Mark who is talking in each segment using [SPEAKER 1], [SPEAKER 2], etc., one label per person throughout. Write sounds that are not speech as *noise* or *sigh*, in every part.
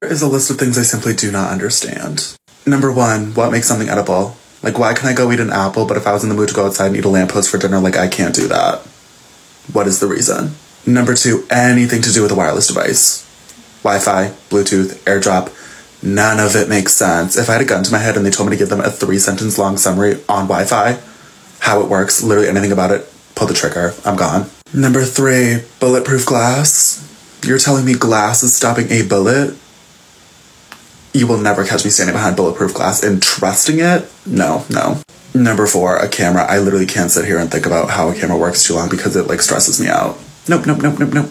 [SPEAKER 1] Here is a list of things I simply do not understand. Number one, what makes something edible? Like, why can I go eat an apple, but if I was in the mood to go outside and eat a lamppost for dinner, like, I can't do that? What is the reason? Number two, anything to do with a wireless device Wi Fi, Bluetooth, airdrop. None of it makes sense. If I had a gun to my head and they told me to give them a three sentence long summary on Wi Fi, how it works, literally anything about it, pull the trigger. I'm gone. Number three, bulletproof glass. You're telling me glass is stopping a bullet? You will never catch me standing behind bulletproof glass and trusting it? No, no. Number four, a camera. I literally can't sit here and think about how a camera works too long because it like stresses me out. Nope, nope, nope, nope, nope.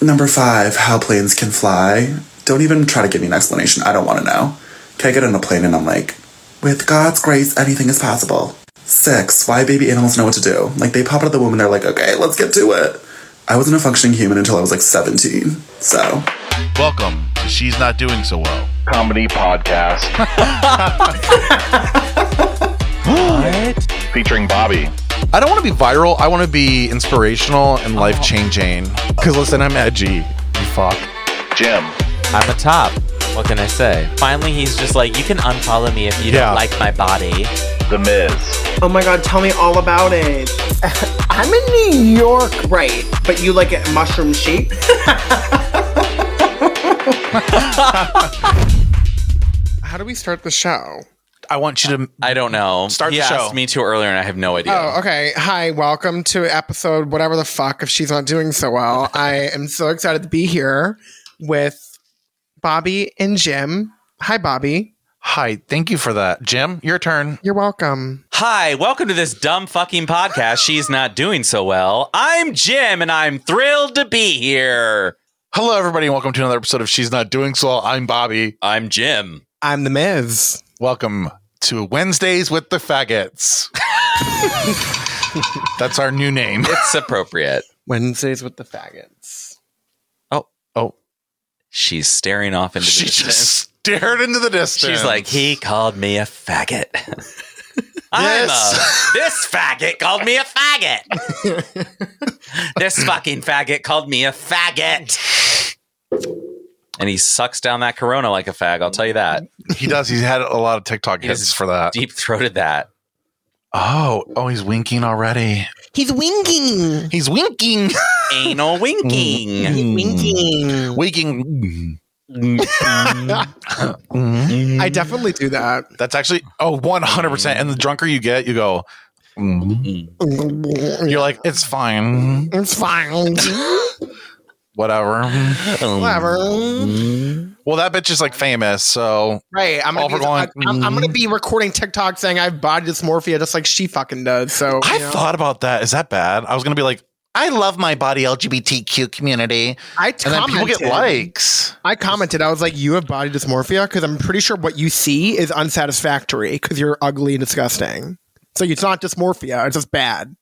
[SPEAKER 1] Number five, how planes can fly. Don't even try to give me an explanation. I don't want to know. Okay, I get on a plane and I'm like, with God's grace, anything is possible. Six, why baby animals know what to do. Like, they pop out of the womb and they're like, okay, let's get to it. I wasn't a functioning human until I was like 17. So,
[SPEAKER 2] Welcome to She's Not Doing So Well.
[SPEAKER 3] comedy podcast
[SPEAKER 4] What?
[SPEAKER 3] featuring Bobby.
[SPEAKER 4] I don't want to be viral. I want to be inspirational and life changing. Because listen, I'm edgy. You fuck.
[SPEAKER 3] Jim,
[SPEAKER 5] I'm a top. What can I say? Finally, he's just like, you can unfollow me if you
[SPEAKER 4] Yeah.
[SPEAKER 5] don't like my body.
[SPEAKER 3] The Miz,
[SPEAKER 6] Oh my god, tell me all about it. *laughs* I'm in New York, right? But you like it mushroom shape?
[SPEAKER 7] How do we start the show?
[SPEAKER 4] I want you to.
[SPEAKER 5] I don't know.
[SPEAKER 4] Start
[SPEAKER 5] he
[SPEAKER 4] the show.
[SPEAKER 5] asked me to earlier, and I have no idea.
[SPEAKER 7] Oh, okay. Hi, welcome to episode whatever the fuck if she's not doing so well. I am so excited to be here with Bobby and Jim. Hi, Bobby.
[SPEAKER 4] Hi. Thank you for that. Jim, your turn.
[SPEAKER 7] You're welcome.
[SPEAKER 5] Hi, welcome to this dumb fucking podcast. She's not doing so well. I'm Jim, and I'm thrilled to be here.
[SPEAKER 4] Hello, everybody, and welcome to another episode of She's Not Doing So Well. I'm Bobby.
[SPEAKER 5] I'm Jim.
[SPEAKER 7] I'm the Miz.
[SPEAKER 4] Welcome to Wednesdays with the *laughs* Faggots. That's our new name.
[SPEAKER 5] It's appropriate.
[SPEAKER 7] Wednesdays with the faggots.
[SPEAKER 4] Oh,
[SPEAKER 5] She's staring off into the
[SPEAKER 4] she
[SPEAKER 5] distance.
[SPEAKER 4] just stared into the distance.
[SPEAKER 5] She's like, he called me a faggot. *laughs* I'm
[SPEAKER 4] Yes.
[SPEAKER 5] a, this faggot called me a faggot. *laughs* this fucking faggot called me a faggot. And he sucks down that corona like a fag, I'll tell you that.
[SPEAKER 4] *laughs* he does. He's had a lot of TikTok
[SPEAKER 5] He
[SPEAKER 4] hits
[SPEAKER 5] does
[SPEAKER 4] for that.
[SPEAKER 5] Deep throated that.
[SPEAKER 4] Oh, oh, he's winking already.
[SPEAKER 7] He's winking.
[SPEAKER 4] He's winking.
[SPEAKER 5] Anal *laughs* winking.
[SPEAKER 7] *laughs*
[SPEAKER 4] Winking.
[SPEAKER 7] Winking. I definitely do that.
[SPEAKER 4] *laughs* That's actually oh 100%. And the drunker you get, you go "Mm." you're like it's fine.
[SPEAKER 7] It's *laughs* fine.
[SPEAKER 4] Whatever.
[SPEAKER 7] Whatever.
[SPEAKER 4] Well, that bitch is like famous, so
[SPEAKER 7] Right. I'm
[SPEAKER 4] All
[SPEAKER 7] gonna,
[SPEAKER 4] for
[SPEAKER 7] be, I,
[SPEAKER 4] going,
[SPEAKER 7] I'm, I'm gonna
[SPEAKER 4] mm.
[SPEAKER 7] be recording TikTok saying I have body dysmorphia just like she fucking does. So
[SPEAKER 4] I
[SPEAKER 7] you know.
[SPEAKER 4] thought about that. Is that bad? I was going to be like I love my body LGBTQ community.
[SPEAKER 7] I
[SPEAKER 4] And then people
[SPEAKER 7] commented.
[SPEAKER 4] get likes.
[SPEAKER 7] I commented. I was like, "You have body dysmorphia because I'm pretty sure what you see is unsatisfactory because you're ugly and disgusting. So it's not dysmorphia; it's just bad."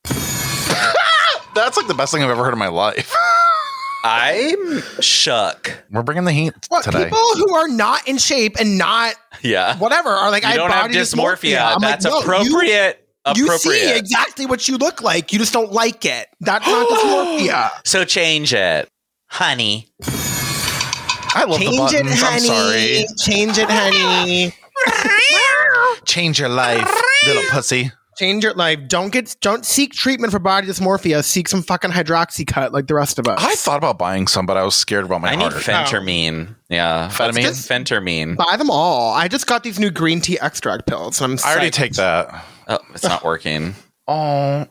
[SPEAKER 4] That's like the best thing I've ever heard in my life. *laughs*
[SPEAKER 5] I'm shook.
[SPEAKER 4] We're bringing the heat
[SPEAKER 7] What
[SPEAKER 4] today.
[SPEAKER 7] people who are not in shape and not
[SPEAKER 5] Yeah.
[SPEAKER 7] whatever are like,
[SPEAKER 5] You
[SPEAKER 7] "I
[SPEAKER 5] don't have
[SPEAKER 7] have body
[SPEAKER 5] dysmorphia.
[SPEAKER 7] dysmorphia." I'm like,
[SPEAKER 5] That's
[SPEAKER 7] "No, you-
[SPEAKER 5] appropriate.
[SPEAKER 7] You,
[SPEAKER 5] appropriate.
[SPEAKER 7] see exactly what you look like. You just don't like it. That's
[SPEAKER 5] *gasps*
[SPEAKER 7] not dysmorphia.
[SPEAKER 5] so change it. Honey.
[SPEAKER 4] I love the
[SPEAKER 7] Change it,
[SPEAKER 4] buttons. I'm sorry.
[SPEAKER 7] honey. Change it, honey.
[SPEAKER 4] Change your life, little pussy.
[SPEAKER 7] Change your life. Don't get. Don't seek treatment for body dysmorphia. Seek some fucking hydroxy cut like the rest of us.
[SPEAKER 4] I thought about buying some, but I was scared about my
[SPEAKER 5] I need
[SPEAKER 4] heart.
[SPEAKER 5] fentermine. Yeah.
[SPEAKER 4] Phentermine?
[SPEAKER 5] Let's get Phentermine.
[SPEAKER 7] Buy them all. I just got these new green tea extract pills. And I'm
[SPEAKER 4] I already
[SPEAKER 7] psyched.
[SPEAKER 4] take that.
[SPEAKER 5] Oh, it's not working.
[SPEAKER 4] Oh.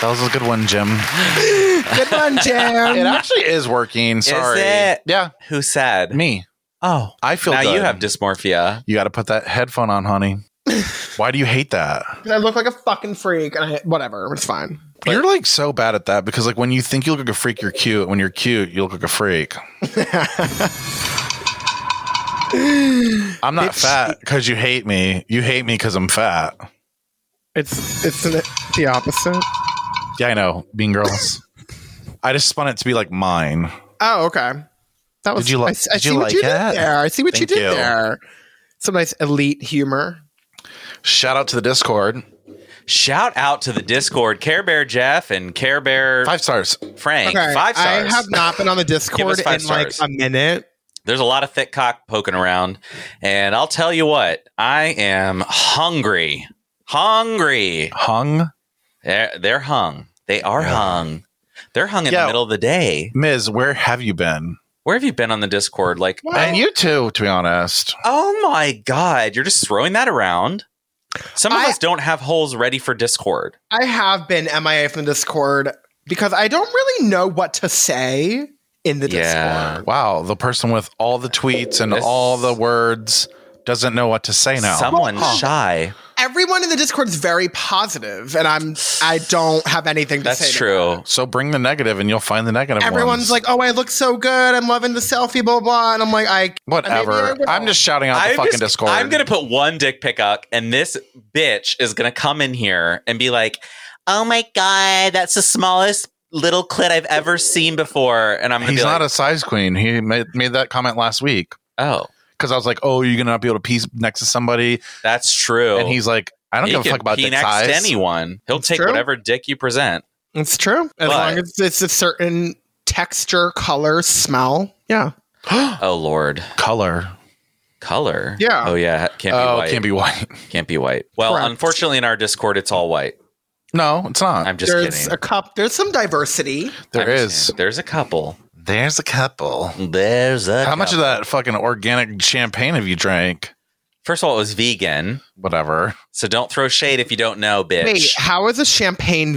[SPEAKER 4] That was a good one, Jim.
[SPEAKER 7] Good *laughs* one,
[SPEAKER 4] It
[SPEAKER 7] Jim.
[SPEAKER 4] actually is working. Sorry.
[SPEAKER 5] it?
[SPEAKER 4] Yeah,
[SPEAKER 5] Who said?
[SPEAKER 4] me.
[SPEAKER 5] Oh,
[SPEAKER 4] I feel
[SPEAKER 5] now
[SPEAKER 4] good.
[SPEAKER 5] you have dysmorphia.
[SPEAKER 4] You got to put that headphone on,
[SPEAKER 5] *laughs*
[SPEAKER 4] honey. Why do you hate that?
[SPEAKER 7] I look like a fucking freak, and I whatever. It's fine.
[SPEAKER 4] you're like so bad at that because like when you think you look like a freak, you're cute. When you're cute, you look like a
[SPEAKER 5] *laughs*
[SPEAKER 4] freak. I'm not fat because you hate me. You hate me because I'm fat.
[SPEAKER 7] It's it's an, the opposite.
[SPEAKER 4] Yeah, I know. Mean Girls. I just spun it to be like mine.
[SPEAKER 7] Oh, okay. That was.
[SPEAKER 4] Did you li-
[SPEAKER 7] I, s- I
[SPEAKER 4] did you
[SPEAKER 7] see what
[SPEAKER 4] like
[SPEAKER 7] you
[SPEAKER 4] it?
[SPEAKER 7] did there. I see what
[SPEAKER 4] Thank
[SPEAKER 7] you did
[SPEAKER 4] you.
[SPEAKER 7] there. Some nice elite humor.
[SPEAKER 4] Shout out to the Discord.
[SPEAKER 5] Shout out to the Discord, Care Bear Jeff and Care Bear
[SPEAKER 4] Five stars.
[SPEAKER 5] Frank.
[SPEAKER 7] Okay,
[SPEAKER 5] Five
[SPEAKER 7] I
[SPEAKER 5] stars.
[SPEAKER 7] have not been
[SPEAKER 4] *laughs*
[SPEAKER 7] on the Discord
[SPEAKER 5] Give us five
[SPEAKER 7] in like
[SPEAKER 5] stars.
[SPEAKER 7] a minute.
[SPEAKER 5] There's a lot of thick cock poking around, and I'll tell you what, I am hungry. Hungry.
[SPEAKER 4] Hung.
[SPEAKER 5] They're, they're hung. They are hung. They're hung in
[SPEAKER 4] Yeah.
[SPEAKER 5] the middle of the day.
[SPEAKER 4] Ms. Where have you been?
[SPEAKER 5] Where have you been on the Discord? Like,
[SPEAKER 4] And you too, to be honest.
[SPEAKER 5] oh my god, you're just throwing that around. Some of
[SPEAKER 7] I-
[SPEAKER 5] us don't have holes ready for Discord.
[SPEAKER 7] I have been MIA from the Discord because I don't really know what to say in the
[SPEAKER 5] Yeah.
[SPEAKER 7] Discord.
[SPEAKER 4] Wow, the person with all the tweets and
[SPEAKER 5] This-
[SPEAKER 4] all the words doesn't know what to say now.
[SPEAKER 5] Someone shy.
[SPEAKER 7] Everyone in the Discord is very positive, and I'm I don't have anything to say.
[SPEAKER 5] That's
[SPEAKER 7] to
[SPEAKER 5] true.
[SPEAKER 4] so bring the negative, and you'll find the negative.
[SPEAKER 7] Everyone's
[SPEAKER 4] ones.
[SPEAKER 7] like, "Oh, I look so good. I'm loving the selfie, blah blah." blah. And I'm like, "I
[SPEAKER 4] whatever.
[SPEAKER 7] maybe I
[SPEAKER 4] I'm
[SPEAKER 7] will.
[SPEAKER 4] just shouting out the
[SPEAKER 5] I'm
[SPEAKER 4] fucking
[SPEAKER 5] just-
[SPEAKER 4] Discord.
[SPEAKER 5] I'm gonna put one dick pic up, and this bitch is gonna come in here and be like, "Oh my god, that's the smallest little clit I've ever seen before," and I'm gonna
[SPEAKER 4] He's
[SPEAKER 5] be
[SPEAKER 4] not
[SPEAKER 5] like,
[SPEAKER 4] a size queen. He made, made that comment last week
[SPEAKER 5] "Oh,
[SPEAKER 4] because I was like, "Oh, you're gonna not be able to pee next to somebody,"
[SPEAKER 5] that's true."
[SPEAKER 4] and he's like, "I don't
[SPEAKER 5] Oh. He
[SPEAKER 4] give a
[SPEAKER 5] can
[SPEAKER 4] fuck about
[SPEAKER 5] pee
[SPEAKER 4] dick
[SPEAKER 5] next
[SPEAKER 4] size."
[SPEAKER 5] to anyone. He'll take
[SPEAKER 7] true.
[SPEAKER 5] whatever dick you present.
[SPEAKER 7] It's true.
[SPEAKER 5] But-
[SPEAKER 7] As long as it's a certain texture, color, smell. Yeah.
[SPEAKER 5] Oh lord,
[SPEAKER 4] Color.
[SPEAKER 5] color.
[SPEAKER 7] Yeah.
[SPEAKER 5] Oh yeah, can't be
[SPEAKER 4] oh,
[SPEAKER 5] white.
[SPEAKER 4] can't be white. *laughs*
[SPEAKER 5] Can't be white. Well,
[SPEAKER 7] Correct.
[SPEAKER 5] unfortunately, in our Discord, it's all white.
[SPEAKER 4] No, it's not.
[SPEAKER 5] I'm just
[SPEAKER 7] there's
[SPEAKER 5] kidding.
[SPEAKER 7] a cup. There's some diversity.
[SPEAKER 4] There
[SPEAKER 5] I'm just
[SPEAKER 4] is.
[SPEAKER 5] kidding. There's a couple.
[SPEAKER 4] There's a couple.
[SPEAKER 5] There's a.
[SPEAKER 4] How much of
[SPEAKER 5] couple.
[SPEAKER 4] that fucking organic champagne have you drank?
[SPEAKER 5] First of all, it was vegan,
[SPEAKER 4] Whatever. *laughs*
[SPEAKER 5] so don't throw shade if you don't know, bitch.
[SPEAKER 7] Wait, how is a champagne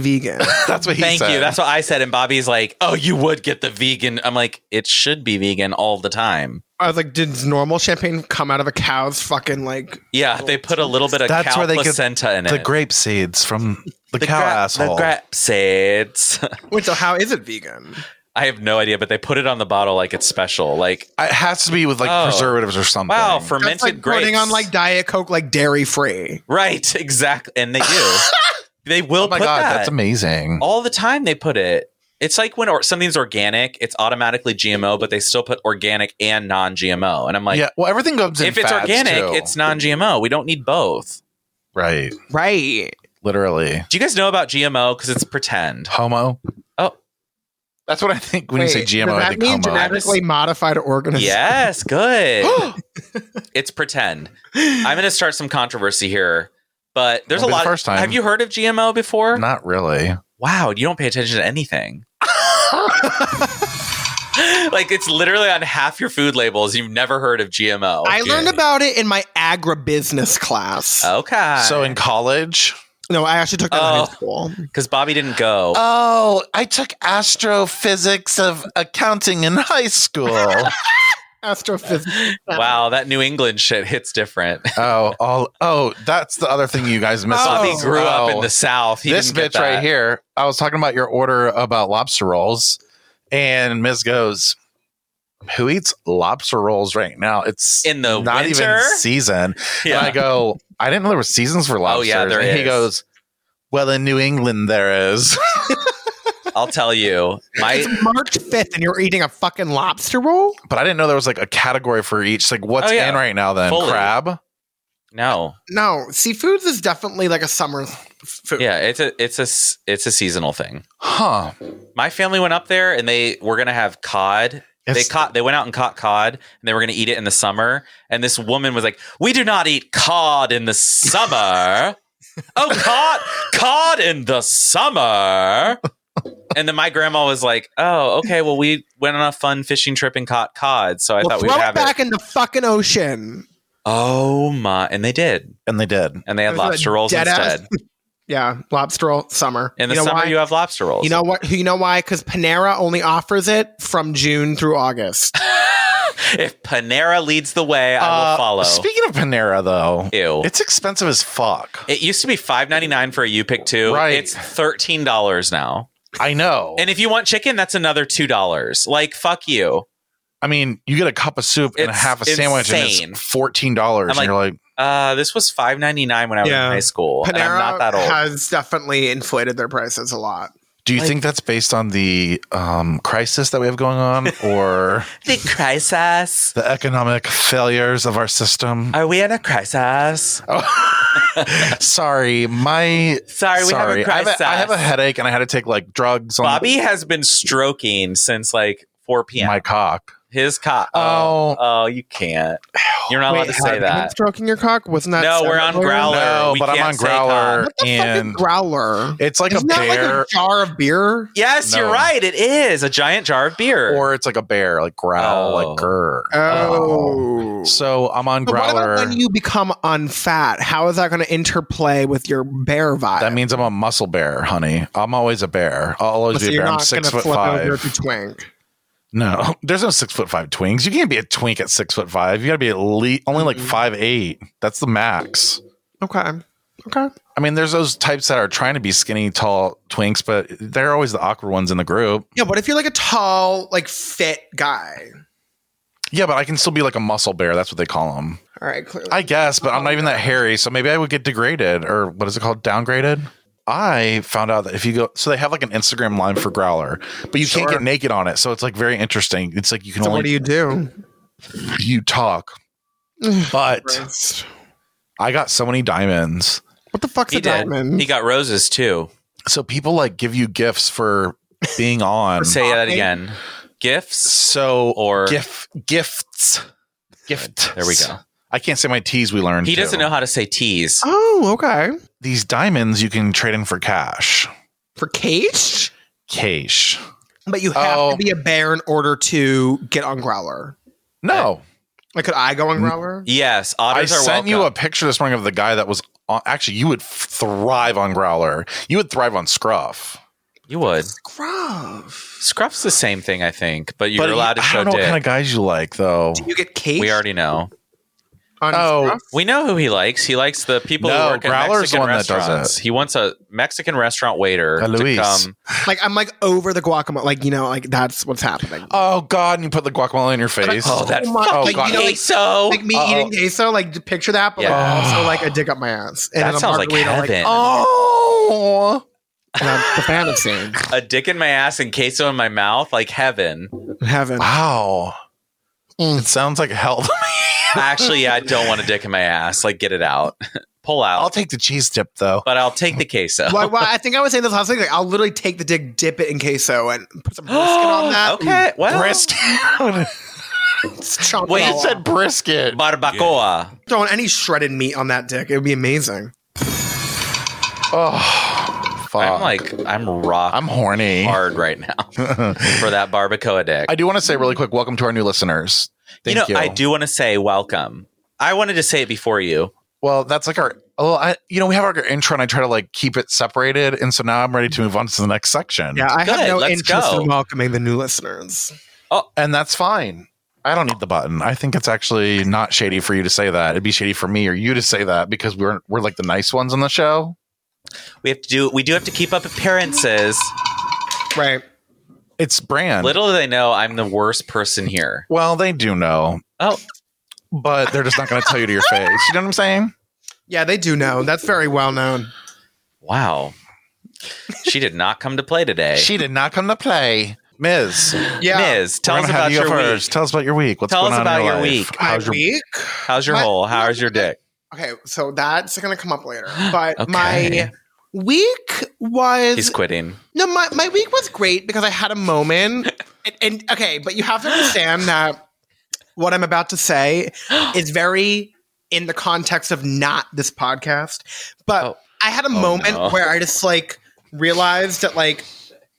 [SPEAKER 5] *laughs*
[SPEAKER 7] vegan?
[SPEAKER 4] That's what he
[SPEAKER 5] Thank
[SPEAKER 4] said.
[SPEAKER 5] you. That's what I said. And Bobby's like, oh, you would get the vegan. I'm like, it should be vegan all the time.
[SPEAKER 7] I was like, did normal champagne come out of a cow's fucking like?
[SPEAKER 5] Yeah,
[SPEAKER 7] Oh,
[SPEAKER 5] they put a little bit of
[SPEAKER 4] That's
[SPEAKER 5] cow
[SPEAKER 4] where they get
[SPEAKER 5] placenta in
[SPEAKER 4] the
[SPEAKER 5] it.
[SPEAKER 4] grape seeds from the,
[SPEAKER 5] The
[SPEAKER 4] cow
[SPEAKER 5] gra-
[SPEAKER 4] asshole.
[SPEAKER 5] The grape seeds. *laughs*
[SPEAKER 7] Wait, so how is it vegan?
[SPEAKER 5] I have no idea, but they put it on the bottle like it's special. Like,
[SPEAKER 4] it has to be with like
[SPEAKER 5] Oh.
[SPEAKER 4] preservatives or something.
[SPEAKER 5] wow,
[SPEAKER 7] That's
[SPEAKER 5] fermented
[SPEAKER 7] like
[SPEAKER 5] grapes.
[SPEAKER 7] putting on like diet coke, like dairy free.
[SPEAKER 5] right, *laughs* exactly. And they
[SPEAKER 7] *laughs*
[SPEAKER 5] do. they will
[SPEAKER 4] oh my
[SPEAKER 5] put
[SPEAKER 4] god,
[SPEAKER 5] that Oh
[SPEAKER 4] that's amazing.
[SPEAKER 5] all the time. They put it. It's like when or- something's organic, it's automatically GMO, but they still put organic and non-GMO. And I'm like,
[SPEAKER 4] yeah, well, everything comes in.
[SPEAKER 5] if it's
[SPEAKER 4] fads,
[SPEAKER 5] organic,
[SPEAKER 4] too.
[SPEAKER 5] it's non-GMO. We don't need both.
[SPEAKER 4] right.
[SPEAKER 7] Right.
[SPEAKER 4] Literally,
[SPEAKER 5] Do you guys know about GMO? Because
[SPEAKER 4] *laughs*
[SPEAKER 5] it's pretend.
[SPEAKER 4] homo.
[SPEAKER 5] Oh.
[SPEAKER 4] that's what I think when you say
[SPEAKER 7] Wait,
[SPEAKER 4] GMO.
[SPEAKER 7] Does
[SPEAKER 4] I
[SPEAKER 7] that
[SPEAKER 4] think
[SPEAKER 7] mean
[SPEAKER 4] homo.
[SPEAKER 7] genetically modified organism? *gasps*
[SPEAKER 4] *gasps*
[SPEAKER 5] Yes, good. it's pretend. I'm going to start some controversy here, but there's
[SPEAKER 4] Won't be
[SPEAKER 5] a
[SPEAKER 4] the
[SPEAKER 5] lot. of-
[SPEAKER 4] first time.
[SPEAKER 5] Have you heard of GMO before?
[SPEAKER 4] Not really.
[SPEAKER 5] Wow, you don't pay attention
[SPEAKER 4] *laughs*
[SPEAKER 5] to anything. like it's literally on half your food labels. You've never heard of GMO.
[SPEAKER 7] I learned about it in my agribusiness class.
[SPEAKER 5] Okay.
[SPEAKER 4] So in college,
[SPEAKER 7] no, I actually took that in
[SPEAKER 5] Oh.
[SPEAKER 7] high school.
[SPEAKER 5] because Bobby didn't go.
[SPEAKER 7] Uh,
[SPEAKER 4] oh, I took astrophysics of accounting in high school.
[SPEAKER 7] Astrophysics.
[SPEAKER 5] wow, that New England shit hits different.
[SPEAKER 4] *laughs* oh, all, oh, that's the other thing you guys missed.
[SPEAKER 5] Bobby grew up in
[SPEAKER 4] Oh.
[SPEAKER 5] the South. He
[SPEAKER 4] this
[SPEAKER 5] didn't get
[SPEAKER 4] bitch right
[SPEAKER 5] that.
[SPEAKER 4] here. I was talking about your order about lobster rolls, and Miss goes, "Who eats lobster rolls right now? It's
[SPEAKER 5] In the
[SPEAKER 4] not
[SPEAKER 5] winter?
[SPEAKER 4] even season."
[SPEAKER 5] Yeah.
[SPEAKER 4] And I go, "I didn't know there were seasons for
[SPEAKER 5] Oh,
[SPEAKER 4] lobsters."
[SPEAKER 5] yeah, there
[SPEAKER 4] and he
[SPEAKER 5] is.
[SPEAKER 4] goes, "Well, in New England there is." *laughs*
[SPEAKER 5] I'll tell you. My
[SPEAKER 7] It's March 5th and you're eating a fucking lobster roll?
[SPEAKER 4] but I didn't know there was like a category for each. Like, what's
[SPEAKER 5] Oh, yeah.
[SPEAKER 4] in right now? Then
[SPEAKER 5] Fully.
[SPEAKER 4] crab.
[SPEAKER 5] no.
[SPEAKER 7] No, seafoods is definitely like a summer f- food.
[SPEAKER 5] Yeah, it's a it's a s- it's a seasonal thing.
[SPEAKER 4] Huh.
[SPEAKER 5] My family went up there and they were gonna have cod.
[SPEAKER 4] It's-
[SPEAKER 5] they caught they went out and caught cod and they were gonna eat it in the summer. And this woman was like, "We do not eat cod in the
[SPEAKER 7] *laughs*
[SPEAKER 5] summer. oh, cod, cod in the summer." And then my grandma was like, "Oh, okay. Well, we went on a fun fishing trip and caught cod, so I
[SPEAKER 7] Well,
[SPEAKER 5] thought we'd
[SPEAKER 7] throw
[SPEAKER 5] have
[SPEAKER 7] it
[SPEAKER 5] it."
[SPEAKER 7] back in the fucking ocean.
[SPEAKER 5] Oh my! And they did,
[SPEAKER 4] And they did.
[SPEAKER 5] and they had
[SPEAKER 7] Is it a
[SPEAKER 5] lobster rolls
[SPEAKER 7] dead ass?
[SPEAKER 5] instead.
[SPEAKER 7] Yeah, lobster roll summer.
[SPEAKER 5] In the
[SPEAKER 7] you know
[SPEAKER 5] summer,
[SPEAKER 7] why?
[SPEAKER 5] you have lobster rolls.
[SPEAKER 7] You know what? You know why? Because Panera only offers it from June through August.
[SPEAKER 5] *laughs* if Panera leads the way, I will
[SPEAKER 4] Uh,
[SPEAKER 5] follow.
[SPEAKER 4] Speaking of Panera, though,
[SPEAKER 5] Ew.
[SPEAKER 4] it's expensive as fuck.
[SPEAKER 5] It used to be five ninety nine for a U pick two.
[SPEAKER 4] Right.
[SPEAKER 5] It's thirteen dollars now.
[SPEAKER 4] I know.
[SPEAKER 5] And if you want chicken, that's another two dollars. Like fuck you.
[SPEAKER 4] I mean, you get a cup of soup and a
[SPEAKER 5] It's
[SPEAKER 4] half a sandwich, and
[SPEAKER 5] insane.
[SPEAKER 4] it's fourteen dollars,
[SPEAKER 5] I'm
[SPEAKER 4] and you're like,
[SPEAKER 5] Uh, this was five ninety nine when I was
[SPEAKER 7] Yeah.
[SPEAKER 5] in high school, and I'm
[SPEAKER 7] Panera
[SPEAKER 5] not that old.
[SPEAKER 7] has definitely inflated their prices a lot.
[SPEAKER 4] "Do you think that's based on the um, crisis that we have going
[SPEAKER 5] *laughs*
[SPEAKER 4] on, or
[SPEAKER 5] the crisis.
[SPEAKER 4] the economic failures of our system?" Oh.
[SPEAKER 5] Are we in a crisis?
[SPEAKER 4] *laughs* Sorry, my
[SPEAKER 5] Sorry,
[SPEAKER 4] sorry.
[SPEAKER 5] we haven't
[SPEAKER 4] I have,
[SPEAKER 5] crisis.
[SPEAKER 4] a, I have a headache and I had to take like drugs on
[SPEAKER 5] Bobby has been stroking since like 4 p.m.
[SPEAKER 4] my cock.
[SPEAKER 5] His cock.
[SPEAKER 4] Oh.
[SPEAKER 5] Oh, oh, you can't. You're not allowed to
[SPEAKER 8] have
[SPEAKER 5] say
[SPEAKER 8] you been
[SPEAKER 5] that.
[SPEAKER 8] stroking your cock was not.
[SPEAKER 5] No, we're on Growler.
[SPEAKER 4] No,
[SPEAKER 5] we
[SPEAKER 4] but I'm
[SPEAKER 5] can't
[SPEAKER 4] on
[SPEAKER 5] say
[SPEAKER 4] Growler
[SPEAKER 5] cock.
[SPEAKER 8] What the fuck is
[SPEAKER 4] and
[SPEAKER 8] growler?
[SPEAKER 4] it's like a
[SPEAKER 8] Isn't that
[SPEAKER 4] bear
[SPEAKER 8] like a jar of beer?
[SPEAKER 5] Yes,
[SPEAKER 4] No.
[SPEAKER 5] you're right. It is a giant jar of beer.
[SPEAKER 4] or it's like a bear, like growl,
[SPEAKER 5] Oh.
[SPEAKER 4] like grr.
[SPEAKER 8] Oh.
[SPEAKER 4] So I'm on
[SPEAKER 8] But what
[SPEAKER 4] Growler.
[SPEAKER 8] about when you become unfat? How is that going to interplay with your bear vibe?
[SPEAKER 4] that means I'm a muscle bear, honey. I'm always a bear. I'll always
[SPEAKER 8] So
[SPEAKER 4] be a
[SPEAKER 8] you're
[SPEAKER 4] bear. I'm
[SPEAKER 8] not
[SPEAKER 4] six foot
[SPEAKER 8] gonna flip over
[SPEAKER 4] five.
[SPEAKER 8] to twink.
[SPEAKER 4] No, *laughs* there's no six foot five twinks. You can't be a twink at six foot five. You got to be at least only like five eight. That's the max.
[SPEAKER 8] Okay. Okay.
[SPEAKER 4] I mean, there's those types that are trying to be skinny, tall twinks, but they're always the awkward ones in the group.
[SPEAKER 8] Yeah, what if you're like a tall, like fit guy?
[SPEAKER 4] Yeah, but I can still be like a muscle bear. That's what they call them.
[SPEAKER 8] All right, clearly.
[SPEAKER 4] I guess, but I'm not even that hairy, so maybe I would get degraded or what is it called? Downgraded. I found out that if you go, so they have like an Instagram line for Growler, but you can't
[SPEAKER 8] Sure.
[SPEAKER 4] get naked on it. So it's like very interesting. It's like you can
[SPEAKER 8] so
[SPEAKER 4] only
[SPEAKER 8] what do you do?
[SPEAKER 4] you talk. But
[SPEAKER 8] *sighs* What
[SPEAKER 4] I got so many diamonds.
[SPEAKER 8] the fuck's
[SPEAKER 5] he
[SPEAKER 8] a
[SPEAKER 5] did.
[SPEAKER 8] diamond?
[SPEAKER 5] He got roses too.
[SPEAKER 4] So people like give you gifts for being on.
[SPEAKER 5] Say that again. Gifts.
[SPEAKER 4] so
[SPEAKER 5] Or-
[SPEAKER 4] gif gifts gift.
[SPEAKER 5] There we go.
[SPEAKER 4] I can't say my T's. We learned
[SPEAKER 5] He
[SPEAKER 4] too.
[SPEAKER 5] doesn't know how to say tease.
[SPEAKER 8] oh, okay.
[SPEAKER 4] these diamonds. You can trade in for cash.
[SPEAKER 8] For cage?
[SPEAKER 4] Cash.
[SPEAKER 8] But you have
[SPEAKER 4] Oh.
[SPEAKER 8] to be a bear in order to get on Growler.
[SPEAKER 4] No,
[SPEAKER 8] Like, could I go on Growler?
[SPEAKER 5] Yes,
[SPEAKER 4] I
[SPEAKER 5] otters are
[SPEAKER 4] sent
[SPEAKER 5] welcome.
[SPEAKER 4] you a picture this morning of the guy that was on. Actually, you would f- thrive on Growler. You would thrive on Scruff.
[SPEAKER 5] You would.
[SPEAKER 8] Gruff.
[SPEAKER 5] Scruff's the same thing, I think, but you're
[SPEAKER 4] But
[SPEAKER 5] allowed to
[SPEAKER 4] I
[SPEAKER 5] show
[SPEAKER 4] don't know
[SPEAKER 5] dick.
[SPEAKER 4] what kind of guys you like though.
[SPEAKER 8] You get cage?
[SPEAKER 5] we
[SPEAKER 4] *laughs*
[SPEAKER 5] already know.
[SPEAKER 8] on
[SPEAKER 4] Oh.
[SPEAKER 8] Gruff?
[SPEAKER 5] We know who he likes. He likes the people
[SPEAKER 4] No,
[SPEAKER 5] who work at
[SPEAKER 4] Growler's the
[SPEAKER 5] Mexican
[SPEAKER 4] one that does
[SPEAKER 5] restaurants.
[SPEAKER 4] it.
[SPEAKER 5] He wants a Mexican restaurant waiter
[SPEAKER 4] Uh,
[SPEAKER 5] to
[SPEAKER 4] Luis.
[SPEAKER 5] come.
[SPEAKER 8] Like, I'm like over the guacamole. Like, you know, like that's what's happening.
[SPEAKER 4] Oh God! And you put the guacamole in your face.
[SPEAKER 5] Oh, that
[SPEAKER 8] my-
[SPEAKER 5] fucking
[SPEAKER 4] like, you know,
[SPEAKER 8] like-
[SPEAKER 5] queso.
[SPEAKER 8] like me
[SPEAKER 4] Uh-oh.
[SPEAKER 8] eating queso, like picture that, but like,
[SPEAKER 5] Yeah.
[SPEAKER 8] also like a dick up my ass. And
[SPEAKER 5] That
[SPEAKER 8] then a
[SPEAKER 5] sounds like
[SPEAKER 8] margarita,
[SPEAKER 5] heaven.
[SPEAKER 4] oh.
[SPEAKER 8] and that's the fantasy.
[SPEAKER 5] a dick in my ass and queso in my mouth, like heaven.
[SPEAKER 8] Heaven.
[SPEAKER 4] Wow. It sounds like hell.
[SPEAKER 5] Actually, yeah, I don't want a dick in my ass. Like, get it out. *laughs* Pull
[SPEAKER 4] *laughs*
[SPEAKER 5] out.
[SPEAKER 4] I'll take the cheese dip though.
[SPEAKER 5] but I'll take the queso.
[SPEAKER 8] Well, well, I think I was saying this last week. Like, I'll literally take the dick, dip it in queso, and put some brisket on *gasps*
[SPEAKER 5] *laughs*
[SPEAKER 8] that.
[SPEAKER 5] okay. Well,
[SPEAKER 4] brisket. *laughs*
[SPEAKER 8] Chomp it
[SPEAKER 5] Wait,
[SPEAKER 8] all
[SPEAKER 4] it
[SPEAKER 5] you
[SPEAKER 8] off.
[SPEAKER 4] said brisket.
[SPEAKER 5] barbacoa.
[SPEAKER 8] throwing any shredded meat on that dick. It would be amazing.
[SPEAKER 4] Oh, fuck.
[SPEAKER 5] I'm like, I'm rock
[SPEAKER 4] I'm horny. *laughs*
[SPEAKER 5] hard right now for that barbacoa dick.
[SPEAKER 4] I do want to say really quick, welcome to our new listeners. Thank you.
[SPEAKER 5] you know, I do want to say welcome. I wanted to say it before you.
[SPEAKER 4] Well, that's like our. Well, I, you know, we have our intro, and I try to like keep it separated, and so now I'm ready to move on to the next section.
[SPEAKER 8] Yeah, I
[SPEAKER 5] Good,
[SPEAKER 8] have no
[SPEAKER 5] let's
[SPEAKER 8] interest
[SPEAKER 5] go.
[SPEAKER 8] in welcoming the new listeners.
[SPEAKER 4] and that's fine. I don't need the button. I think it's actually not shady for you to say that. It'd be shady for me or you to say that because we're we're like the nice ones on the show.
[SPEAKER 5] We have to do. We do have to keep up appearances.
[SPEAKER 8] Right.
[SPEAKER 4] It's brand.
[SPEAKER 5] Little do they know, I'm the worst person here.
[SPEAKER 4] Well, they do know,
[SPEAKER 5] Oh,
[SPEAKER 4] but they're just not going to tell you to your face. You know what I'm saying?
[SPEAKER 8] Yeah, they do know. That's very well known.
[SPEAKER 5] wow. She did not come to play today.
[SPEAKER 4] She did not come to play, Ms.
[SPEAKER 8] Yeah.
[SPEAKER 5] Miz, tell
[SPEAKER 4] we're
[SPEAKER 5] us
[SPEAKER 4] gonna have
[SPEAKER 5] about
[SPEAKER 4] you
[SPEAKER 5] your
[SPEAKER 4] first.
[SPEAKER 5] week.
[SPEAKER 4] Tell us about your week. What's
[SPEAKER 5] Tell
[SPEAKER 4] going
[SPEAKER 5] us
[SPEAKER 4] on
[SPEAKER 5] about
[SPEAKER 4] in your,
[SPEAKER 5] your
[SPEAKER 4] life?
[SPEAKER 5] week.
[SPEAKER 8] My
[SPEAKER 4] How's your
[SPEAKER 8] week.
[SPEAKER 5] How's your
[SPEAKER 8] My-
[SPEAKER 5] hole? How's your dick?
[SPEAKER 8] Okay, so that's gonna come up later. But
[SPEAKER 5] Okay.
[SPEAKER 8] my week was
[SPEAKER 5] He's quitting.
[SPEAKER 8] No, my, my week was great because I had
[SPEAKER 5] *laughs*
[SPEAKER 8] a moment. and, and okay, but you have to understand that what I'm about
[SPEAKER 5] *gasps*
[SPEAKER 8] to say is very in the context of not this podcast. But
[SPEAKER 5] Oh.
[SPEAKER 8] I had a moment
[SPEAKER 5] no.
[SPEAKER 8] where I just like realized that like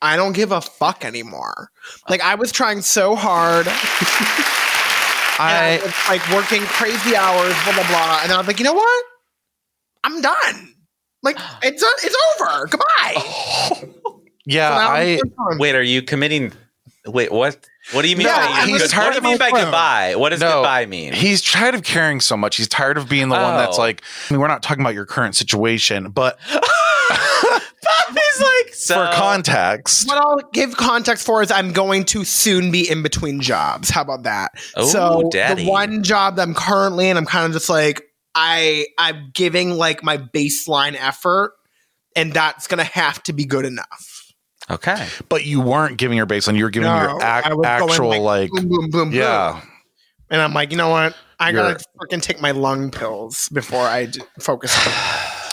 [SPEAKER 8] I don't give a fuck anymore. Like I was trying
[SPEAKER 5] *laughs*
[SPEAKER 8] so hard. I
[SPEAKER 4] I
[SPEAKER 8] was like working crazy hours, blah blah blah. And then I was like, you know what? I'm done.
[SPEAKER 5] *gasps*
[SPEAKER 8] Like it's it's over. Goodbye.
[SPEAKER 5] Oh,
[SPEAKER 4] yeah.
[SPEAKER 8] So now I'm
[SPEAKER 4] I
[SPEAKER 8] done.
[SPEAKER 5] Wait, are you committing? Wait, what? What do you mean?
[SPEAKER 8] No,
[SPEAKER 5] by,
[SPEAKER 8] he's
[SPEAKER 5] good-
[SPEAKER 4] tired
[SPEAKER 5] what do you
[SPEAKER 4] of
[SPEAKER 5] mean by
[SPEAKER 4] alone.
[SPEAKER 5] goodbye? What does
[SPEAKER 4] No,
[SPEAKER 5] goodbye
[SPEAKER 8] *laughs*
[SPEAKER 5] mean?
[SPEAKER 4] he's tired of caring so much. He's tired of being the one that's
[SPEAKER 5] Oh.
[SPEAKER 4] like. I mean, we're not talking about your current situation,
[SPEAKER 5] *laughs*
[SPEAKER 4] but
[SPEAKER 5] Bobby's like so,
[SPEAKER 4] for context,
[SPEAKER 8] What I'll give context for is I'm going to soon be in between jobs. How about that?
[SPEAKER 5] Oh,
[SPEAKER 8] so
[SPEAKER 5] daddy.
[SPEAKER 8] the one job that I'm currently in, I'm kind of just like I I'm giving like my baseline effort, and that's gonna have to be good enough.
[SPEAKER 5] Okay.
[SPEAKER 4] but you weren't giving your baseline. You were giving
[SPEAKER 8] No,
[SPEAKER 4] your ac-
[SPEAKER 8] I was going,
[SPEAKER 4] actual like,
[SPEAKER 8] boom, boom, boom, boom.
[SPEAKER 4] yeah.
[SPEAKER 8] And I'm like, you know what? I
[SPEAKER 4] You're-
[SPEAKER 8] gotta freaking take my lung pills before I d- focus.
[SPEAKER 4] *sighs*
[SPEAKER 8] on it.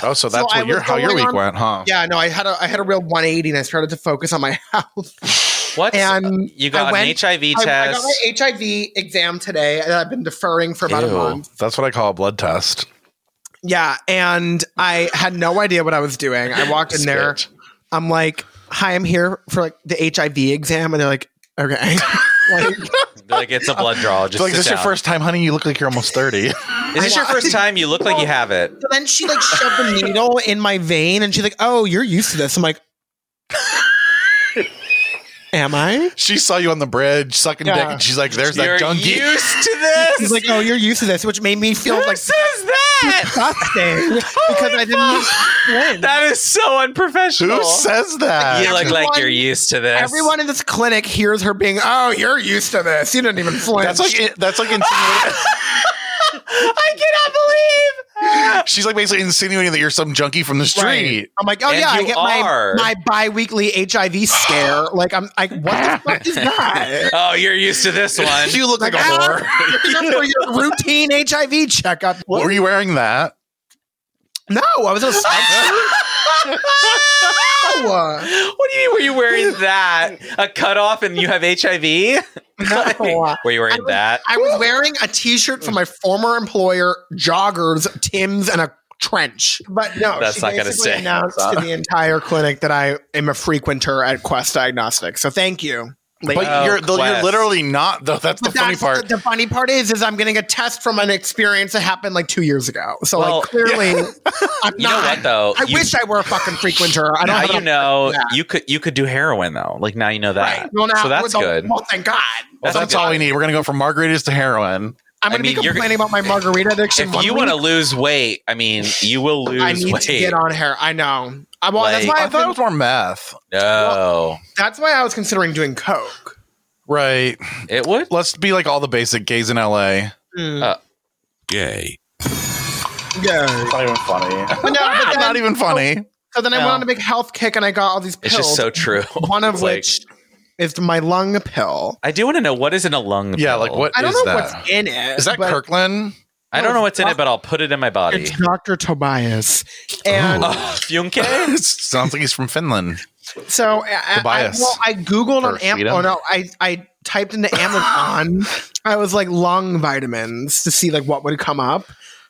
[SPEAKER 4] Oh, so that's
[SPEAKER 8] I
[SPEAKER 4] what your
[SPEAKER 8] was
[SPEAKER 4] how your
[SPEAKER 8] going
[SPEAKER 4] week
[SPEAKER 8] on-
[SPEAKER 4] went, huh?
[SPEAKER 8] Yeah, no, I had a I had a real 180, and I started to focus on my *laughs* health.
[SPEAKER 5] What?
[SPEAKER 8] And
[SPEAKER 5] you got
[SPEAKER 8] I
[SPEAKER 5] an
[SPEAKER 8] went-
[SPEAKER 5] HIV
[SPEAKER 8] I,
[SPEAKER 5] test.
[SPEAKER 8] I got my HIV exam today, and I've been deferring for about a
[SPEAKER 4] Ew.
[SPEAKER 8] month.
[SPEAKER 4] That's what I call a blood test.
[SPEAKER 8] Yeah, and I had no idea what I was doing. I walked in there.
[SPEAKER 4] Spit.
[SPEAKER 8] I'm like, "Hi, I'm here for like the HIV exam," and they're like, "Okay." *laughs* like,
[SPEAKER 5] They're like it's a blood draw. Just
[SPEAKER 4] It's like
[SPEAKER 5] sit
[SPEAKER 4] this your
[SPEAKER 5] down."
[SPEAKER 4] first time, honey. You look like you're almost thirty.
[SPEAKER 5] *laughs* Is this your first time? You look like you have it.
[SPEAKER 8] so then she like shoved a needle in my vein, and she's like, "Oh, you're used to this." I'm like, "Am I?"
[SPEAKER 4] she saw you on the bridge sucking
[SPEAKER 8] Yeah.
[SPEAKER 4] dick, and she's like, "There's
[SPEAKER 5] You're
[SPEAKER 4] that junkie."
[SPEAKER 5] used to
[SPEAKER 8] *laughs*
[SPEAKER 5] this.
[SPEAKER 8] She's like, "Oh, you're used to this," which made me feel like
[SPEAKER 5] Who says that?
[SPEAKER 8] *laughs* disgusting because I didn't. explain.
[SPEAKER 5] That is so unprofessional.
[SPEAKER 4] Who says that?
[SPEAKER 5] you look like you're used to this.
[SPEAKER 8] Everyone in this clinic hears her being, "Oh, you're used to this." You didn't even flinch.
[SPEAKER 4] That's like it- that's like
[SPEAKER 8] *laughs*
[SPEAKER 4] insinuating.
[SPEAKER 5] I cannot believe.
[SPEAKER 4] she's like basically insinuating that you're some junkie from the street.
[SPEAKER 8] I'm like, oh
[SPEAKER 5] And
[SPEAKER 8] yeah, I
[SPEAKER 5] you
[SPEAKER 8] get
[SPEAKER 5] are.
[SPEAKER 8] my my biweekly
[SPEAKER 5] *sighs*
[SPEAKER 8] HIV scare. like I'm like, what the
[SPEAKER 5] *laughs*
[SPEAKER 8] fuck is that?
[SPEAKER 5] Oh, you're used to this one.
[SPEAKER 4] *laughs* You look like a
[SPEAKER 8] ah,
[SPEAKER 4] whore.
[SPEAKER 8] that's for your routine HIV checkup.
[SPEAKER 4] Were you wearing that?
[SPEAKER 8] No,
[SPEAKER 5] *laughs*
[SPEAKER 8] I was in a no,
[SPEAKER 5] what do you mean? Were you wearing that? A cutoff and you have HIV?
[SPEAKER 8] no.
[SPEAKER 5] *laughs* Were you wearing
[SPEAKER 8] was-
[SPEAKER 5] that?
[SPEAKER 8] I was wearing a T-shirt from my former employer, joggers, Tim's, and a trench. But no,
[SPEAKER 5] That's not gonna
[SPEAKER 8] basically
[SPEAKER 5] stay.
[SPEAKER 8] announced to the entire clinic that I am a frequenter at Quest Diagnostics. So thank you. lady.
[SPEAKER 4] But
[SPEAKER 5] Oh,
[SPEAKER 4] you're though you're
[SPEAKER 5] Quest.
[SPEAKER 4] literally not though. That's the
[SPEAKER 8] But
[SPEAKER 4] funny
[SPEAKER 8] that's
[SPEAKER 4] part.
[SPEAKER 8] what The, funny part is, is I'm getting a test from an experience that happened like two years ago. So
[SPEAKER 5] Well,
[SPEAKER 8] like clearly,
[SPEAKER 5] *laughs*
[SPEAKER 8] I'm
[SPEAKER 5] You know
[SPEAKER 8] not.
[SPEAKER 5] what though?
[SPEAKER 8] I
[SPEAKER 5] You-
[SPEAKER 8] wish I were a fucking frequenter. I don't
[SPEAKER 5] Now
[SPEAKER 8] have
[SPEAKER 5] you
[SPEAKER 8] a-
[SPEAKER 5] know
[SPEAKER 8] *laughs* Yeah.
[SPEAKER 5] you could you could do heroin though. Like now you know that.
[SPEAKER 8] Right. Well, now-
[SPEAKER 5] so that's
[SPEAKER 8] well,
[SPEAKER 5] good.
[SPEAKER 8] Well, thank God.
[SPEAKER 4] well, that's
[SPEAKER 5] good.
[SPEAKER 4] all we need. We're gonna go from margaritas to heroin.
[SPEAKER 8] I'm
[SPEAKER 5] I
[SPEAKER 8] going to be
[SPEAKER 5] mean, you're-
[SPEAKER 8] complaining
[SPEAKER 5] *laughs*
[SPEAKER 8] about my margarita addiction.
[SPEAKER 5] If
[SPEAKER 8] one
[SPEAKER 5] you want to
[SPEAKER 8] week.
[SPEAKER 5] lose weight, I mean, you will lose
[SPEAKER 8] *laughs* I need
[SPEAKER 5] weight.
[SPEAKER 8] to get on hair. I know. I, well, that's
[SPEAKER 5] Like-
[SPEAKER 8] why
[SPEAKER 4] I
[SPEAKER 8] I've
[SPEAKER 4] thought it
[SPEAKER 8] been-
[SPEAKER 4] was more meth.
[SPEAKER 5] no,
[SPEAKER 8] that's why I was considering doing coke.
[SPEAKER 4] Right.
[SPEAKER 5] it would.
[SPEAKER 4] Let's be like all the basic gays in LA.
[SPEAKER 5] Mm.
[SPEAKER 4] Uh,
[SPEAKER 9] Gay.
[SPEAKER 8] Yeah.
[SPEAKER 4] Not even funny.
[SPEAKER 8] But
[SPEAKER 5] *laughs*
[SPEAKER 8] no, but then,
[SPEAKER 4] Not even funny.
[SPEAKER 8] so then I went
[SPEAKER 5] No.
[SPEAKER 8] on a big health kick and I got all these
[SPEAKER 5] It's
[SPEAKER 8] pills.
[SPEAKER 5] just so true.
[SPEAKER 4] *laughs*
[SPEAKER 8] one of
[SPEAKER 5] It's like-
[SPEAKER 8] which is my lung pill.
[SPEAKER 5] I do want to know what is in a lung.
[SPEAKER 4] Yeah,
[SPEAKER 5] pill?
[SPEAKER 4] like what is
[SPEAKER 8] I don't know
[SPEAKER 4] that?
[SPEAKER 8] what's in it.
[SPEAKER 4] Is that
[SPEAKER 8] but-
[SPEAKER 4] Kirkland? *laughs*
[SPEAKER 5] I don't know what's in it, but I'll put it in my body.
[SPEAKER 8] It's
[SPEAKER 5] *laughs*
[SPEAKER 8] Dr. Tobias. And
[SPEAKER 5] Oh, Funke?
[SPEAKER 4] It sounds like he's from Finland.
[SPEAKER 8] so uh, I, I,
[SPEAKER 4] Tobias.
[SPEAKER 8] well, I Googled on
[SPEAKER 4] Or
[SPEAKER 8] Am-
[SPEAKER 4] Sweden.
[SPEAKER 8] Oh, no. I, I typed
[SPEAKER 4] *laughs*
[SPEAKER 8] into Amazon. I was like lung vitamins to see like what would come up.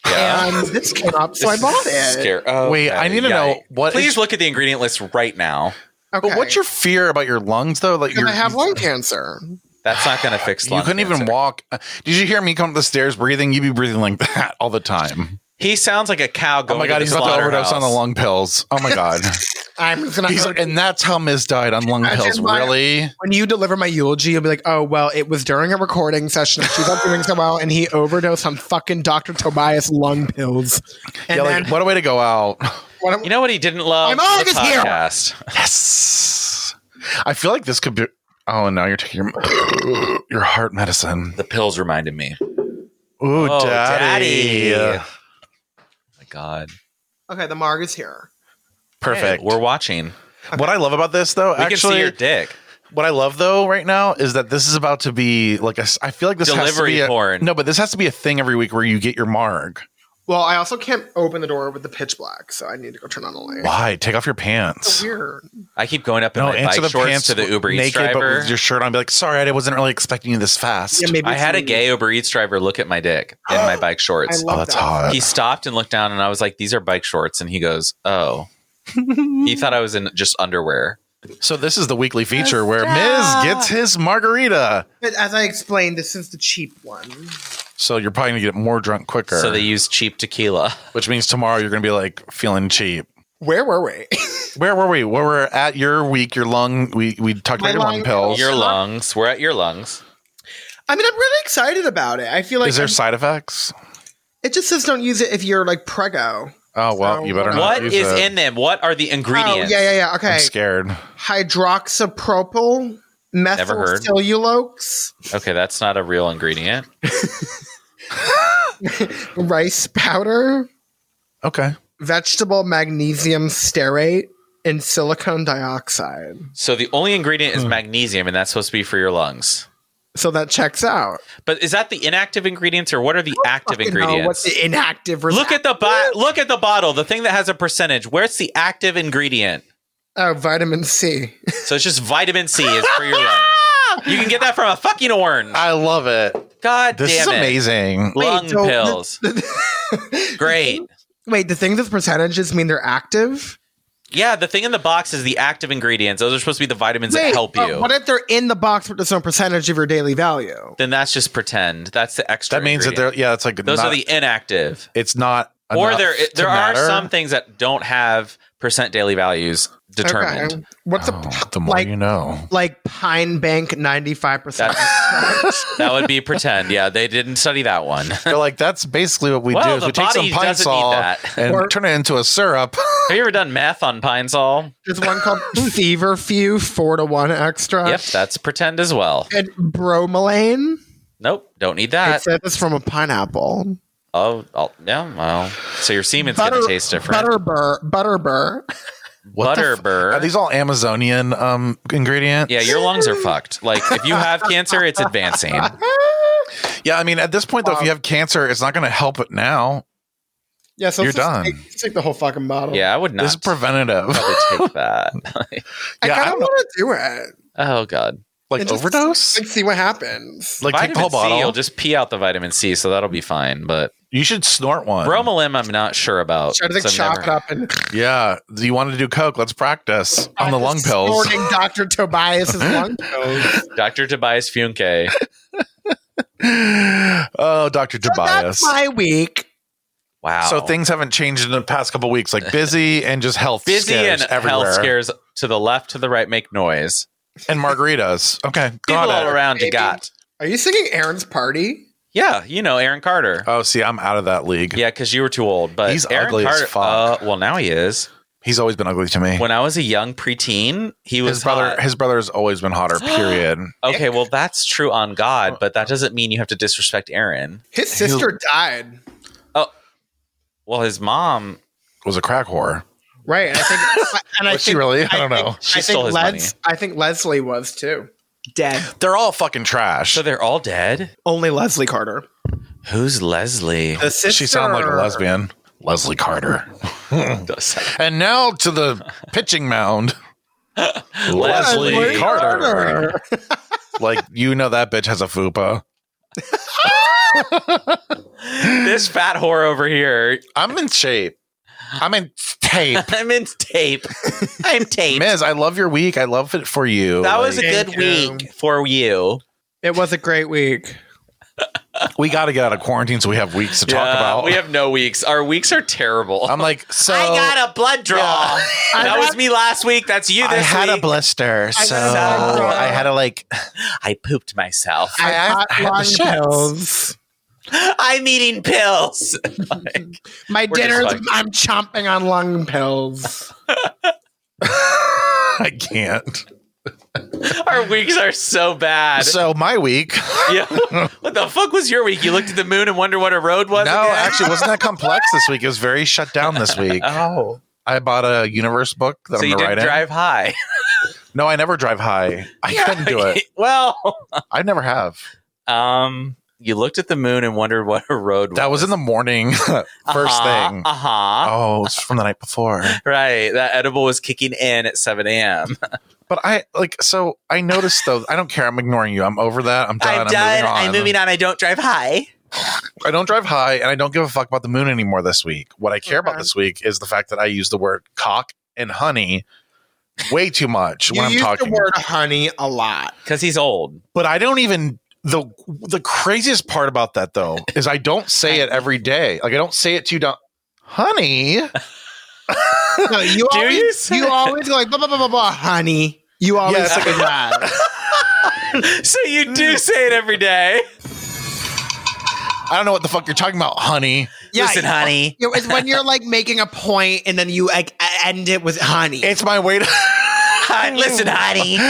[SPEAKER 8] And this came up,
[SPEAKER 5] *laughs*
[SPEAKER 8] so I bought it.
[SPEAKER 5] Scare- okay,
[SPEAKER 4] Wait, I need to know
[SPEAKER 5] yikes.
[SPEAKER 4] what
[SPEAKER 5] Please
[SPEAKER 4] is-
[SPEAKER 5] look at the ingredient list right now.
[SPEAKER 8] Okay.
[SPEAKER 4] But what's your fear about your lungs though? Like
[SPEAKER 8] Because
[SPEAKER 4] you're,
[SPEAKER 8] I have lung cancer.
[SPEAKER 5] That's not going to fix
[SPEAKER 4] you
[SPEAKER 5] lung
[SPEAKER 4] couldn't even
[SPEAKER 5] cancer.
[SPEAKER 4] walk. Uh, Did you hear me come up the stairs breathing? You'd be breathing like *laughs* that all the time.
[SPEAKER 5] He sounds like a cow
[SPEAKER 4] Oh
[SPEAKER 5] going.
[SPEAKER 4] my god,
[SPEAKER 5] to
[SPEAKER 4] he's
[SPEAKER 5] the
[SPEAKER 4] about to overdose
[SPEAKER 5] slaughterhouse.
[SPEAKER 4] on the lung pills. Oh my
[SPEAKER 5] *laughs*
[SPEAKER 4] god,
[SPEAKER 8] I'm just gonna.
[SPEAKER 4] he's and that's how Miz died on lung
[SPEAKER 8] Imagine
[SPEAKER 4] pills.
[SPEAKER 8] my-
[SPEAKER 4] Really?
[SPEAKER 8] when you deliver my eulogy, you'll be like, "Oh well, it was during a recording session. She's not doing so well, and he overdosed on fucking Dr. Tobias lung pills." And
[SPEAKER 4] Yeah,
[SPEAKER 8] then
[SPEAKER 4] like, what a way to go out. *laughs*
[SPEAKER 8] what,
[SPEAKER 5] You know what he didn't love?
[SPEAKER 8] I'm always
[SPEAKER 5] The
[SPEAKER 8] here.
[SPEAKER 5] podcast.
[SPEAKER 4] Yes. I feel like this could be. Oh, now you're taking your your heart medicine.
[SPEAKER 5] The pills reminded me.
[SPEAKER 4] Ooh,
[SPEAKER 5] Oh,
[SPEAKER 4] daddy.
[SPEAKER 5] daddy. my god.
[SPEAKER 8] okay, the Marg is here.
[SPEAKER 4] Perfect.
[SPEAKER 5] Hey, we're watching.
[SPEAKER 4] What I love about this, though,
[SPEAKER 5] We can see
[SPEAKER 4] actually,
[SPEAKER 5] your dick.
[SPEAKER 4] what I love though right now is that this is about to be like a. s- I feel like this has to
[SPEAKER 5] Delivery
[SPEAKER 4] be a,
[SPEAKER 5] porn.
[SPEAKER 4] No, but this has to be a thing every week where you get your marg.
[SPEAKER 8] Well, I also can't open the door with the pitch black, so I need to go turn on the light.
[SPEAKER 4] Why? Take off your pants.
[SPEAKER 8] So weird.
[SPEAKER 5] I keep going up in
[SPEAKER 4] No,
[SPEAKER 5] my bike
[SPEAKER 4] answer the
[SPEAKER 5] shorts
[SPEAKER 4] pants
[SPEAKER 5] to the Uber Eats
[SPEAKER 4] naked, but
[SPEAKER 5] driver.
[SPEAKER 4] with your shirt on. Be like, sorry, I wasn't really expecting you this fast.
[SPEAKER 8] Yeah, maybe
[SPEAKER 5] I
[SPEAKER 8] it's
[SPEAKER 5] had a
[SPEAKER 8] me.
[SPEAKER 5] gay Uber Eats driver look at my dick
[SPEAKER 4] *gasps*
[SPEAKER 5] in my bike
[SPEAKER 8] I
[SPEAKER 5] shorts.
[SPEAKER 4] oh,
[SPEAKER 8] love
[SPEAKER 4] that's
[SPEAKER 8] that.
[SPEAKER 4] hot.
[SPEAKER 5] He stopped and looked down, and I was like, "These are bike shorts." And he goes,
[SPEAKER 8] *laughs*
[SPEAKER 5] "Oh." he thought I was in just underwear.
[SPEAKER 4] So this is the weekly feature where Miz gets his margarita.
[SPEAKER 8] But as I explained, this is the cheap one.
[SPEAKER 4] So you're probably gonna get more drunk quicker.
[SPEAKER 5] So they use cheap tequila.
[SPEAKER 4] which means tomorrow you're gonna be like feeling cheap.
[SPEAKER 8] Where were we? *laughs*
[SPEAKER 4] Where were we? Where we're at your week, your lung. We we talked
[SPEAKER 8] My
[SPEAKER 4] about your lung
[SPEAKER 8] lung
[SPEAKER 4] pills.
[SPEAKER 5] Your lungs. We're at your lungs.
[SPEAKER 8] I mean, I'm really excited about it. I feel like
[SPEAKER 4] is there
[SPEAKER 8] I'm-
[SPEAKER 4] side effects?
[SPEAKER 8] it just says don't use it if you're like prego.
[SPEAKER 4] Oh well,
[SPEAKER 8] So-
[SPEAKER 4] you better not.
[SPEAKER 5] What
[SPEAKER 4] use
[SPEAKER 5] is
[SPEAKER 4] it.
[SPEAKER 5] in them? What are the
[SPEAKER 8] Oh, yeah,
[SPEAKER 5] ingredients?
[SPEAKER 8] yeah, yeah. Okay.
[SPEAKER 4] I'm scared.
[SPEAKER 8] hydroxypropyl
[SPEAKER 5] Never
[SPEAKER 8] methyl
[SPEAKER 5] heard.
[SPEAKER 8] cellulose
[SPEAKER 5] Okay, that's not a real ingredient.
[SPEAKER 8] rice powder
[SPEAKER 4] Okay.
[SPEAKER 8] vegetable magnesium stearate and silicone dioxide
[SPEAKER 5] So the only ingredient is magnesium, and that's supposed to be for your lungs.
[SPEAKER 8] So that checks out.
[SPEAKER 5] But is that the inactive ingredients or what are the active
[SPEAKER 8] Fucking know
[SPEAKER 5] ingredients?
[SPEAKER 8] What's the inactive? res-
[SPEAKER 5] look at the bo- look at the bottle, the thing that has a percentage. Where's the active ingredient?
[SPEAKER 8] oh, vitamin C.
[SPEAKER 5] So it's just vitamin C is for
[SPEAKER 8] *laughs*
[SPEAKER 5] your lungs. You can get that from a fucking orange.
[SPEAKER 4] I love it.
[SPEAKER 5] God
[SPEAKER 4] This
[SPEAKER 5] damn
[SPEAKER 4] is
[SPEAKER 5] it.
[SPEAKER 4] amazing.
[SPEAKER 5] Lung
[SPEAKER 8] Wait, so *laughs* the-
[SPEAKER 5] pills. Great.
[SPEAKER 8] Wait, the things with percentages mean they're active.
[SPEAKER 5] Yeah, the thing in the box is the active ingredients. Those are supposed to be the vitamins that
[SPEAKER 8] Wait,
[SPEAKER 5] help
[SPEAKER 8] but
[SPEAKER 5] you.
[SPEAKER 8] What if they're in the box but there's no percentage of your daily value?
[SPEAKER 5] then that's just pretend. That's the extra.
[SPEAKER 4] That means that
[SPEAKER 5] ingredient.
[SPEAKER 4] they're yeah, it's like
[SPEAKER 5] those
[SPEAKER 4] not-
[SPEAKER 5] are the inactive.
[SPEAKER 4] it's not
[SPEAKER 5] Or
[SPEAKER 4] enough
[SPEAKER 5] there
[SPEAKER 4] to
[SPEAKER 5] there are
[SPEAKER 4] matter.
[SPEAKER 5] some things that don't have percent daily values determined.
[SPEAKER 8] Okay. What's
[SPEAKER 4] Oh,
[SPEAKER 8] a
[SPEAKER 4] the more
[SPEAKER 8] like
[SPEAKER 4] you know.
[SPEAKER 8] like Pine Bank ninety five percent? *laughs*
[SPEAKER 5] That would be pretend. Yeah, they didn't study that one.
[SPEAKER 4] *laughs* They're like that's basically what we
[SPEAKER 5] Well,
[SPEAKER 4] do. Is
[SPEAKER 5] the
[SPEAKER 4] we take some
[SPEAKER 5] body
[SPEAKER 4] pine
[SPEAKER 5] doesn't need
[SPEAKER 4] saw
[SPEAKER 5] that.
[SPEAKER 4] and
[SPEAKER 8] Or-
[SPEAKER 4] turn it into a syrup. *laughs*
[SPEAKER 5] Have you ever done math on Pine Sol?
[SPEAKER 8] There's one
[SPEAKER 5] *laughs*
[SPEAKER 8] called Fever Few four to one extra.
[SPEAKER 5] Yep, that's pretend as well.
[SPEAKER 8] And bromelain.
[SPEAKER 5] Nope, don't need
[SPEAKER 8] I
[SPEAKER 5] that.
[SPEAKER 8] said this from a pineapple.
[SPEAKER 5] Oh, oh, yeah, well, so your semen's gonna taste different.
[SPEAKER 8] Butterbur, butterbur.
[SPEAKER 5] Butter,
[SPEAKER 4] are these all Amazonian um ingredients?
[SPEAKER 5] yeah, your lungs are fucked. Like if you have cancer, it's advancing.
[SPEAKER 4] Yeah, I mean at this point though, if you have cancer, it's not going to help it now.
[SPEAKER 8] *laughs* Yeah, so
[SPEAKER 4] You're
[SPEAKER 8] let's just
[SPEAKER 4] done.
[SPEAKER 8] Take, let's take the whole fucking bottle.
[SPEAKER 5] Yeah, I would not
[SPEAKER 4] This is preventative.
[SPEAKER 5] probably take that. *laughs*
[SPEAKER 8] I
[SPEAKER 4] Yeah, I
[SPEAKER 8] kind
[SPEAKER 4] don't
[SPEAKER 8] of want to do it.
[SPEAKER 5] oh god.
[SPEAKER 4] like
[SPEAKER 8] And just-
[SPEAKER 4] overdose.
[SPEAKER 8] Like, see what happens.
[SPEAKER 4] Like take the whole
[SPEAKER 5] C,
[SPEAKER 4] bottle.
[SPEAKER 5] You'll just pee out the vitamin C, so that'll be fine. But
[SPEAKER 4] you should snort one.
[SPEAKER 5] bromolim, I'm not sure about.
[SPEAKER 8] Try to like
[SPEAKER 5] so I've
[SPEAKER 8] chop
[SPEAKER 5] never-
[SPEAKER 8] it up and
[SPEAKER 4] Yeah, do you want to do coke? Let's practice on the lung pills.
[SPEAKER 5] *laughs*
[SPEAKER 8] Snorting Dr.
[SPEAKER 4] *laughs*
[SPEAKER 8] Tobias's lung pills.
[SPEAKER 5] Dr. Tobias Funke.
[SPEAKER 4] *gasps* oh, Dr.
[SPEAKER 8] So
[SPEAKER 4] Tobias.
[SPEAKER 8] that's my week.
[SPEAKER 5] Wow.
[SPEAKER 4] So things haven't changed in the past couple weeks, like busy and just health
[SPEAKER 5] busy
[SPEAKER 4] scares
[SPEAKER 5] and
[SPEAKER 4] everywhere.
[SPEAKER 5] health scares to the left, to the right, make noise.
[SPEAKER 4] and margaritas. Okay,
[SPEAKER 5] *laughs* People all
[SPEAKER 4] got it.
[SPEAKER 5] around you
[SPEAKER 8] Maybe.
[SPEAKER 5] got.
[SPEAKER 8] Are you singing Aaron's party?
[SPEAKER 5] Yeah, you know Aaron Carter.
[SPEAKER 4] Oh, see, I'm out of that league.
[SPEAKER 5] yeah, because you were too old. But
[SPEAKER 4] He's
[SPEAKER 5] Aaron
[SPEAKER 4] ugly as
[SPEAKER 5] Carter.
[SPEAKER 4] fuck.
[SPEAKER 5] Uh, well, now he is.
[SPEAKER 4] He's always been ugly to me.
[SPEAKER 5] When I was a young preteen, he was
[SPEAKER 4] his brother,
[SPEAKER 5] hot.
[SPEAKER 4] his brother has always been
[SPEAKER 5] *gasps*
[SPEAKER 4] hotter. Period.
[SPEAKER 5] okay, well that's true on God, but that doesn't mean you have to disrespect Aaron.
[SPEAKER 8] His sister died.
[SPEAKER 5] Well, his mom.
[SPEAKER 4] Was a crack whore.
[SPEAKER 8] Right. And I think and I
[SPEAKER 4] Was she
[SPEAKER 8] think-
[SPEAKER 4] really? I don't
[SPEAKER 8] think-
[SPEAKER 4] know.
[SPEAKER 5] She
[SPEAKER 8] I
[SPEAKER 5] stole
[SPEAKER 8] think
[SPEAKER 5] his
[SPEAKER 8] Les, I think Leslie was too. Dead.
[SPEAKER 4] They're all fucking trash.
[SPEAKER 5] So they're all dead.
[SPEAKER 8] Only Leslie Carter.
[SPEAKER 5] Who's
[SPEAKER 4] *laughs*
[SPEAKER 5] Leslie?
[SPEAKER 8] The sister.
[SPEAKER 4] She sounded like a lesbian. Leslie Carter.
[SPEAKER 5] *laughs*
[SPEAKER 4] and now to the pitching mound.
[SPEAKER 5] Leslie,
[SPEAKER 8] Leslie
[SPEAKER 5] Carter.
[SPEAKER 8] Carter.
[SPEAKER 4] Like you know that bitch has a fupa.
[SPEAKER 5] This fat whore
[SPEAKER 4] *laughs*
[SPEAKER 5] over here.
[SPEAKER 4] I'm in shape. I'm in tape.
[SPEAKER 5] I'm in tape.
[SPEAKER 4] *laughs*
[SPEAKER 5] I'm tape.
[SPEAKER 4] Miz, I love your week. I love it for you.
[SPEAKER 5] that was a
[SPEAKER 4] Like,
[SPEAKER 5] good
[SPEAKER 8] Thank you.
[SPEAKER 5] week for you.
[SPEAKER 8] It was a great week.
[SPEAKER 4] we got to get out of quarantine so we have weeks to talk
[SPEAKER 5] Yeah,
[SPEAKER 4] about.
[SPEAKER 5] We have no weeks. Our weeks are terrible.
[SPEAKER 4] *laughs* I'm like, so
[SPEAKER 5] I got a blood draw. *laughs* that
[SPEAKER 8] I
[SPEAKER 5] was
[SPEAKER 8] got-
[SPEAKER 5] me last week. That's you
[SPEAKER 4] I
[SPEAKER 5] this
[SPEAKER 4] had a
[SPEAKER 5] week.
[SPEAKER 4] blister, so
[SPEAKER 5] got a-
[SPEAKER 4] I had to like. *laughs*
[SPEAKER 5] I pooped myself.
[SPEAKER 4] I- I-
[SPEAKER 8] Hot
[SPEAKER 4] I had the
[SPEAKER 8] lung
[SPEAKER 4] shits.
[SPEAKER 8] pills.
[SPEAKER 5] I'm eating pills. Like,
[SPEAKER 8] My
[SPEAKER 5] just
[SPEAKER 8] dinners.
[SPEAKER 5] like-
[SPEAKER 8] I'm chomping on lung pills.
[SPEAKER 4] I can't.
[SPEAKER 5] *laughs* our weeks are so bad.
[SPEAKER 4] So my week.
[SPEAKER 5] *laughs* Yeah. what the fuck was your week? You looked at the moon and wonder what a road was?
[SPEAKER 4] no,
[SPEAKER 5] again?
[SPEAKER 4] actually, it wasn't that complex this week. It was very shut down
[SPEAKER 5] *laughs*
[SPEAKER 4] this week.
[SPEAKER 5] Oh.
[SPEAKER 4] I bought a universe book that
[SPEAKER 5] So
[SPEAKER 4] I'm
[SPEAKER 5] you
[SPEAKER 4] gonna
[SPEAKER 5] didn't
[SPEAKER 4] write in.
[SPEAKER 5] drive high.
[SPEAKER 4] No, I never drive high. *laughs* I couldn't do
[SPEAKER 5] *laughs*
[SPEAKER 4] it.
[SPEAKER 5] well,
[SPEAKER 4] I never have.
[SPEAKER 5] um, you looked at the moon and wondered what a road was.
[SPEAKER 4] That was in the morning, *laughs* 1st thing.
[SPEAKER 5] Uh huh.
[SPEAKER 4] Oh, it's from the night before.
[SPEAKER 5] Right. That edible was kicking in at 7 a.m.
[SPEAKER 4] But I like so I noticed though. I don't care. I'm ignoring you. I'm over that. I'm done. I'm, Moving on.
[SPEAKER 5] on. I don't drive high.
[SPEAKER 4] I don't drive high, and I don't give a fuck about the moon anymore this week. What I care about
[SPEAKER 8] Okay.
[SPEAKER 4] this week is the fact that I use the word cock and honey way too much
[SPEAKER 8] You
[SPEAKER 4] when I'm
[SPEAKER 8] used
[SPEAKER 4] talking.
[SPEAKER 8] the word honey a lot.
[SPEAKER 5] Because he's old. *laughs*
[SPEAKER 4] but I don't even the the craziest part about that though is I don't say it every day. Like I don't say it to you, down, honey.
[SPEAKER 8] No, you
[SPEAKER 5] *laughs* Do
[SPEAKER 8] always,
[SPEAKER 5] you
[SPEAKER 8] you,
[SPEAKER 5] say-
[SPEAKER 8] always go like blah blah blah blah blah, honey. You always
[SPEAKER 4] Yeah, it's
[SPEAKER 8] say that. *laughs*
[SPEAKER 5] So you
[SPEAKER 4] Mm.
[SPEAKER 5] do say it every day.
[SPEAKER 4] *laughs* I don't know what the fuck you're talking about, honey.
[SPEAKER 8] Yeah,
[SPEAKER 5] Listen,
[SPEAKER 8] you-
[SPEAKER 5] honey.
[SPEAKER 8] you- it's when you're like making a point and then you like e- end it with honey.
[SPEAKER 4] It's my way to. *laughs*
[SPEAKER 5] Listen, honey.
[SPEAKER 8] like,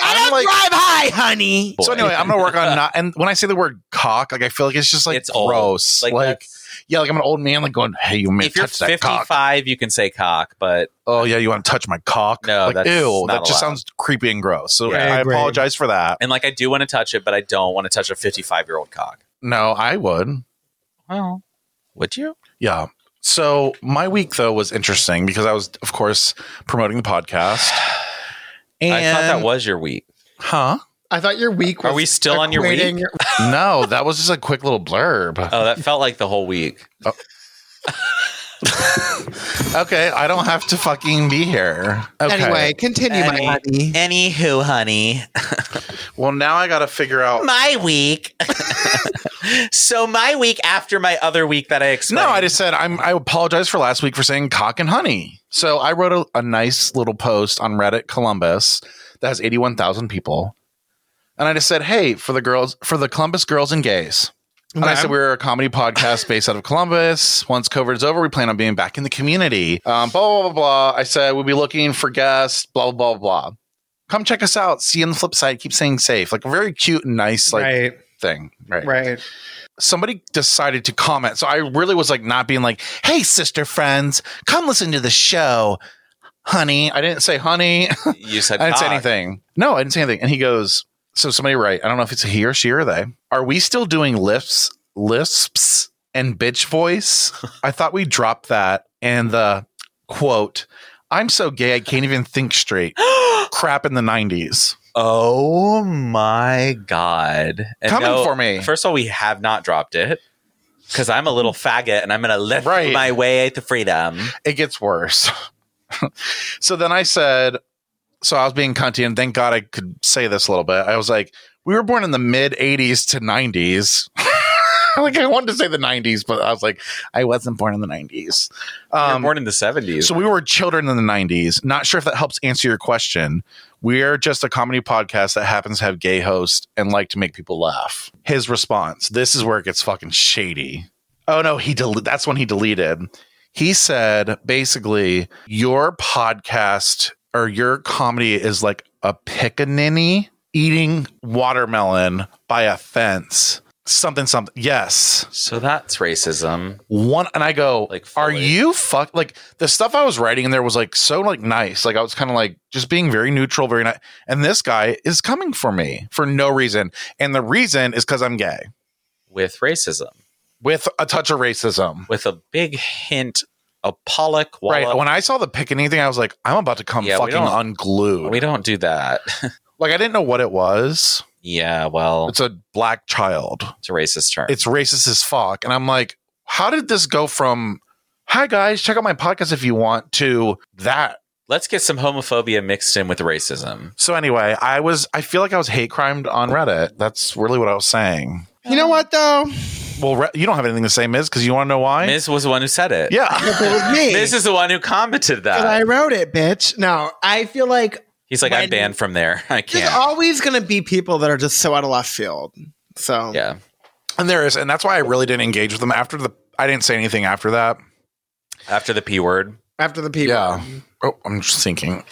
[SPEAKER 8] I don't
[SPEAKER 4] I'm like,
[SPEAKER 8] drive high, honey.
[SPEAKER 5] Boy.
[SPEAKER 4] so anyway, I'm gonna work
[SPEAKER 5] *laughs*
[SPEAKER 4] on not. And when I say the word cock, like I feel like it's just like
[SPEAKER 5] It's old.
[SPEAKER 4] gross.
[SPEAKER 5] Like,
[SPEAKER 4] Like,
[SPEAKER 5] that's-
[SPEAKER 4] yeah, like I'm an old man, like going, hey, you may
[SPEAKER 5] if you're
[SPEAKER 4] touch that cock.
[SPEAKER 5] 55, you can say cock, but
[SPEAKER 4] Oh yeah, you want to touch my cock?
[SPEAKER 5] No,
[SPEAKER 4] like,
[SPEAKER 5] that's
[SPEAKER 4] ew,
[SPEAKER 5] not
[SPEAKER 4] that just
[SPEAKER 5] allowed.
[SPEAKER 4] sounds creepy and gross. So
[SPEAKER 5] Yeah,
[SPEAKER 8] I
[SPEAKER 4] I
[SPEAKER 8] agree.
[SPEAKER 4] apologize for that.
[SPEAKER 5] and like I do want to touch it, but I don't want to touch a 55 year old cock.
[SPEAKER 4] No, I would.
[SPEAKER 5] Well, would you?
[SPEAKER 4] Yeah. So my week though was interesting because I was, of course, promoting the podcast. And
[SPEAKER 5] I thought that was your week.
[SPEAKER 4] huh?
[SPEAKER 8] I thought your week was
[SPEAKER 5] Are we still on your week?
[SPEAKER 8] equating-
[SPEAKER 4] No, that was just a quick little blurb.
[SPEAKER 5] *laughs* Oh, that felt like the whole week.
[SPEAKER 4] okay, I don't have to fucking be here. Okay.
[SPEAKER 8] Anyway, continue,
[SPEAKER 5] Any-
[SPEAKER 8] my honey.
[SPEAKER 5] Anywho, honey,
[SPEAKER 4] well now I got to figure out.
[SPEAKER 5] my week. *laughs* so my week after my other week that I explained.
[SPEAKER 4] No, I just said I'm. I apologize for last week for saying cock and honey. So I wrote a, a nice little post on Reddit Columbus that has eighty one thousand people, and I just said, "Hey, for the girls, for the Columbus girls and gays." And I
[SPEAKER 8] Okay.
[SPEAKER 4] said we're a comedy podcast
[SPEAKER 8] *laughs*
[SPEAKER 4] based out of Columbus. Once COVID is over, we plan on being back in the community. Um, blah, blah blah blah. I said we'll be looking for guests. Blah blah blah blah. Come check us out. See you on the flip side. Keep staying safe. Like a very cute and nice like
[SPEAKER 8] right,
[SPEAKER 4] thing. Right
[SPEAKER 8] right.
[SPEAKER 4] somebody decided to comment. So I really was like not being like, "Hey, sister friends, come listen to the show, honey." I didn't say honey. *laughs*
[SPEAKER 5] you said
[SPEAKER 4] I didn't say
[SPEAKER 5] cock.
[SPEAKER 4] anything. No, I didn't say anything. And he goes, "So somebody right? I don't know if it's a he or she or they. Are we still doing lifts, lisps, and bitch voice? I thought we dropped that and the quote." I'm so gay, I can't even think straight. Crap in the 90s.
[SPEAKER 5] Oh my god! And
[SPEAKER 4] Coming for me.
[SPEAKER 5] First of all, we have not dropped it because I'm a little faggot and I'm gonna lift
[SPEAKER 4] Right.
[SPEAKER 5] my way to freedom.
[SPEAKER 4] it gets worse. *laughs* so then I said, so I was being cunty, and thank God I could say this a little bit. I was like, we were born in the mid 80s to 90s. *laughs* like, I wanted to say the 90s, but I was like, I wasn't born in the 90s.
[SPEAKER 5] You were
[SPEAKER 4] Um,
[SPEAKER 5] born in the '70s.
[SPEAKER 4] so we were children in the 90s. Not sure if that helps answer your question. We're just a comedy podcast that happens to have gay hosts and like to make people laugh. His response, this is where it gets fucking shady. Oh no, he deleted that's when he deleted. He said basically your podcast or your comedy is like a pickaninny eating watermelon by a fence. Something something. Yes
[SPEAKER 5] so that's racism.
[SPEAKER 4] one and I go,
[SPEAKER 5] Like,
[SPEAKER 4] like,
[SPEAKER 5] fully.
[SPEAKER 4] are you fuck like the stuff I was writing in there was like so like nice. Like I was kind of like just being very neutral, very nice. And this guy is coming for me for no reason. And the reason is because I'm gay.
[SPEAKER 5] with racism,
[SPEAKER 4] With a touch of racism.
[SPEAKER 5] with a big hint of Pollock.
[SPEAKER 4] Right.
[SPEAKER 5] wallop.
[SPEAKER 4] When I saw the pick and anything, I was like, I'm about to come
[SPEAKER 5] Yeah, we
[SPEAKER 4] fucking
[SPEAKER 5] don't-
[SPEAKER 4] unglued.
[SPEAKER 5] we don't do that. *laughs*
[SPEAKER 4] like I didn't know what it was.
[SPEAKER 5] yeah, well,
[SPEAKER 4] It's a black child.
[SPEAKER 5] it's a racist term.
[SPEAKER 4] It's racist as fuck. And I'm like, how did this go from hi guys, check out my podcast if you want to that
[SPEAKER 5] Let's get some homophobia mixed in with racism.
[SPEAKER 4] So anyway, I was I feel like I was hate crimed on Reddit. That's really what I was saying.
[SPEAKER 8] You know what though?
[SPEAKER 4] Well, Re- you don't have anything to say, Miz, because you want to know why?
[SPEAKER 5] Miz was the one who said it.
[SPEAKER 4] Yeah. *laughs*
[SPEAKER 8] It was me.
[SPEAKER 5] Miz is the one who commented
[SPEAKER 8] But
[SPEAKER 5] that.
[SPEAKER 8] I wrote it, bitch. No, I feel like
[SPEAKER 5] He's like, I'm
[SPEAKER 8] when-
[SPEAKER 5] banned from there. *laughs* I
[SPEAKER 8] there's
[SPEAKER 5] can't.
[SPEAKER 8] always going to be people that are just so out of left field. So
[SPEAKER 5] yeah.
[SPEAKER 4] and there is, and that's why I really didn't engage with them after the. I didn't say anything after that.
[SPEAKER 5] After the P word.
[SPEAKER 8] after the people,
[SPEAKER 4] Yeah. Oh, I'm just thinking.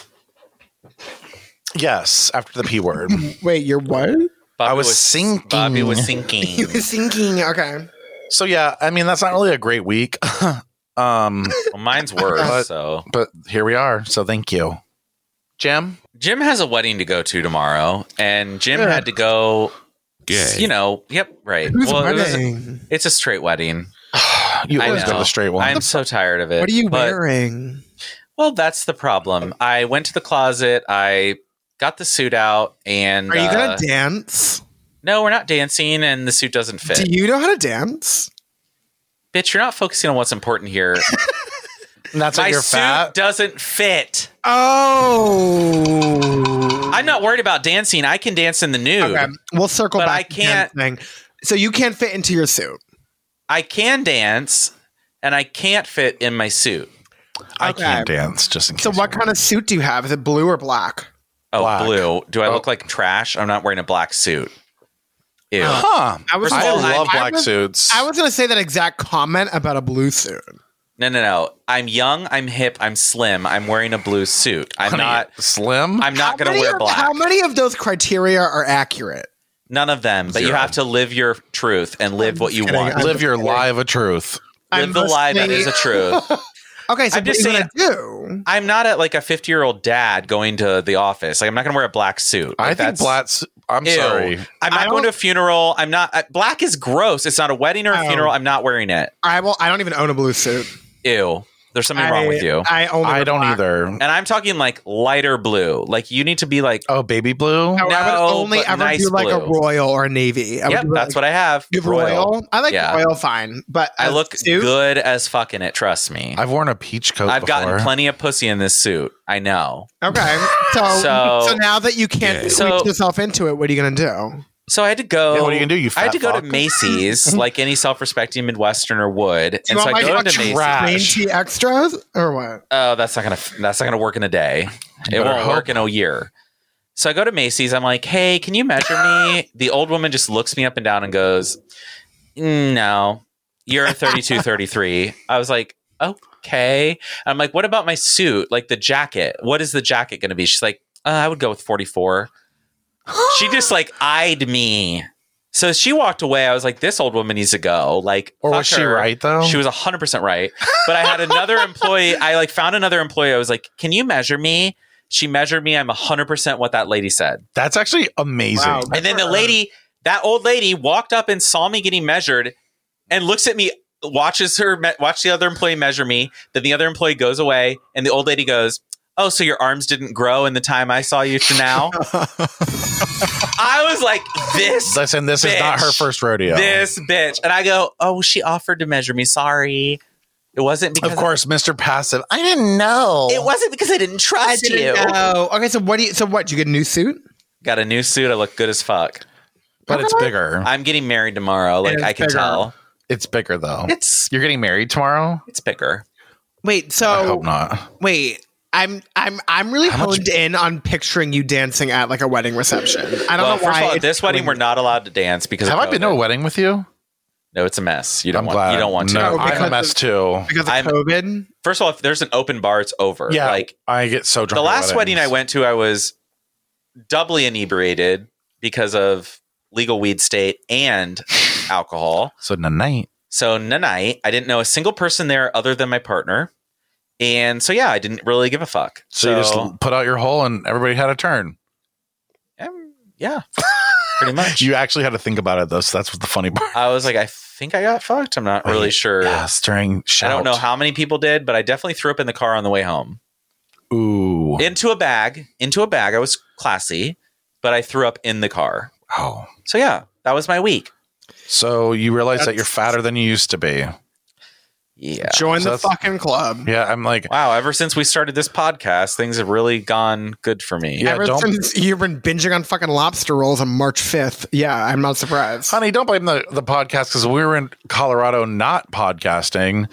[SPEAKER 4] Yes, after the p word.
[SPEAKER 8] wait, you're what?
[SPEAKER 5] Bobby
[SPEAKER 4] I was sinking.
[SPEAKER 5] Bobby
[SPEAKER 4] *laughs*
[SPEAKER 5] was sinking.
[SPEAKER 8] You was thinking, okay.
[SPEAKER 4] so yeah, I mean that's not really a great week, *laughs* um,
[SPEAKER 5] well, mine's worse.
[SPEAKER 4] *laughs* But-
[SPEAKER 5] so
[SPEAKER 4] but here we are. So thank you, Jim.
[SPEAKER 5] Jim has a wedding to go to tomorrow, and Jim
[SPEAKER 8] Yeah.
[SPEAKER 5] had to go.
[SPEAKER 9] Gay.
[SPEAKER 5] You know. Yep. Right.
[SPEAKER 8] Who's
[SPEAKER 5] it was-
[SPEAKER 8] wedding?
[SPEAKER 5] it's a straight wedding.
[SPEAKER 4] You
[SPEAKER 5] I
[SPEAKER 4] always go
[SPEAKER 5] know.
[SPEAKER 4] to the straight one.
[SPEAKER 5] I'm so tired of it.
[SPEAKER 8] What are you
[SPEAKER 5] but-
[SPEAKER 8] wearing?
[SPEAKER 5] Well, that's the problem. I went to the closet. I got the suit out, and
[SPEAKER 8] Are you
[SPEAKER 5] uh,
[SPEAKER 8] going to dance?
[SPEAKER 5] no, we're not dancing, and the suit doesn't fit.
[SPEAKER 8] Do you know how to dance?
[SPEAKER 5] Bitch, you're not focusing on what's important here.
[SPEAKER 4] And that's
[SPEAKER 5] My
[SPEAKER 4] why you're
[SPEAKER 5] suit
[SPEAKER 4] fat.
[SPEAKER 5] doesn't fit.
[SPEAKER 8] Oh.
[SPEAKER 5] I'm not worried about dancing. I can dance in the nude.
[SPEAKER 8] Okay, we'll circle
[SPEAKER 5] But
[SPEAKER 8] back.
[SPEAKER 5] I
[SPEAKER 8] to dance thing. So you can't fit into your suit.
[SPEAKER 5] I can dance, and I can't fit in my suit.
[SPEAKER 4] I
[SPEAKER 8] Okay.
[SPEAKER 4] can't dance. Just in case.
[SPEAKER 8] So
[SPEAKER 4] you
[SPEAKER 8] what kind of suit do you have? Is it blue or black?
[SPEAKER 5] Oh,
[SPEAKER 4] Black.
[SPEAKER 5] blue. Do I look like trash? I'm not wearing a black suit. Ew.
[SPEAKER 4] Huh.
[SPEAKER 8] I was
[SPEAKER 5] First of
[SPEAKER 4] I
[SPEAKER 5] all,
[SPEAKER 4] love
[SPEAKER 8] I
[SPEAKER 4] black
[SPEAKER 8] was-
[SPEAKER 4] suits.
[SPEAKER 8] I was going to say that exact comment about a blue suit.
[SPEAKER 5] No, no, no. I'm young. I'm hip. I'm slim. I'm wearing a blue suit. I'm
[SPEAKER 4] Honey,
[SPEAKER 5] not.
[SPEAKER 4] slim.
[SPEAKER 5] I'm not going to
[SPEAKER 8] many
[SPEAKER 5] wear
[SPEAKER 8] are-
[SPEAKER 5] black.
[SPEAKER 8] How many of those criteria are accurate?
[SPEAKER 5] None of them. But you
[SPEAKER 4] Zero.
[SPEAKER 5] have to live your truth and live what you
[SPEAKER 8] kidding.
[SPEAKER 5] want.
[SPEAKER 8] I'm
[SPEAKER 5] Live,
[SPEAKER 4] Live your lie of a truth.
[SPEAKER 8] I'm
[SPEAKER 5] the lie that is
[SPEAKER 8] listening.
[SPEAKER 5] a truth.
[SPEAKER 8] *laughs* Okay, so
[SPEAKER 5] I'm
[SPEAKER 8] what
[SPEAKER 5] just
[SPEAKER 8] are you gonna do?
[SPEAKER 5] I'm not a, like a 50 year old dad going to the office. Like I'm not going to wear a black suit. Like,
[SPEAKER 4] I think
[SPEAKER 5] that's-
[SPEAKER 4] Blatz. I'm
[SPEAKER 5] Ew.
[SPEAKER 4] sorry.
[SPEAKER 5] I'm not
[SPEAKER 8] I
[SPEAKER 5] going to a funeral. I'm not. I, black is gross. It's not a wedding or a
[SPEAKER 8] Oh.
[SPEAKER 5] funeral. I'm not wearing it.
[SPEAKER 8] I will. I don't even own a blue suit.
[SPEAKER 5] Ew. There's something wrong with you.
[SPEAKER 8] I only.
[SPEAKER 4] I
[SPEAKER 8] wear
[SPEAKER 4] don't
[SPEAKER 8] black.
[SPEAKER 4] either.
[SPEAKER 5] and I'm talking like lighter blue. Like you need to be like.
[SPEAKER 4] Oh, baby blue.
[SPEAKER 8] No, I
[SPEAKER 5] No,
[SPEAKER 8] would only
[SPEAKER 5] but
[SPEAKER 8] ever
[SPEAKER 5] nice
[SPEAKER 8] do like a
[SPEAKER 5] blue.
[SPEAKER 8] royal or a navy. I
[SPEAKER 5] yep,
[SPEAKER 8] would do
[SPEAKER 5] that's
[SPEAKER 8] like,
[SPEAKER 5] what I have.
[SPEAKER 8] do royal. I like
[SPEAKER 5] Yeah.
[SPEAKER 8] royal fine, but
[SPEAKER 5] I
[SPEAKER 8] a
[SPEAKER 5] look
[SPEAKER 8] suit?
[SPEAKER 5] good as fucking it. Trust me. I've,
[SPEAKER 4] I've worn a peach coat.
[SPEAKER 5] gotten
[SPEAKER 4] before.
[SPEAKER 5] plenty of pussy in this suit. I know.
[SPEAKER 8] Okay,
[SPEAKER 5] *laughs*
[SPEAKER 8] so,
[SPEAKER 5] So-
[SPEAKER 8] so now that you can't
[SPEAKER 9] Yeah.
[SPEAKER 8] reach
[SPEAKER 5] So-
[SPEAKER 8] yourself into it, what are you gonna do?
[SPEAKER 5] So I had to go.
[SPEAKER 4] Yeah, what are you gonna do, you
[SPEAKER 5] I had to
[SPEAKER 4] fat
[SPEAKER 5] go to
[SPEAKER 4] fuck? *laughs*
[SPEAKER 5] Macy's, like any self-respecting Midwesterner would.
[SPEAKER 8] Do you
[SPEAKER 5] and so I
[SPEAKER 8] want
[SPEAKER 5] go
[SPEAKER 8] my
[SPEAKER 5] to
[SPEAKER 8] fucking
[SPEAKER 5] Macy's.
[SPEAKER 4] trash.
[SPEAKER 8] green tea extras or what?
[SPEAKER 5] Oh, that's not gonna. That's not gonna work in a day. It
[SPEAKER 4] Better
[SPEAKER 5] won't
[SPEAKER 4] hope.
[SPEAKER 5] work in a year. So I go to Macy's. I'm like, hey, can you measure me? The old woman just looks me up and down and goes, "Mm, no, you're
[SPEAKER 4] *laughs*
[SPEAKER 5] a 32, 33. I was like, okay. I'm like, what about my suit? Like the jacket? What is the jacket going to be? She's like, uh, I would go with 44. she
[SPEAKER 4] *gasps*
[SPEAKER 5] just like eyed me. So she walked away. I was like, this old woman needs to go. Like,
[SPEAKER 4] Or was
[SPEAKER 5] fuck
[SPEAKER 4] she
[SPEAKER 5] her.
[SPEAKER 4] right though?
[SPEAKER 5] She was 100% right. But I had another employee. I like found another employee. I was like, can you measure me? She measured me. I'm 100% what that lady said.
[SPEAKER 4] That's actually amazing.
[SPEAKER 8] Wow.
[SPEAKER 5] And then the lady, that old lady walked up and saw me getting measured and looks at me, watches her, me- watch the other employee measure me. Then the other employee goes away and the old lady goes, Oh, so your arms didn't grow in the time I saw you to now? I was like, This
[SPEAKER 4] *laughs* Listen, this is not her
[SPEAKER 5] Bitch.
[SPEAKER 4] first rodeo.
[SPEAKER 5] this bitch. And I go, oh, she offered to measure me. Sorry. It wasn't because
[SPEAKER 4] of course, Mr. Passive. I didn't know.
[SPEAKER 5] It wasn't because I didn't trust you.
[SPEAKER 8] know. oh, Okay, so what do you? So what? You get a new suit?
[SPEAKER 5] Got a new suit. I look good as fuck.
[SPEAKER 4] but it's bigger.
[SPEAKER 5] I'm getting married tomorrow. Like
[SPEAKER 8] it's
[SPEAKER 5] I can
[SPEAKER 8] bigger.
[SPEAKER 5] tell.
[SPEAKER 4] it's bigger though.
[SPEAKER 5] It's
[SPEAKER 4] You're getting married tomorrow?
[SPEAKER 5] it's bigger.
[SPEAKER 8] Wait, so
[SPEAKER 5] Oh.
[SPEAKER 4] I hope not.
[SPEAKER 8] wait. I'm I'm I'm really
[SPEAKER 4] How much-
[SPEAKER 8] honed in on picturing you dancing at like a wedding reception. I don't
[SPEAKER 5] Well,
[SPEAKER 8] know
[SPEAKER 5] first
[SPEAKER 8] why.
[SPEAKER 5] of all, at
[SPEAKER 8] it's
[SPEAKER 5] this wedding
[SPEAKER 8] doing
[SPEAKER 5] we're not allowed to dance because
[SPEAKER 4] Have
[SPEAKER 5] of
[SPEAKER 4] I been to a
[SPEAKER 5] COVID.
[SPEAKER 4] wedding with you?
[SPEAKER 5] No, it's a mess. You don't
[SPEAKER 4] I'm
[SPEAKER 5] want
[SPEAKER 4] glad.
[SPEAKER 5] you don't want to.
[SPEAKER 4] No,
[SPEAKER 8] Oh,
[SPEAKER 4] I'm a
[SPEAKER 8] because
[SPEAKER 4] mess
[SPEAKER 8] of-
[SPEAKER 4] too.
[SPEAKER 8] because of
[SPEAKER 5] I'm-
[SPEAKER 8] COVID.
[SPEAKER 5] First of all, if there's an open bar, it's over.
[SPEAKER 4] Yeah,
[SPEAKER 5] Like
[SPEAKER 4] I get so drunk.
[SPEAKER 5] the
[SPEAKER 4] at
[SPEAKER 5] last wedding I
[SPEAKER 4] weddings.
[SPEAKER 5] went to, I was doubly inebriated because of legal weed state and *laughs* alcohol.
[SPEAKER 4] So tonight,
[SPEAKER 5] So Nanai, I didn't know a single person there other than my partner. And so yeah, I didn't really give a fuck.
[SPEAKER 4] so, you just put out your hole and everybody had a turn.
[SPEAKER 5] um, yeah. pretty
[SPEAKER 4] *laughs*
[SPEAKER 5] much.
[SPEAKER 4] You actually had to think about it though. So that's what the funny part.
[SPEAKER 5] *laughs* I was like, I think I got fucked. I'm not really
[SPEAKER 4] Wait, *laughs*
[SPEAKER 5] sure.
[SPEAKER 4] Yes, during
[SPEAKER 5] I
[SPEAKER 4] Oh, shout.
[SPEAKER 5] don't know how many people did, but I definitely threw up in the car on the way home.
[SPEAKER 4] Ooh.
[SPEAKER 5] Into a bag, into a bag. I was classy, but I threw up in the car.
[SPEAKER 4] oh.
[SPEAKER 5] So yeah, that was my week.
[SPEAKER 4] So you realize that
[SPEAKER 8] That's-
[SPEAKER 4] you're fatter than you used to be.
[SPEAKER 5] Yeah.
[SPEAKER 8] Join
[SPEAKER 4] So
[SPEAKER 8] the
[SPEAKER 4] that's-
[SPEAKER 8] fucking club.
[SPEAKER 4] Yeah, I'm like,
[SPEAKER 5] Wow, ever since we started this podcast, things have really gone good for me.
[SPEAKER 4] Yeah,
[SPEAKER 8] Ever
[SPEAKER 4] don't-
[SPEAKER 8] since you've been binging on fucking lobster rolls on March 5th, yeah, I'm not surprised.
[SPEAKER 4] honey, don't blame the, the podcast because we were in Colorado not *laughs* podcasting.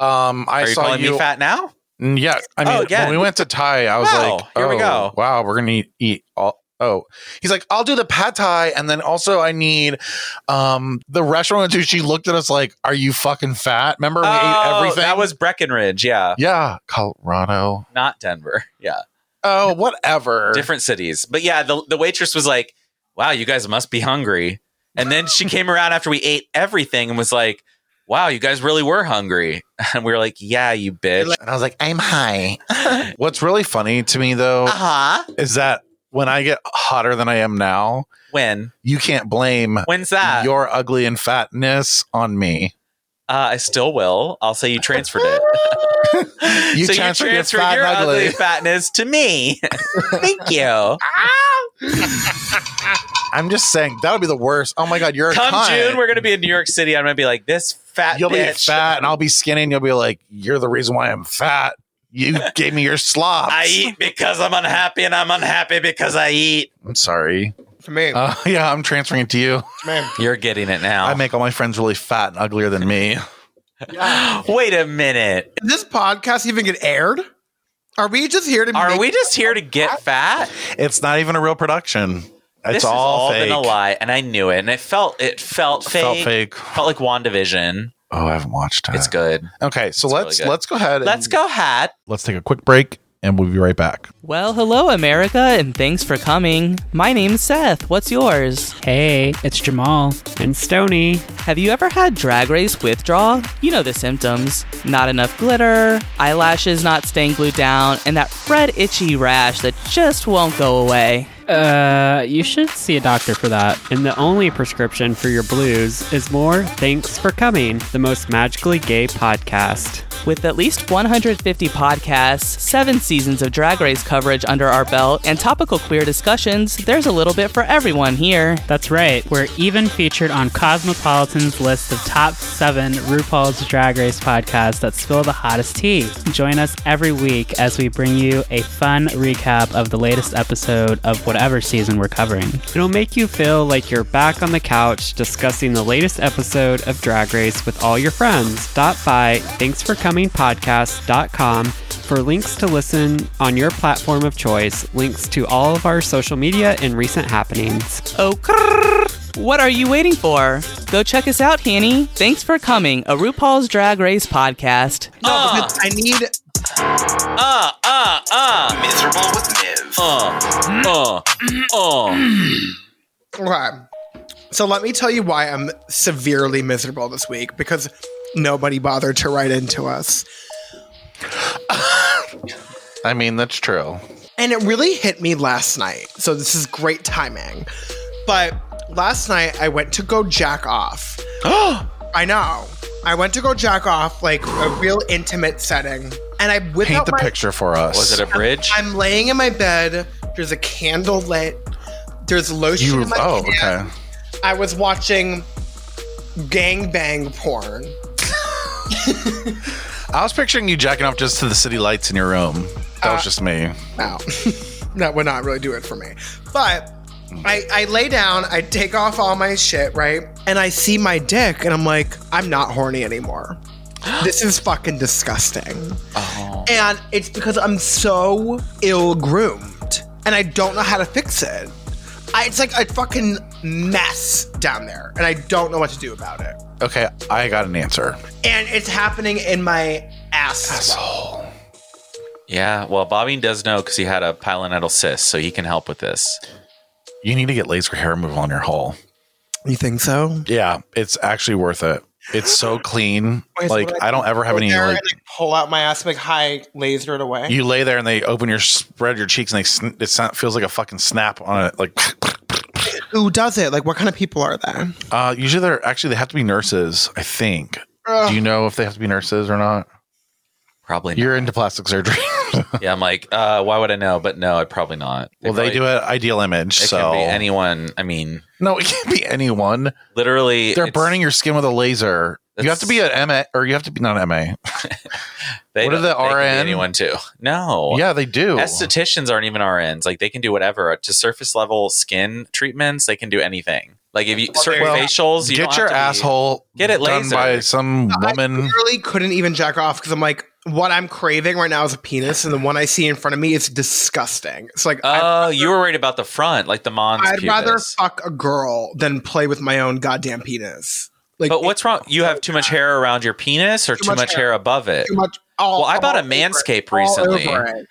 [SPEAKER 4] Um, I
[SPEAKER 5] Are you
[SPEAKER 4] saw
[SPEAKER 5] calling
[SPEAKER 4] you.
[SPEAKER 5] me fat now?
[SPEAKER 4] Mm, Yeah, I mean,
[SPEAKER 5] Oh, yeah.
[SPEAKER 4] when we went to Thai, I was
[SPEAKER 5] Wow,
[SPEAKER 4] like,
[SPEAKER 5] here we
[SPEAKER 4] oh,
[SPEAKER 5] go.
[SPEAKER 4] Wow, we're gonna eat, eat all. Oh, he's like, I'll do the pad thai, and then also I need um the restaurant too. She looked at us like, "Are you fucking fat?" Remember we ate everything.
[SPEAKER 5] Oh, That was Breckenridge, yeah.
[SPEAKER 4] yeah, Colorado.
[SPEAKER 5] Not Denver. Yeah.
[SPEAKER 4] Oh, whatever.
[SPEAKER 5] Different cities. But yeah, the, the waitress was like, Wow, you guys must be hungry. And
[SPEAKER 4] *laughs*
[SPEAKER 5] then she came around after we ate everything and was like, Wow, you guys really were hungry. *laughs* And we were like, Yeah, you bitch.
[SPEAKER 4] And I was like, I'm
[SPEAKER 5] *laughs*
[SPEAKER 4] high. What's really funny to me though
[SPEAKER 5] Uh-huh.
[SPEAKER 4] is that when I get hotter than I am now,
[SPEAKER 5] When?
[SPEAKER 4] you can't blame
[SPEAKER 5] When's that?
[SPEAKER 4] your ugly and fatness on me.
[SPEAKER 5] Uh, I still will. I'll say you transferred it.
[SPEAKER 4] *laughs* You
[SPEAKER 5] *laughs*
[SPEAKER 4] transferred your fat and
[SPEAKER 5] your
[SPEAKER 4] ugly.
[SPEAKER 5] ugly fatness
[SPEAKER 4] *laughs*
[SPEAKER 5] to me. Thank you.
[SPEAKER 4] I'm just saying that would be the worst. Oh my god, you're a
[SPEAKER 5] Come
[SPEAKER 4] cunt.
[SPEAKER 5] June, we're gonna be in New York City. I'm gonna be like this fat
[SPEAKER 4] you'll be
[SPEAKER 5] bitch.
[SPEAKER 4] fat and I'll be skinny and you'll be like, You're the reason why I'm fat.
[SPEAKER 5] *laughs*
[SPEAKER 4] You gave me your slop.
[SPEAKER 5] I eat because I'm unhappy, and I'm unhappy because I eat.
[SPEAKER 4] I'm sorry.
[SPEAKER 8] to me,
[SPEAKER 4] Uh, *laughs* yeah, I'm transferring it to you.
[SPEAKER 5] You're getting it now.
[SPEAKER 4] I make all my friends really fat and uglier than me.
[SPEAKER 5] *gasps* Wait a minute.
[SPEAKER 8] Did this podcast even get aired? Are we just here to
[SPEAKER 5] Are
[SPEAKER 8] make-
[SPEAKER 5] we just here to get fat?
[SPEAKER 4] It's not even a real production. It's
[SPEAKER 5] this has
[SPEAKER 4] all,
[SPEAKER 5] all
[SPEAKER 4] fake.
[SPEAKER 5] been a lie, and I knew it. And it felt it felt fake.
[SPEAKER 4] Felt fake.
[SPEAKER 5] Felt like Wandavision.
[SPEAKER 4] Oh, I haven't watched it.
[SPEAKER 5] It's good.
[SPEAKER 4] Okay, so
[SPEAKER 5] It's really
[SPEAKER 4] let's
[SPEAKER 5] good.
[SPEAKER 4] let's go ahead. and-
[SPEAKER 5] Let's go, hat.
[SPEAKER 4] Let's take a quick break, and we'll be right back.
[SPEAKER 7] Well, hello, America, and thanks for coming. My name's Seth. What's yours?
[SPEAKER 10] Hey, it's Jamal and Stony.
[SPEAKER 7] Have you ever had drag race withdrawal? You know the symptoms not enough glitter, eyelashes not staying glued down, and that red itchy rash that just won't go away.
[SPEAKER 10] Uh, you should see a doctor for that. And the only prescription for your blues is more thanks for coming, the most magically gay podcast.
[SPEAKER 7] With at least 150 podcasts, seven seasons of drag race coverage under our belt, and topical queer discussions, there's a little bit for everyone here.
[SPEAKER 10] That's right. We're even featured on Cosmopolitan's list of top seven RuPaul's Drag Race podcasts that spill the hottest tea. Join us every week as we bring you a fun recap of the latest episode of whatever season we're covering. It'll make you feel like you're back on the couch discussing the latest episode of Drag Race with all your friends. Stop by thanksforcomingpodcast.com for links to listen on your platform of choice, links to all of our social media and recent happenings.
[SPEAKER 7] Oh, crrrr. what are you waiting for? Go check us out, Hanny. Thanks for coming, a RuPaul's Drag Race podcast.
[SPEAKER 8] No, because I need
[SPEAKER 5] Uh, uh, uh,
[SPEAKER 3] Miserable with Miv.
[SPEAKER 5] uh, uh, uh.
[SPEAKER 8] Okay. So let me tell you why I'm severely miserable this week because nobody bothered to write into us.
[SPEAKER 4] I mean, that's true.
[SPEAKER 8] And it really hit me last night. So this is great timing. But last night I went to go
[SPEAKER 4] *gasps*
[SPEAKER 8] jack off. I know. I went to go jack off like a real intimate setting. And I whip
[SPEAKER 4] Paint
[SPEAKER 8] out
[SPEAKER 4] the
[SPEAKER 8] my,
[SPEAKER 4] picture for us.
[SPEAKER 5] Was it a bridge?
[SPEAKER 8] I'm laying in my bed. There's a candle lit. There's lotion
[SPEAKER 4] you?
[SPEAKER 8] in my
[SPEAKER 4] Oh,
[SPEAKER 8] hand.
[SPEAKER 4] okay.
[SPEAKER 8] I was watching gangbang porn.
[SPEAKER 4] I was picturing you jacking off just to the city lights in your room. That
[SPEAKER 8] Uh,
[SPEAKER 4] was just me.
[SPEAKER 8] No, that would not really do it for me. But I, I lay down, I take off all my shit, right? And I see my dick, and I'm like, I'm not horny anymore. This is fucking disgusting. And it's because I'm so ill groomed and I don't know how to fix it. I, it's like a fucking mess down there, and I don't know what to do about it.
[SPEAKER 4] Okay, I got an answer.
[SPEAKER 8] And it's happening in my ass.
[SPEAKER 5] Yeah, well, Bobby does know because he had a pilonidal cyst, so he can help with this.
[SPEAKER 4] You need to get laser hair removal on your hole.
[SPEAKER 8] You think so?
[SPEAKER 4] Yeah, it's actually worth it. It's
[SPEAKER 8] *gasps*
[SPEAKER 4] so clean.
[SPEAKER 8] Wait, so
[SPEAKER 4] like
[SPEAKER 8] what do I
[SPEAKER 4] I don't ever have
[SPEAKER 8] Go
[SPEAKER 4] any.
[SPEAKER 8] there
[SPEAKER 4] Like,
[SPEAKER 8] and, like, pull out my ass, and, like hi, laser it away.
[SPEAKER 4] you lay there and they open your spread your cheeks and they sn- it sound, feels like a fucking snap on it. Like *laughs*
[SPEAKER 8] who does it? Like, what kind of people are there?
[SPEAKER 4] uh, usually they're actually they have to be nurses. I think. Do you know if they have to be nurses or not?
[SPEAKER 5] Probably. Not.
[SPEAKER 4] You're into plastic surgery.
[SPEAKER 5] Yeah, I'm like, uh, why would I know? But no, I probably not.
[SPEAKER 4] *laughs* well, they do
[SPEAKER 5] it.
[SPEAKER 4] an ideal image.
[SPEAKER 5] It
[SPEAKER 4] so
[SPEAKER 5] can be anyone. I mean,
[SPEAKER 4] no, it can't be anyone.
[SPEAKER 5] literally,
[SPEAKER 4] They're
[SPEAKER 5] it's-
[SPEAKER 4] burning your skin with a laser. You have to be an MA, or you have to be not an MA.
[SPEAKER 5] They
[SPEAKER 4] what are
[SPEAKER 5] don't-
[SPEAKER 4] the
[SPEAKER 5] they can be
[SPEAKER 4] RN?
[SPEAKER 5] Anyone too? No.
[SPEAKER 4] Yeah, they do.
[SPEAKER 5] Estheticians aren't even RNs. Like they can do whatever to surface level skin treatments. They can do anything. Like if you certain
[SPEAKER 4] Well,
[SPEAKER 5] facials, you don't
[SPEAKER 4] Get
[SPEAKER 5] have
[SPEAKER 4] your
[SPEAKER 5] to be-
[SPEAKER 4] asshole
[SPEAKER 5] Get it
[SPEAKER 4] done by
[SPEAKER 5] lasered.
[SPEAKER 4] some
[SPEAKER 8] I
[SPEAKER 4] woman.
[SPEAKER 8] literally couldn't even jack off because I'm like, what I'm craving right now is a penis, and the one I see in front of me is disgusting. It's like
[SPEAKER 5] Oh,
[SPEAKER 8] I'd,
[SPEAKER 5] you were worried about the front, like the Mons.
[SPEAKER 8] I'd
[SPEAKER 5] pubis.
[SPEAKER 8] rather fuck a girl than play with my own goddamn penis. Like,
[SPEAKER 5] But what's wrong? You have too much hair around your penis, or too, much, hair. above it.
[SPEAKER 8] too much? All,
[SPEAKER 5] Well, I bought
[SPEAKER 8] all
[SPEAKER 5] a
[SPEAKER 8] over it,
[SPEAKER 5] Manscaped
[SPEAKER 8] all
[SPEAKER 5] recently.
[SPEAKER 8] over it.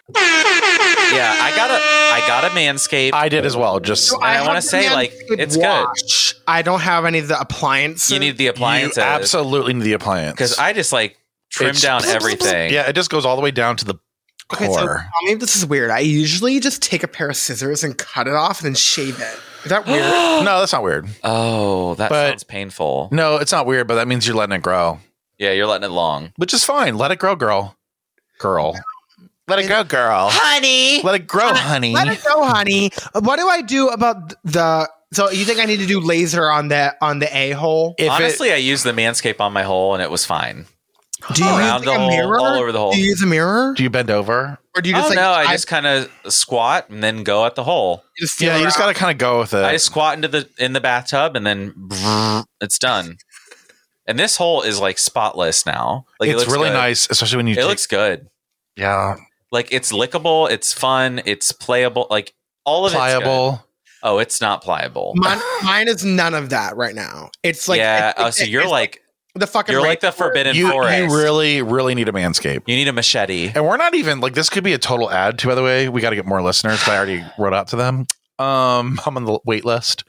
[SPEAKER 5] Yeah, I got a, I got a manscape.
[SPEAKER 4] I did as well. Just
[SPEAKER 5] I
[SPEAKER 8] have
[SPEAKER 5] wanna
[SPEAKER 8] the
[SPEAKER 5] say, like,
[SPEAKER 8] Manscaped
[SPEAKER 5] it's good.
[SPEAKER 8] watch. I don't have any of the appliances.
[SPEAKER 5] you need the appliances
[SPEAKER 4] You absolutely need the appliance
[SPEAKER 5] because I just like trim
[SPEAKER 4] It's-
[SPEAKER 5] down everything.
[SPEAKER 4] Yeah, it just goes all the way down to the
[SPEAKER 8] Okay, so
[SPEAKER 4] core.
[SPEAKER 8] tell me if this is weird. I usually just take a pair of scissors and cut it off and then shave it. Is that
[SPEAKER 5] *gasps*
[SPEAKER 8] weird? *gasps*
[SPEAKER 4] no, that's not weird.
[SPEAKER 5] Oh, that
[SPEAKER 4] But-
[SPEAKER 5] sounds painful.
[SPEAKER 4] No, it's not weird, but that means you're letting it grow,
[SPEAKER 5] Yeah, you're letting it long.
[SPEAKER 4] which is fine. Let it grow, girl. Girl. Let it go, girl.
[SPEAKER 8] honey.
[SPEAKER 4] Let it grow, honey.
[SPEAKER 8] Let it go, honey. What do I do about the? So you think I need to do laser on that on the a hole?
[SPEAKER 4] If it-
[SPEAKER 5] Honestly, I used the manscape on my hole and it was fine.
[SPEAKER 8] Do you
[SPEAKER 5] Around
[SPEAKER 8] use
[SPEAKER 5] the
[SPEAKER 8] like, a
[SPEAKER 5] hole,
[SPEAKER 8] mirror?
[SPEAKER 5] all over the hole.
[SPEAKER 8] Do you use a mirror,
[SPEAKER 4] do you bend over?
[SPEAKER 8] or do you
[SPEAKER 5] Oh
[SPEAKER 8] just like
[SPEAKER 5] no, I just kind of squat and then go at the hole.
[SPEAKER 8] just
[SPEAKER 4] Yeah, you just got to kind of go with it.
[SPEAKER 5] I just squat into the in the bathtub and then it's done. And this hole is like spotless now. Like
[SPEAKER 4] it's
[SPEAKER 5] it looks
[SPEAKER 4] really
[SPEAKER 5] good.
[SPEAKER 4] nice, especially when you
[SPEAKER 5] It
[SPEAKER 4] take.
[SPEAKER 5] looks good.
[SPEAKER 4] yeah,
[SPEAKER 5] Like it's lickable. It's fun. It's playable. Like all of it's
[SPEAKER 4] pliable.
[SPEAKER 5] good. Oh, it's not pliable.
[SPEAKER 8] Mine, mine is none of that right now. It's like
[SPEAKER 5] yeah.
[SPEAKER 8] it's-
[SPEAKER 5] Oh, so
[SPEAKER 8] it's-
[SPEAKER 5] you're
[SPEAKER 8] it's
[SPEAKER 5] like
[SPEAKER 8] the fucking
[SPEAKER 5] You're like the
[SPEAKER 8] rainforest.
[SPEAKER 5] forbidden
[SPEAKER 4] You,
[SPEAKER 5] forest.
[SPEAKER 4] you really, really need a manscape.
[SPEAKER 5] You need a machete.
[SPEAKER 4] And we're not even like this could be a total ad too, by the way. We gotta get more listeners, but I already *laughs* wrote out to them. Um *laughs* I'm on the wait
[SPEAKER 5] *laughs*
[SPEAKER 4] list.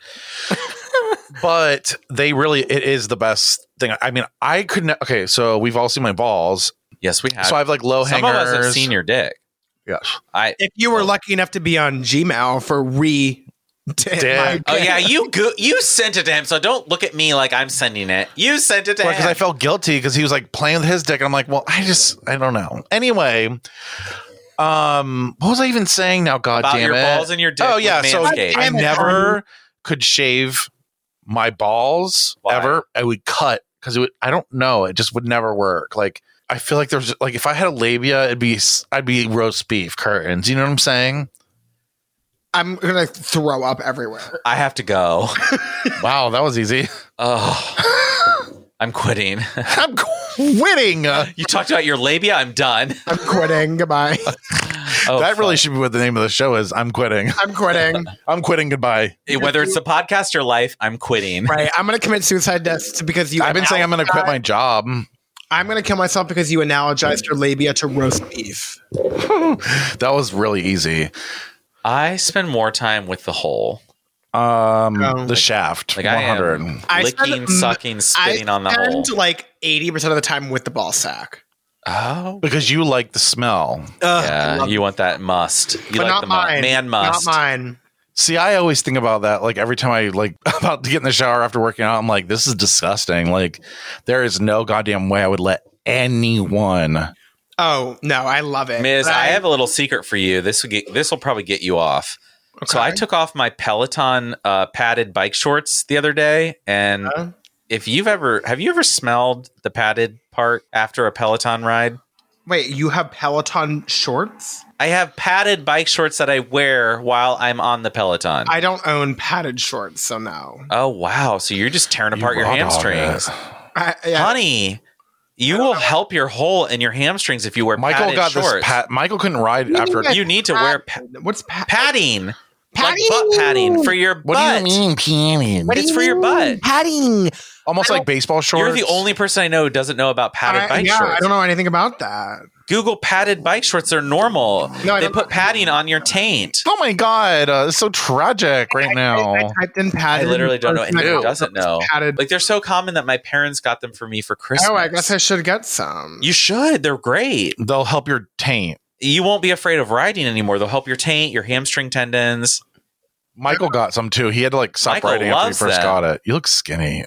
[SPEAKER 4] but they really it is the best thing. I mean, I couldn't okay, so we've all seen my balls.
[SPEAKER 5] Yes, we have.
[SPEAKER 4] So I have like low
[SPEAKER 5] Some
[SPEAKER 4] hangers.
[SPEAKER 5] of us have seen your dick.
[SPEAKER 4] Yes.
[SPEAKER 5] I.
[SPEAKER 8] If you were lucky enough to be on Gmail for re
[SPEAKER 4] Dick.
[SPEAKER 5] Oh
[SPEAKER 8] *laughs*
[SPEAKER 5] yeah, you go- you sent it to him. So don't look at me like I'm sending it. You sent it to
[SPEAKER 4] because
[SPEAKER 5] him.
[SPEAKER 4] I felt guilty because he was like playing with his dick, and I'm like, well, I just I don't know. Anyway, um, what was I even saying now? God
[SPEAKER 5] About
[SPEAKER 4] damn
[SPEAKER 5] your
[SPEAKER 4] it!
[SPEAKER 5] balls and your dick
[SPEAKER 4] oh
[SPEAKER 5] with
[SPEAKER 4] yeah, so
[SPEAKER 5] Manscaped.
[SPEAKER 4] I never could shave my balls
[SPEAKER 5] Why?
[SPEAKER 4] ever. I would cut because it would. I don't know. It just would never work. Like I feel like there's like if I had a labia, it'd be s- I'd be roast beef curtains. You know what I'm saying?
[SPEAKER 8] I'm gonna throw up everywhere.
[SPEAKER 5] I have
[SPEAKER 4] *laughs*
[SPEAKER 5] to go.
[SPEAKER 4] Wow, that was easy. *laughs*
[SPEAKER 5] Oh, I'm quitting. *laughs*
[SPEAKER 4] I'm quitting. Uh,
[SPEAKER 5] You talked about your labia.
[SPEAKER 4] *laughs*
[SPEAKER 5] I'm done.
[SPEAKER 8] I'm quitting. *laughs* Goodbye.
[SPEAKER 5] Oh,
[SPEAKER 4] that really
[SPEAKER 5] fuck.
[SPEAKER 4] should be what the name of the show is. I'm quitting. *laughs*
[SPEAKER 8] I'm quitting.
[SPEAKER 4] I'm quitting. Goodbye.
[SPEAKER 5] Whether it's the podcast or life, I'm quitting.
[SPEAKER 8] Right. I'm gonna commit suicide deaths because you.
[SPEAKER 4] I've been saying I'm going to quit my job.
[SPEAKER 8] I'm gonna kill myself because you analogized your labia to roast beef.
[SPEAKER 4] That was really easy.
[SPEAKER 5] I spend more time with the hole,
[SPEAKER 4] Um,
[SPEAKER 8] Oh.
[SPEAKER 4] the shaft,
[SPEAKER 5] Like, I am-
[SPEAKER 4] 100.
[SPEAKER 8] I
[SPEAKER 5] licking,
[SPEAKER 8] spend-
[SPEAKER 5] sucking, spitting
[SPEAKER 8] I
[SPEAKER 5] on the
[SPEAKER 8] spend
[SPEAKER 5] hole.
[SPEAKER 8] like 80 percent of the time with the ball sack.
[SPEAKER 5] Oh,
[SPEAKER 4] because you like the smell.
[SPEAKER 8] Ugh, I
[SPEAKER 5] yeah.
[SPEAKER 8] love it.
[SPEAKER 5] You want that must? You
[SPEAKER 8] but
[SPEAKER 5] like
[SPEAKER 8] not
[SPEAKER 5] the mu-
[SPEAKER 8] mine.
[SPEAKER 5] man must?
[SPEAKER 8] Not mine.
[SPEAKER 4] See, I always think about that. Like every time I like *laughs* about to get in the shower after working out, I'm like, this is disgusting. Like there is no goddamn way I would let anyone.
[SPEAKER 8] Oh no, I love it.
[SPEAKER 5] Miz,
[SPEAKER 8] But
[SPEAKER 5] I have a little secret for you. This will get this will probably get you off. So I took off my Peloton uh, padded bike shorts the other day, and
[SPEAKER 8] Huh?
[SPEAKER 5] if you've ever have you ever smelled the padded part after a Peloton ride?
[SPEAKER 8] Wait, you have Peloton shorts?
[SPEAKER 5] I have padded bike shorts that I wear while I'm on the Peloton.
[SPEAKER 8] I don't own padded shorts, so no.
[SPEAKER 5] oh wow! So you're just tearing apart
[SPEAKER 4] You
[SPEAKER 5] your
[SPEAKER 4] raw dog
[SPEAKER 5] hamstrings,
[SPEAKER 4] it.
[SPEAKER 8] I, yeah,
[SPEAKER 5] honey. You will help your hole in your hamstrings if you wear
[SPEAKER 4] Michael
[SPEAKER 5] padded
[SPEAKER 4] got this.
[SPEAKER 5] shorts.
[SPEAKER 4] Pat- Michael couldn't ride after.
[SPEAKER 5] you need to wear pa-
[SPEAKER 8] What's pa-
[SPEAKER 5] padding,
[SPEAKER 8] Padding?
[SPEAKER 5] like butt padding for your
[SPEAKER 4] *laughs* What
[SPEAKER 5] butt.
[SPEAKER 4] do you mean, peeing?
[SPEAKER 5] It's for your butt.
[SPEAKER 8] padding?
[SPEAKER 4] Almost like baseball shorts.
[SPEAKER 5] You're the only person I know who doesn't know about padded
[SPEAKER 8] I,
[SPEAKER 5] bike
[SPEAKER 8] yeah,
[SPEAKER 5] shorts.
[SPEAKER 8] I don't know anything about that.
[SPEAKER 5] Google padded bike shorts. They're normal.
[SPEAKER 8] No, I
[SPEAKER 5] they
[SPEAKER 8] don't-
[SPEAKER 5] put padding on your taint.
[SPEAKER 4] Oh my god, uh, it's so tragic right now.
[SPEAKER 8] I, I typed in
[SPEAKER 5] Oh. I
[SPEAKER 8] padded.
[SPEAKER 5] literally don't know
[SPEAKER 8] shorts and I
[SPEAKER 5] anyone who
[SPEAKER 8] found
[SPEAKER 5] doesn't know.
[SPEAKER 8] Padded.
[SPEAKER 5] Like they're so common that my parents got them for me for Christmas.
[SPEAKER 8] oh, I guess I should get some.
[SPEAKER 5] you should. They're great.
[SPEAKER 4] They'll help your taint.
[SPEAKER 5] You won't be afraid of riding anymore. They'll help your taint, your hamstring
[SPEAKER 8] *laughs*
[SPEAKER 5] tendons.
[SPEAKER 4] Michael got some too. He had to like stop
[SPEAKER 5] Michael
[SPEAKER 4] riding after he
[SPEAKER 5] loves
[SPEAKER 4] first
[SPEAKER 5] them.
[SPEAKER 4] got it. You look skinny.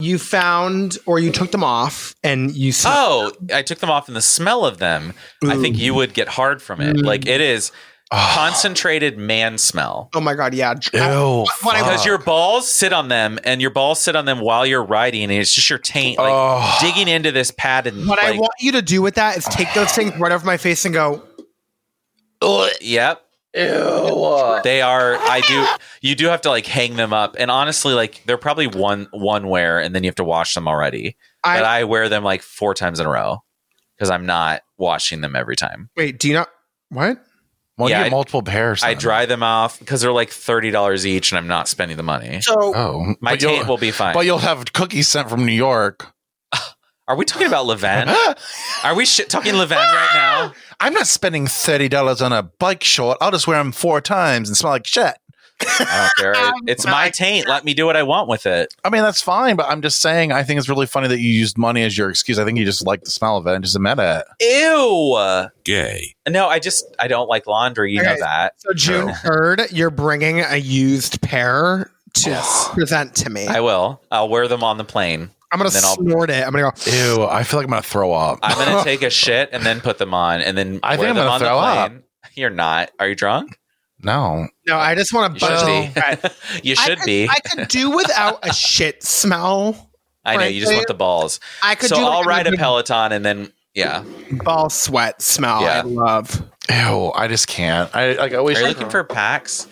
[SPEAKER 8] You found or you took them off and you. Smelled.
[SPEAKER 5] Oh, I took them off in the smell of them. I think you would get hard from it. Like it is
[SPEAKER 8] Ah.
[SPEAKER 5] concentrated man smell.
[SPEAKER 8] Oh my god! Yeah.
[SPEAKER 4] Ew.
[SPEAKER 8] what I-
[SPEAKER 4] fuck.
[SPEAKER 5] Because your balls sit on them, and your balls sit on them while you're riding, and it's just your taint like
[SPEAKER 4] Oh.
[SPEAKER 5] digging into this pad. And
[SPEAKER 8] What I
[SPEAKER 5] like,
[SPEAKER 8] want you to do with that is take
[SPEAKER 5] *sighs*
[SPEAKER 8] those things right over my face and go.
[SPEAKER 5] Yep. Ew. They are. I do. You do have to like hang them up, and honestly, like they're probably one one wear, and then you have to wash them already.
[SPEAKER 8] I
[SPEAKER 5] but I wear them like four times in a row because I'm not washing them every time.
[SPEAKER 8] wait. Do you not? What?
[SPEAKER 4] Well, you
[SPEAKER 5] Yeah,
[SPEAKER 4] get
[SPEAKER 5] I-
[SPEAKER 4] multiple pairs.
[SPEAKER 5] I
[SPEAKER 4] then.
[SPEAKER 5] dry them off because they're like thirty dollars each, and I'm not spending the money.
[SPEAKER 8] So
[SPEAKER 4] Oh,
[SPEAKER 5] My
[SPEAKER 4] but you'll-
[SPEAKER 5] taint will be fine.
[SPEAKER 4] But you'll have cookies sent from New York. *gasps*
[SPEAKER 5] Are we talking
[SPEAKER 4] *laughs*
[SPEAKER 5] about Levan? Are we shit talking Levan right now?
[SPEAKER 4] I'm not spending thirty dollars on a bike short. I'll just wear them four times and smell like shit.
[SPEAKER 5] I don't care. It- It's my taint. Let me do what I want with it.
[SPEAKER 4] I mean, that's fine, but I'm just saying. I think it's really funny that you used money as your excuse. I think you just like the smell of it and just admit it.
[SPEAKER 5] Ew.
[SPEAKER 9] Gay.
[SPEAKER 5] No, I just I don't like laundry. You know
[SPEAKER 8] Okay.
[SPEAKER 5] that.
[SPEAKER 8] so June third, you're bringing a used pair to present to me.
[SPEAKER 5] I will. I'll wear them on the plane.
[SPEAKER 8] I'm gonna
[SPEAKER 5] and then I'll-
[SPEAKER 8] snort it. I'm gonna go.
[SPEAKER 4] Ew, I feel like I'm gonna throw up.
[SPEAKER 5] I'm
[SPEAKER 4] *gasps*
[SPEAKER 5] gonna
[SPEAKER 4] *laughs*
[SPEAKER 5] take a shit and then put them on, and then
[SPEAKER 4] I think
[SPEAKER 5] wear
[SPEAKER 4] I'm
[SPEAKER 5] them
[SPEAKER 4] gonna
[SPEAKER 5] on the
[SPEAKER 4] throw up.
[SPEAKER 5] plane. You're not. Are you drunk?
[SPEAKER 4] no,
[SPEAKER 8] No, I just want
[SPEAKER 5] You
[SPEAKER 8] to
[SPEAKER 5] should
[SPEAKER 8] buzz.
[SPEAKER 5] be. *laughs* you
[SPEAKER 8] I
[SPEAKER 5] should
[SPEAKER 8] could-
[SPEAKER 5] be.
[SPEAKER 8] I could do without a shit smell.
[SPEAKER 5] I know. You just want the balls.
[SPEAKER 8] I could
[SPEAKER 5] So
[SPEAKER 8] do. like,
[SPEAKER 5] I'll ride a
[SPEAKER 8] good
[SPEAKER 5] Peloton, and then yeah.
[SPEAKER 8] ball sweat smell.
[SPEAKER 5] Yeah.
[SPEAKER 8] I love.
[SPEAKER 4] ew, I just can't. I like. I
[SPEAKER 5] Are
[SPEAKER 4] wish.
[SPEAKER 5] you looking for packs?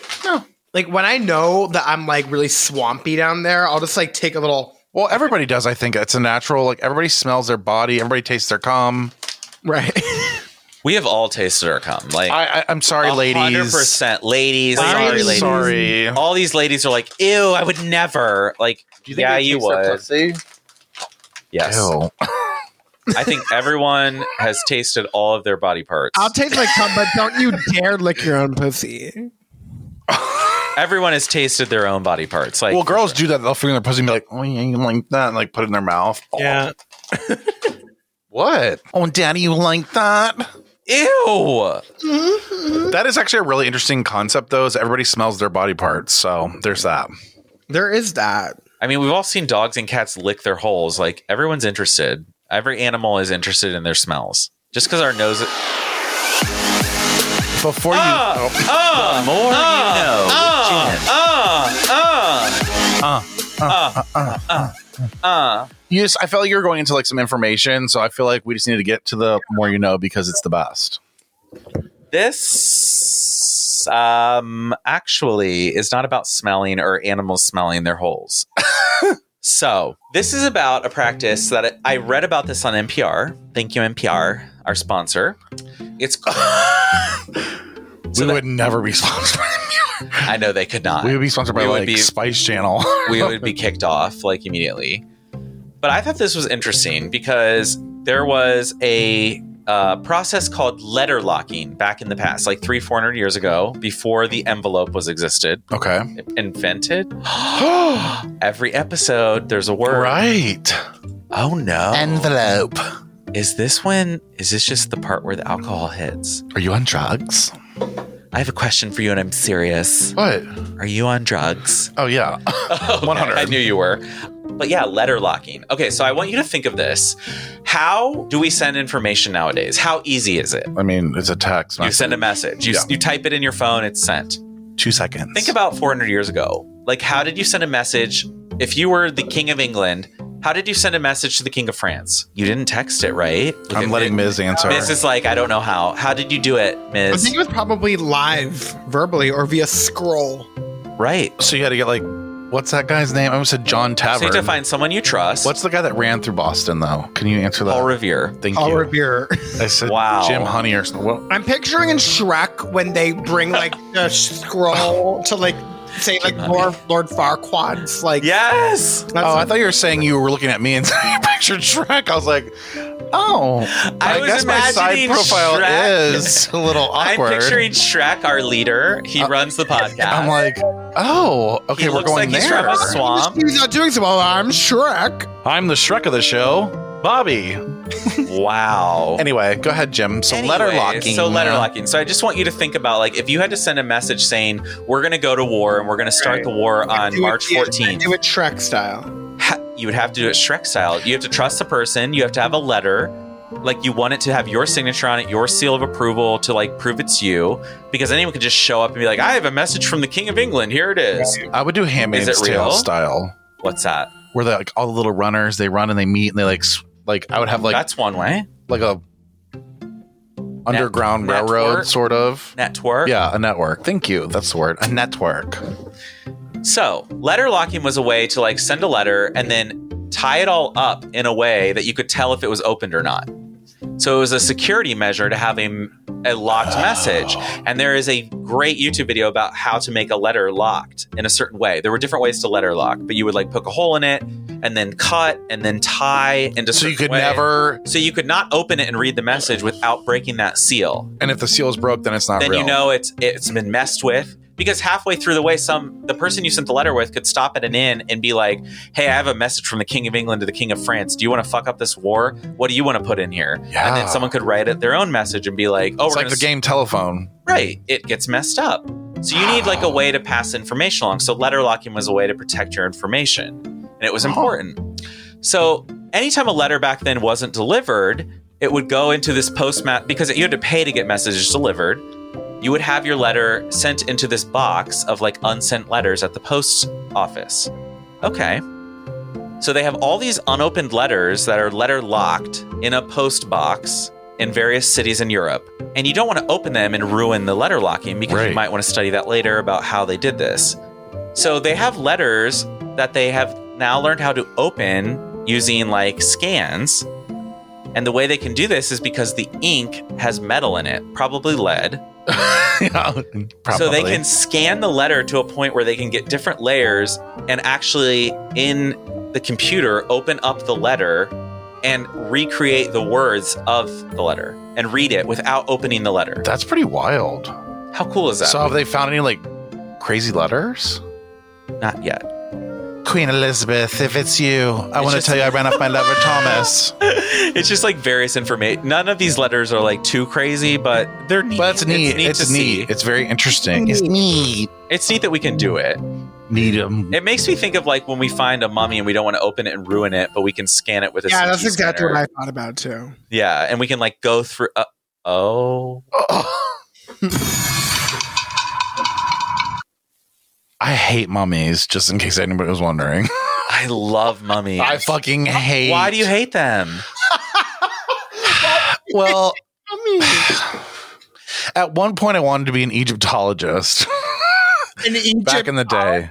[SPEAKER 8] Like when I know that I'm like really swampy down there, I'll just like take a little
[SPEAKER 4] well, everybody does. I think it's a natural. Like everybody smells their body. Everybody tastes their cum.
[SPEAKER 8] right.
[SPEAKER 5] We have all tasted our cum. Like
[SPEAKER 4] I, I I'm sorry, ladies.
[SPEAKER 5] percent, ladies. Sorry,
[SPEAKER 8] Ladies.
[SPEAKER 5] ladies.
[SPEAKER 4] Sorry.
[SPEAKER 5] All these ladies are like, ew, I would never. Like, yeah, you would. Yes. I think everyone has tasted all of their body parts.
[SPEAKER 8] I'll taste my cum, but
[SPEAKER 5] *laughs*
[SPEAKER 8] don't you dare lick your own pussy.
[SPEAKER 5] everyone has tasted their own body parts. Like,
[SPEAKER 4] well, girls do that. They'll finger their pussy and be like, oh, yeah, you like that, and like put it in their mouth.
[SPEAKER 8] Yeah.
[SPEAKER 5] *laughs*
[SPEAKER 4] What? Oh, daddy, you like that?
[SPEAKER 5] ew.
[SPEAKER 4] That is actually a really interesting concept, though, is everybody smells their body parts. So there's that.
[SPEAKER 8] There is that.
[SPEAKER 5] I mean, we've all seen dogs and cats lick their holes. Like everyone's interested. Every animal is interested in their smells. Just because our nose,
[SPEAKER 4] Before you. oh,
[SPEAKER 5] the more you know. Jim.
[SPEAKER 4] you just, I felt like you were going into like some information. So I feel like we just need to get to the more you know because it's the best.
[SPEAKER 5] This um, actually is not about smelling or animals smelling their holes. *laughs* so, this is about a practice that I I read about this on NPR. Thank you, NPR, our sponsor. *laughs* It's.
[SPEAKER 4] we would never be *laughs* sponsored by
[SPEAKER 5] I know they could *laughs* not.
[SPEAKER 4] We would be sponsored by
[SPEAKER 5] We would
[SPEAKER 4] like
[SPEAKER 5] be-
[SPEAKER 4] Spice Channel. *laughs*
[SPEAKER 5] we would be kicked off like immediately. But I thought this was interesting because there was a uh, process called letter locking back in the past, like three, four hundred years ago, before the envelope was existed,
[SPEAKER 4] okay.
[SPEAKER 5] invented. Every episode, there's a word.
[SPEAKER 4] Right.
[SPEAKER 5] Oh no!
[SPEAKER 4] Envelope.
[SPEAKER 5] is this when? Is this just the part where the alcohol hits?
[SPEAKER 4] Are you on drugs?
[SPEAKER 5] I have a question for you, and I'm serious.
[SPEAKER 4] What?
[SPEAKER 5] Are you on drugs?
[SPEAKER 4] Oh, yeah. 100.
[SPEAKER 5] I knew you were. But yeah, letter locking. Okay, so I want you to think of this. How do we send information nowadays? How easy is it?
[SPEAKER 4] I mean, it's a text.
[SPEAKER 5] You
[SPEAKER 4] message.
[SPEAKER 5] send a message, you,
[SPEAKER 4] Yeah.
[SPEAKER 5] you type it in your phone, it's sent.
[SPEAKER 4] two seconds.
[SPEAKER 5] Think about 400 years ago. Like, how did you send a message? If you were the King of England, how did you send a message to the King of France? You didn't text it, right?
[SPEAKER 4] I'm letting uh, Ms. answer.
[SPEAKER 5] Miss is like, I don't know how. How did you do it,
[SPEAKER 8] I think
[SPEAKER 5] Miss?
[SPEAKER 8] it was probably live, verbally, or via scroll.
[SPEAKER 5] Right.
[SPEAKER 4] So you had to get like, what's that guy's name? I almost said John
[SPEAKER 5] So you
[SPEAKER 4] Tavern.
[SPEAKER 5] have to find someone you trust.
[SPEAKER 4] what's the guy that ran through Boston though? Can you answer that?
[SPEAKER 5] Paul Revere?
[SPEAKER 4] Thank
[SPEAKER 8] I'll
[SPEAKER 4] you.
[SPEAKER 8] revere.
[SPEAKER 4] I said
[SPEAKER 5] Wow.
[SPEAKER 4] Jim Honey or something. Well,
[SPEAKER 8] I'm picturing in Shrek when they
[SPEAKER 4] *laughs*
[SPEAKER 8] bring like the sh- scroll to like say like Lord, Lord Farquaad's like
[SPEAKER 5] Yes.
[SPEAKER 8] That's
[SPEAKER 4] oh, I thought you were saying you were looking at me and *laughs* you pictured Shrek. I was like, oh,
[SPEAKER 5] I
[SPEAKER 4] I,
[SPEAKER 5] was
[SPEAKER 4] guess my side
[SPEAKER 5] imagining
[SPEAKER 4] profile
[SPEAKER 5] Shrek. *laughs*
[SPEAKER 4] is a little awkward. Uh,
[SPEAKER 5] I'm picturing Shrek, our leader. He runs the podcast.
[SPEAKER 4] I'm like, oh, okay,
[SPEAKER 5] He
[SPEAKER 4] we're
[SPEAKER 5] looks
[SPEAKER 4] going there.
[SPEAKER 5] like He's from a
[SPEAKER 4] Um, *laughs*
[SPEAKER 5] swamp.
[SPEAKER 8] he's not doing so well. I'm Shrek.
[SPEAKER 4] I'm the Shrek of the show, Bobby.
[SPEAKER 5] wow.
[SPEAKER 4] Anyway, go ahead, Jim. So letter
[SPEAKER 5] Anyway,
[SPEAKER 4] locking.
[SPEAKER 5] So letter locking. So I just want you to think about like if you had to send a message saying we're going to go to war and we're going to start
[SPEAKER 8] Right.
[SPEAKER 5] the war on
[SPEAKER 8] Do it-
[SPEAKER 5] March
[SPEAKER 8] do it- Do
[SPEAKER 5] 14th,
[SPEAKER 8] it Shrek style.
[SPEAKER 5] ha- you would have to do it Shrek style. You have to trust the person. You have to have a letter. Like you want it to have your signature on it, your seal of approval to like prove it's you, because anyone could just show up and be like, "I have a message from the King of England. Here it is."
[SPEAKER 4] I would do Handmaid's
[SPEAKER 5] Is it real?
[SPEAKER 4] Tale style,
[SPEAKER 5] What's that?
[SPEAKER 4] where they like all the little runners they run and they meet and they like s- like I would have like
[SPEAKER 5] That's one way.
[SPEAKER 4] like a underground
[SPEAKER 5] network?
[SPEAKER 4] railroad sort of.
[SPEAKER 5] Network.
[SPEAKER 4] Yeah, a network. Thank you. That's the word. A network.
[SPEAKER 5] So, letter locking was a way to like send a letter and then tie it all up in a way that you could tell if it was opened or not. So it was a security measure to have a, a locked message. And there is a great YouTube video about how to make a letter locked in a certain way. There were different ways to letter lock, but you would like poke a hole in it and then cut and then tie into
[SPEAKER 4] So you
[SPEAKER 5] certain
[SPEAKER 4] could
[SPEAKER 5] way.
[SPEAKER 4] never.
[SPEAKER 5] so you could not open it and read the message without breaking that seal
[SPEAKER 4] And if the seal's broke, then it's not
[SPEAKER 5] then
[SPEAKER 4] real.
[SPEAKER 5] you know it's it's been messed with because halfway through the way some the person you sent the letter with could stop at an inn and be like hey i have a message from the king of england to the king of france do you want to fuck up this war what do you want to put in here and
[SPEAKER 4] Yeah.
[SPEAKER 5] then someone could write it their own message and be like oh
[SPEAKER 4] it's
[SPEAKER 5] we're
[SPEAKER 4] like
[SPEAKER 5] gonna
[SPEAKER 4] the game telephone. *laughs*
[SPEAKER 5] Right. It gets messed up. So you need like a way to pass information along. So letter locking was a way to protect your information. And it was important. So anytime a letter back then wasn't delivered, it would go into this postmat because you had to pay to get messages delivered. You would have your letter sent into this box of like unsent letters at the post office. Okay. So they have all these unopened letters that are letter locked in a post box in various cities in Europe. And you don't want to open them and ruin the letter locking because
[SPEAKER 4] Right.
[SPEAKER 5] you might want to study that later about how they did this. So they have letters that they have now learned how to open using like scans. And the way they can do this is because the ink has metal in it, probably lead.
[SPEAKER 4] yeah, probably.
[SPEAKER 5] So they can scan the letter to a point where they can get different layers and actually in the computer open up the letter and recreate the words of the letter and read it without opening the letter.
[SPEAKER 4] That's pretty wild.
[SPEAKER 5] How cool is that?
[SPEAKER 4] So have they found any like crazy letters?
[SPEAKER 5] Not yet. *laughs*
[SPEAKER 4] Queen Elizabeth, if it's you, I
[SPEAKER 5] It's
[SPEAKER 4] want to
[SPEAKER 5] just-
[SPEAKER 4] tell you I ran off my lover Thomas.
[SPEAKER 5] it's just like various information. None of these letters are like too crazy, but they're neat.
[SPEAKER 4] But it's neat.
[SPEAKER 5] It's neat
[SPEAKER 4] It's neat. It's,
[SPEAKER 5] to see.
[SPEAKER 4] very interesting. It's neat.
[SPEAKER 5] It's neat that we can do it.
[SPEAKER 4] Need 'em.
[SPEAKER 5] It makes me think of like when we find a mummy and we don't want to open it and ruin it, but we can scan it with a
[SPEAKER 8] yeah, that's
[SPEAKER 5] CT
[SPEAKER 8] exactly
[SPEAKER 5] scanner.
[SPEAKER 8] what I thought about too.
[SPEAKER 5] Yeah, and we can like go through. Uh, oh,
[SPEAKER 4] *laughs* I hate mummies, just in case anybody was wondering.
[SPEAKER 5] I love mummies.
[SPEAKER 4] I fucking hate.
[SPEAKER 5] Why do you hate them?
[SPEAKER 4] Well,
[SPEAKER 8] I mean,
[SPEAKER 4] *sighs* at one point I wanted to be an Egyptologist *laughs*
[SPEAKER 8] in Egypt,
[SPEAKER 4] back in the day.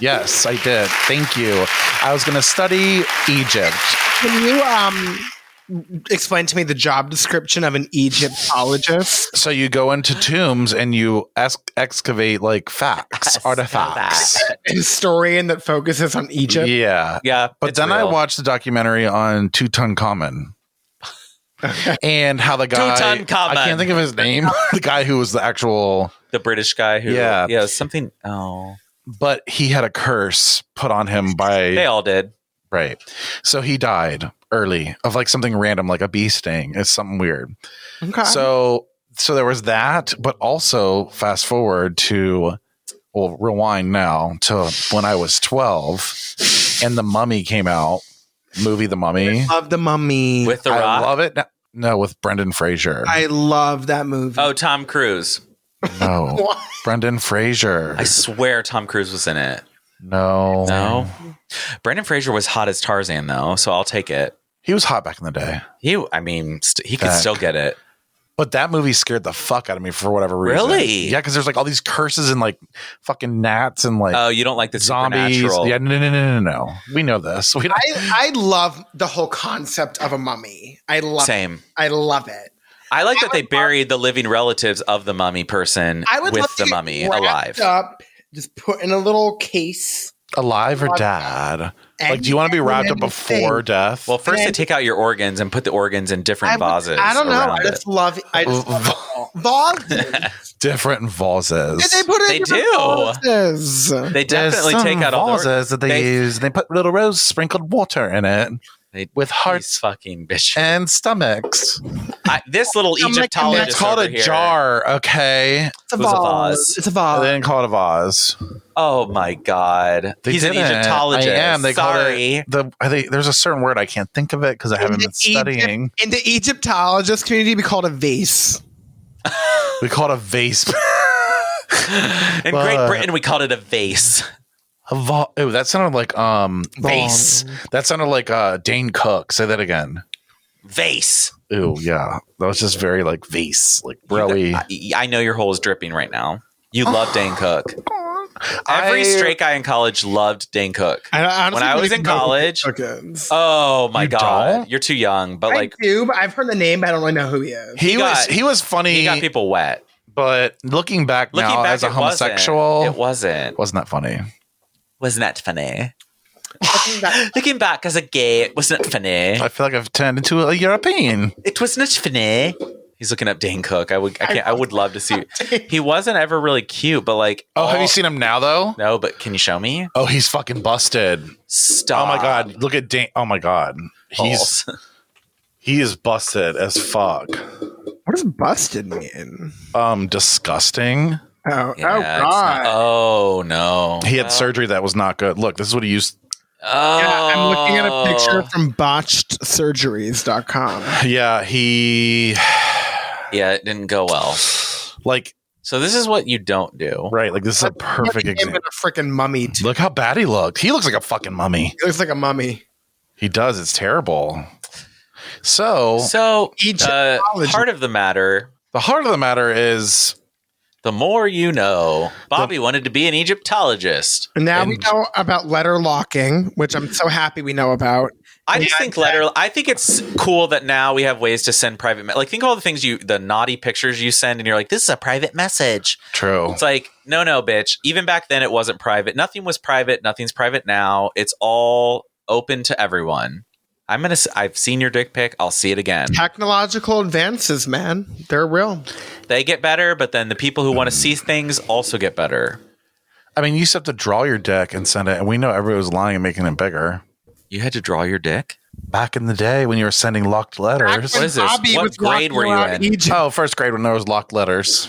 [SPEAKER 4] Yes, I did. Thank you. I was going to study Egypt.
[SPEAKER 8] can you um explain to me the job description of an Egyptologist?
[SPEAKER 4] So you go into tombs and you ex- excavate like facts, artifacts.
[SPEAKER 8] A historian that focuses on Egypt.
[SPEAKER 4] Yeah.
[SPEAKER 5] Yeah,
[SPEAKER 4] But
[SPEAKER 5] it's
[SPEAKER 4] then I
[SPEAKER 5] real.
[SPEAKER 4] watched the documentary on
[SPEAKER 5] *laughs*
[SPEAKER 4] Tutankhamun. and how the guy
[SPEAKER 5] Tutankhamun.
[SPEAKER 4] I can't think of his name. *laughs* the guy who was the actual
[SPEAKER 5] the British guy who.
[SPEAKER 4] Yeah.
[SPEAKER 5] yeah, something. Oh,
[SPEAKER 4] but he had a curse put on him
[SPEAKER 5] they
[SPEAKER 4] by
[SPEAKER 5] all did.
[SPEAKER 4] right. So he died early of like something random like a bee sting. It's something weird.
[SPEAKER 8] Okay.
[SPEAKER 4] So so there was that, but also fast forward to well rewind now to when I was 12 and The Mummy came out, movie The Mummy.
[SPEAKER 8] love the Mummy.
[SPEAKER 5] With the
[SPEAKER 4] I
[SPEAKER 5] Rock.
[SPEAKER 4] love it. No- No, with Brendan Fraser.
[SPEAKER 8] I love that movie.
[SPEAKER 5] oh, Tom Cruise.
[SPEAKER 4] no,
[SPEAKER 8] *laughs* Why?
[SPEAKER 4] Brendan Fraser.
[SPEAKER 5] I swear Tom Cruise was in it.
[SPEAKER 4] no,
[SPEAKER 5] No. Brendan Fraser was hot as Tarzan though, so I'll take it.
[SPEAKER 4] He was hot back in the day,
[SPEAKER 5] He, I mean, st- he could
[SPEAKER 4] Fuck.
[SPEAKER 5] still get it.
[SPEAKER 4] but that movie scared the fuck out of me for whatever reason.
[SPEAKER 5] Really?
[SPEAKER 4] Yeah, because there's like all these curses and like fucking gnats and like
[SPEAKER 5] Oh, you don't like the
[SPEAKER 4] zombies.
[SPEAKER 5] supernatural?
[SPEAKER 4] Yeah, no, no, no, no, no. We know this. We don't-
[SPEAKER 5] Oh.
[SPEAKER 8] I, I love the whole concept of a mummy. I love
[SPEAKER 5] Same.
[SPEAKER 8] it. I love it.
[SPEAKER 5] I like that they buried the living relatives of the mummy person
[SPEAKER 8] I would love
[SPEAKER 5] with
[SPEAKER 8] to
[SPEAKER 5] the
[SPEAKER 8] get
[SPEAKER 5] mummy
[SPEAKER 8] wrapped
[SPEAKER 5] alive.
[SPEAKER 8] Up, just put in a little case.
[SPEAKER 4] *laughs* alive or dead?
[SPEAKER 8] and
[SPEAKER 4] Like, do you want to be wrapped up
[SPEAKER 8] and everything.
[SPEAKER 4] before death?
[SPEAKER 5] Well, first they
[SPEAKER 8] And-
[SPEAKER 5] take out your organs and put the organs in different
[SPEAKER 8] I, would-
[SPEAKER 5] vases.
[SPEAKER 8] I don't know.
[SPEAKER 5] around
[SPEAKER 8] I
[SPEAKER 5] it.
[SPEAKER 8] just love. I just love
[SPEAKER 5] *laughs*
[SPEAKER 8] vases.
[SPEAKER 4] *laughs* different
[SPEAKER 8] Did
[SPEAKER 4] vases.
[SPEAKER 8] they put it?
[SPEAKER 5] They
[SPEAKER 8] in different
[SPEAKER 5] do.
[SPEAKER 8] vases?
[SPEAKER 5] They
[SPEAKER 4] There's
[SPEAKER 5] definitely
[SPEAKER 4] some
[SPEAKER 5] take out all the.
[SPEAKER 4] vases that they,
[SPEAKER 5] they-
[SPEAKER 4] use. They put little rose sprinkled water in it
[SPEAKER 5] They-
[SPEAKER 4] with hearts
[SPEAKER 5] Hearts, fucking bitch.
[SPEAKER 4] and stomachs.
[SPEAKER 5] I, this little
[SPEAKER 8] I'm like,
[SPEAKER 5] Egyptologist.
[SPEAKER 4] It's called
[SPEAKER 5] over
[SPEAKER 4] a
[SPEAKER 5] here-
[SPEAKER 4] jar, okay?
[SPEAKER 8] It's a
[SPEAKER 5] was a
[SPEAKER 8] vase.
[SPEAKER 5] vase.
[SPEAKER 8] It's a
[SPEAKER 4] they
[SPEAKER 8] vase.
[SPEAKER 4] didn't call it a vase.
[SPEAKER 5] Oh my god,
[SPEAKER 4] They
[SPEAKER 5] he's an
[SPEAKER 4] didn't.
[SPEAKER 5] Egyptologist.
[SPEAKER 4] I am. They
[SPEAKER 5] Sorry.
[SPEAKER 4] call it the. I think there's a certain word I can't think of it because I haven't been studying.
[SPEAKER 8] In the Egyptologist community, we call it a vase.
[SPEAKER 4] We call it a vase. *laughs*
[SPEAKER 5] In Great
[SPEAKER 4] But-
[SPEAKER 5] Britain, we called it a vase.
[SPEAKER 4] a va- oh, that sounded like um vase. That sounded like uh Dane Cook. Say that again.
[SPEAKER 5] Vase.
[SPEAKER 4] Ooh, yeah. That was just very like vase, like broy.
[SPEAKER 5] I, I know your hole is dripping right now. You
[SPEAKER 8] *sighs*
[SPEAKER 5] love Dane Cook. Every
[SPEAKER 4] I-
[SPEAKER 5] straight guy in college loved Dane Cook.
[SPEAKER 8] I honestly
[SPEAKER 5] When I was
[SPEAKER 8] don't
[SPEAKER 5] in
[SPEAKER 8] know
[SPEAKER 5] college-
[SPEAKER 8] who Perkins.
[SPEAKER 5] Oh my
[SPEAKER 4] You
[SPEAKER 5] god,
[SPEAKER 4] don't?
[SPEAKER 5] you're too young. But like,
[SPEAKER 8] I do, but I've heard the name, but I don't really know who he is.
[SPEAKER 4] He,
[SPEAKER 5] he
[SPEAKER 4] was
[SPEAKER 5] got-
[SPEAKER 4] he was funny,
[SPEAKER 5] he got people wet.
[SPEAKER 4] but looking back
[SPEAKER 5] Looking
[SPEAKER 4] now
[SPEAKER 5] back,
[SPEAKER 4] as a
[SPEAKER 5] it
[SPEAKER 4] homosexual,
[SPEAKER 5] wasn't. It wasn't.
[SPEAKER 4] wasn't that funny?
[SPEAKER 5] Wasn't that funny? *laughs* Looking back as a gay, it wasn't funny.
[SPEAKER 4] I feel like I've turned into a European.
[SPEAKER 5] It wasn't funny. He's looking up Dane Cook. I would. I can't. I would love to *laughs* see. He wasn't ever really cute, but like.
[SPEAKER 4] Oh, have
[SPEAKER 5] all-
[SPEAKER 4] you seen him now though?
[SPEAKER 5] No, but can you show me?
[SPEAKER 4] Oh, he's fucking busted.
[SPEAKER 5] Stop.
[SPEAKER 4] Oh my god, look at Dan. Oh my god, he's
[SPEAKER 5] *laughs* Balls.
[SPEAKER 4] he is busted as fuck.
[SPEAKER 8] What does busted mean?
[SPEAKER 4] Um, disgusting.
[SPEAKER 8] Oh,
[SPEAKER 5] Yeah,
[SPEAKER 8] oh
[SPEAKER 5] it's not-
[SPEAKER 8] God.
[SPEAKER 5] oh no.
[SPEAKER 4] He had surgery that was not good. Look, this is what he used.
[SPEAKER 5] Oh.
[SPEAKER 8] Yeah, I'm looking at a picture
[SPEAKER 4] Oh.
[SPEAKER 8] from botchedsurgeries.com.
[SPEAKER 4] Yeah, he
[SPEAKER 5] Yeah, it didn't go well.
[SPEAKER 4] like
[SPEAKER 5] So this is what you don't do.
[SPEAKER 4] right. Like this is a perfect
[SPEAKER 8] Him and
[SPEAKER 4] example.
[SPEAKER 8] a freaking mummy. Too.
[SPEAKER 4] Look how bad he looked. He looks like a fucking mummy.
[SPEAKER 8] He looks like a mummy.
[SPEAKER 4] He does. It's terrible. So
[SPEAKER 5] So uh,
[SPEAKER 8] Egyptology.
[SPEAKER 5] part of the matter,
[SPEAKER 4] the heart of the matter is
[SPEAKER 5] the more you know. Bobby wanted to be an Egyptologist.
[SPEAKER 8] And now we
[SPEAKER 4] And-
[SPEAKER 8] know about letter locking, which I'm so happy we know about.
[SPEAKER 5] I just think letter. I think it's cool that now we have ways to send private. Me- like think of all the things you, the naughty pictures you send, and you're like, this is a private message.
[SPEAKER 4] true.
[SPEAKER 5] It's like, no, no, bitch. Even back then, it wasn't private. Nothing was private. Nothing's private now. It's all open to everyone. I'm gonna. s- I've seen your dick pic. I'll see it again.
[SPEAKER 8] Technological advances, man. They're real.
[SPEAKER 5] They get better, but then the people who want to see things also get better.
[SPEAKER 4] I mean, you used to have to draw your dick and send it, and we know everybody was lying and making it bigger.
[SPEAKER 5] You had to draw your dick
[SPEAKER 4] back in the day when you were sending locked letters.
[SPEAKER 5] What is this?
[SPEAKER 8] Bobby
[SPEAKER 5] What
[SPEAKER 8] was
[SPEAKER 5] grade
[SPEAKER 8] walking
[SPEAKER 5] were you
[SPEAKER 8] around
[SPEAKER 5] in?
[SPEAKER 8] Egypt.
[SPEAKER 4] Oh, first grade when there was locked letters.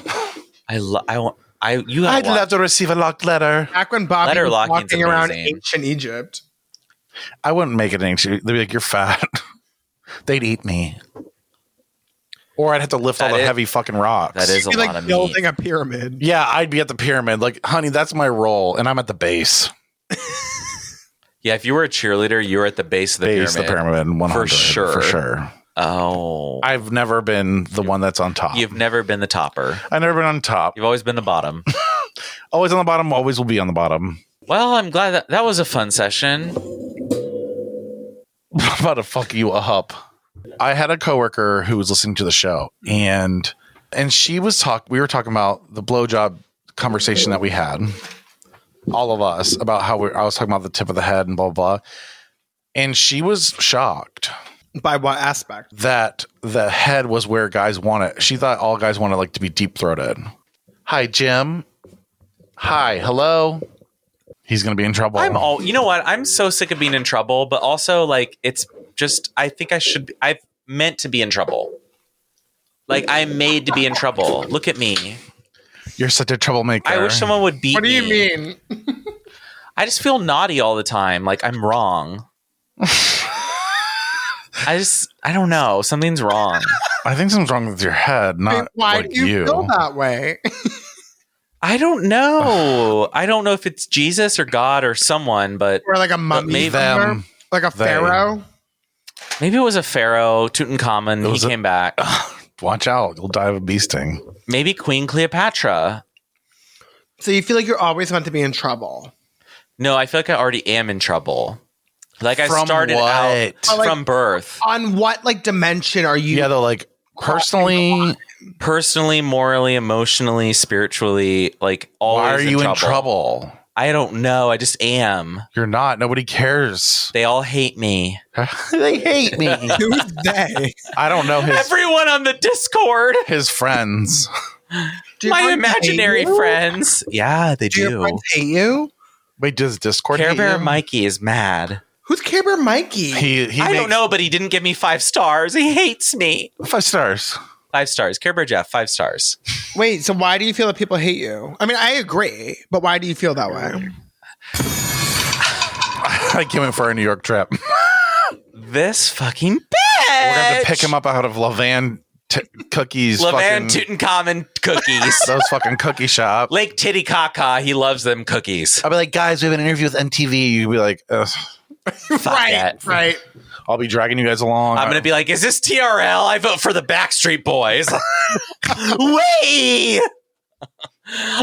[SPEAKER 5] I lo- I want. I you. Had
[SPEAKER 4] I'd love to receive a locked letter.
[SPEAKER 8] Back when Bobby
[SPEAKER 5] Letter
[SPEAKER 8] was
[SPEAKER 5] locking's
[SPEAKER 8] walking around
[SPEAKER 5] amazing.
[SPEAKER 8] ancient Egypt.
[SPEAKER 4] I wouldn't make it an issue. They'd be like, "You're fat." *laughs* They'd eat me, or I'd have to lift all
[SPEAKER 5] That
[SPEAKER 4] the
[SPEAKER 5] is-
[SPEAKER 4] heavy fucking rocks.
[SPEAKER 5] That is a
[SPEAKER 8] Be
[SPEAKER 5] lot
[SPEAKER 8] like
[SPEAKER 5] of meat.
[SPEAKER 8] building a pyramid.
[SPEAKER 4] Yeah, I'd be at the pyramid. Like, honey, that's my role, and I'm at the base.
[SPEAKER 5] Yeah, if you were a cheerleader, you were at the base of the
[SPEAKER 4] base
[SPEAKER 5] pyramid.
[SPEAKER 4] the pyramid, one hundred
[SPEAKER 5] sure.
[SPEAKER 4] For sure.
[SPEAKER 5] Oh,
[SPEAKER 4] I've never been the one that's on top.
[SPEAKER 5] you've never been the topper.
[SPEAKER 4] I've never been on top.
[SPEAKER 5] You've always been the
[SPEAKER 8] *laughs*
[SPEAKER 5] bottom.
[SPEAKER 4] Always on the bottom. Always will be on the bottom.
[SPEAKER 5] well, I'm glad that that was a fun session.
[SPEAKER 4] I'm about to fuck you up. I had a coworker who was listening to the show and and she was talk we were talking about the blowjob conversation that we had, all of us, about how we I was talking about the tip of the head and blah blah. blah. And she was shocked
[SPEAKER 8] By what aspect?
[SPEAKER 4] that the head was where guys want it. She thought all guys wanted like to be deep throated. Hi, Jim. Hi, hello. He's gonna be in trouble.
[SPEAKER 5] I'm all. You know what? I'm so sick of being in trouble, but also like it's just. I think I should. be- I've meant to be in trouble. Like I'm made to be in trouble. Look at me.
[SPEAKER 4] You're such a troublemaker.
[SPEAKER 5] I wish someone would beat me.
[SPEAKER 8] What do you mean?
[SPEAKER 5] I just feel naughty all the time. Like I'm
[SPEAKER 4] *laughs*
[SPEAKER 5] wrong. I just. I don't know. Something's wrong.
[SPEAKER 4] I think something's wrong with your head, not
[SPEAKER 8] Why
[SPEAKER 4] like
[SPEAKER 8] do you,
[SPEAKER 4] you.
[SPEAKER 8] feel that way? *laughs*
[SPEAKER 5] I don't know. I don't know if it's Jesus or God or someone, but um,
[SPEAKER 8] or like a mummy,
[SPEAKER 5] maybe
[SPEAKER 4] them.
[SPEAKER 8] like a
[SPEAKER 4] they.
[SPEAKER 8] pharaoh.
[SPEAKER 5] maybe it was a pharaoh, Tutankhamun.
[SPEAKER 4] It
[SPEAKER 5] He
[SPEAKER 4] was a- *laughs*
[SPEAKER 5] came back.
[SPEAKER 4] Watch out, you'll die of a bee sting.
[SPEAKER 5] Maybe Queen Cleopatra.
[SPEAKER 8] So you feel like you're always meant to be in trouble.
[SPEAKER 5] No, I feel like I already am in trouble. Like I
[SPEAKER 4] From
[SPEAKER 5] started
[SPEAKER 4] what?
[SPEAKER 5] out
[SPEAKER 8] Oh, like-
[SPEAKER 5] from birth.
[SPEAKER 8] On what like dimension are you?
[SPEAKER 4] Yeah, though, like personally,
[SPEAKER 5] Personally, morally, emotionally, spiritually, like always.
[SPEAKER 4] why are you in trouble?
[SPEAKER 5] I don't know. I just am.
[SPEAKER 4] You're not. Nobody cares.
[SPEAKER 5] They all hate me.
[SPEAKER 4] they hate
[SPEAKER 8] *laughs*
[SPEAKER 4] me.
[SPEAKER 8] Who's they?
[SPEAKER 4] I don't know his
[SPEAKER 5] Everyone on the Discord,
[SPEAKER 4] his friends.
[SPEAKER 8] Do your
[SPEAKER 5] my
[SPEAKER 8] friends hate
[SPEAKER 5] imaginary
[SPEAKER 8] you?
[SPEAKER 5] friends. Yeah, they
[SPEAKER 8] Do your
[SPEAKER 5] do.
[SPEAKER 8] friends hate you?
[SPEAKER 4] Wait, does Discord
[SPEAKER 5] Care
[SPEAKER 4] hate
[SPEAKER 5] Bear
[SPEAKER 4] you?
[SPEAKER 5] Mikey is mad.
[SPEAKER 8] Who's Caber Mikey?
[SPEAKER 4] He he
[SPEAKER 5] I
[SPEAKER 4] makes
[SPEAKER 5] don't know, but he didn't give me five stars. He hates me.
[SPEAKER 4] five stars. *laughs*
[SPEAKER 5] Five stars. Care Bear Jeff, five stars.
[SPEAKER 8] Wait, so why do you feel that people hate you? I mean, I agree, but why do you feel that way?
[SPEAKER 4] I came in for a New York trip. We're
[SPEAKER 5] This fucking bitch.
[SPEAKER 4] gonna have to pick him up out of Levan t- cookies.
[SPEAKER 5] Levan
[SPEAKER 4] fucking,
[SPEAKER 5] Tutankhamun *laughs* cookies.
[SPEAKER 4] those fucking cookie
[SPEAKER 5] *laughs*
[SPEAKER 4] shop.
[SPEAKER 5] Lake Titicaca, he loves them cookies.
[SPEAKER 4] I'll be like, guys, we have an interview with MTV. You'd be like, Ugh.
[SPEAKER 5] Fuck that.
[SPEAKER 8] Right.
[SPEAKER 4] *laughs* I'll be dragging you guys along.
[SPEAKER 5] I'm gonna be like, is this TRL? I vote for the Backstreet Boys. *laughs* Way!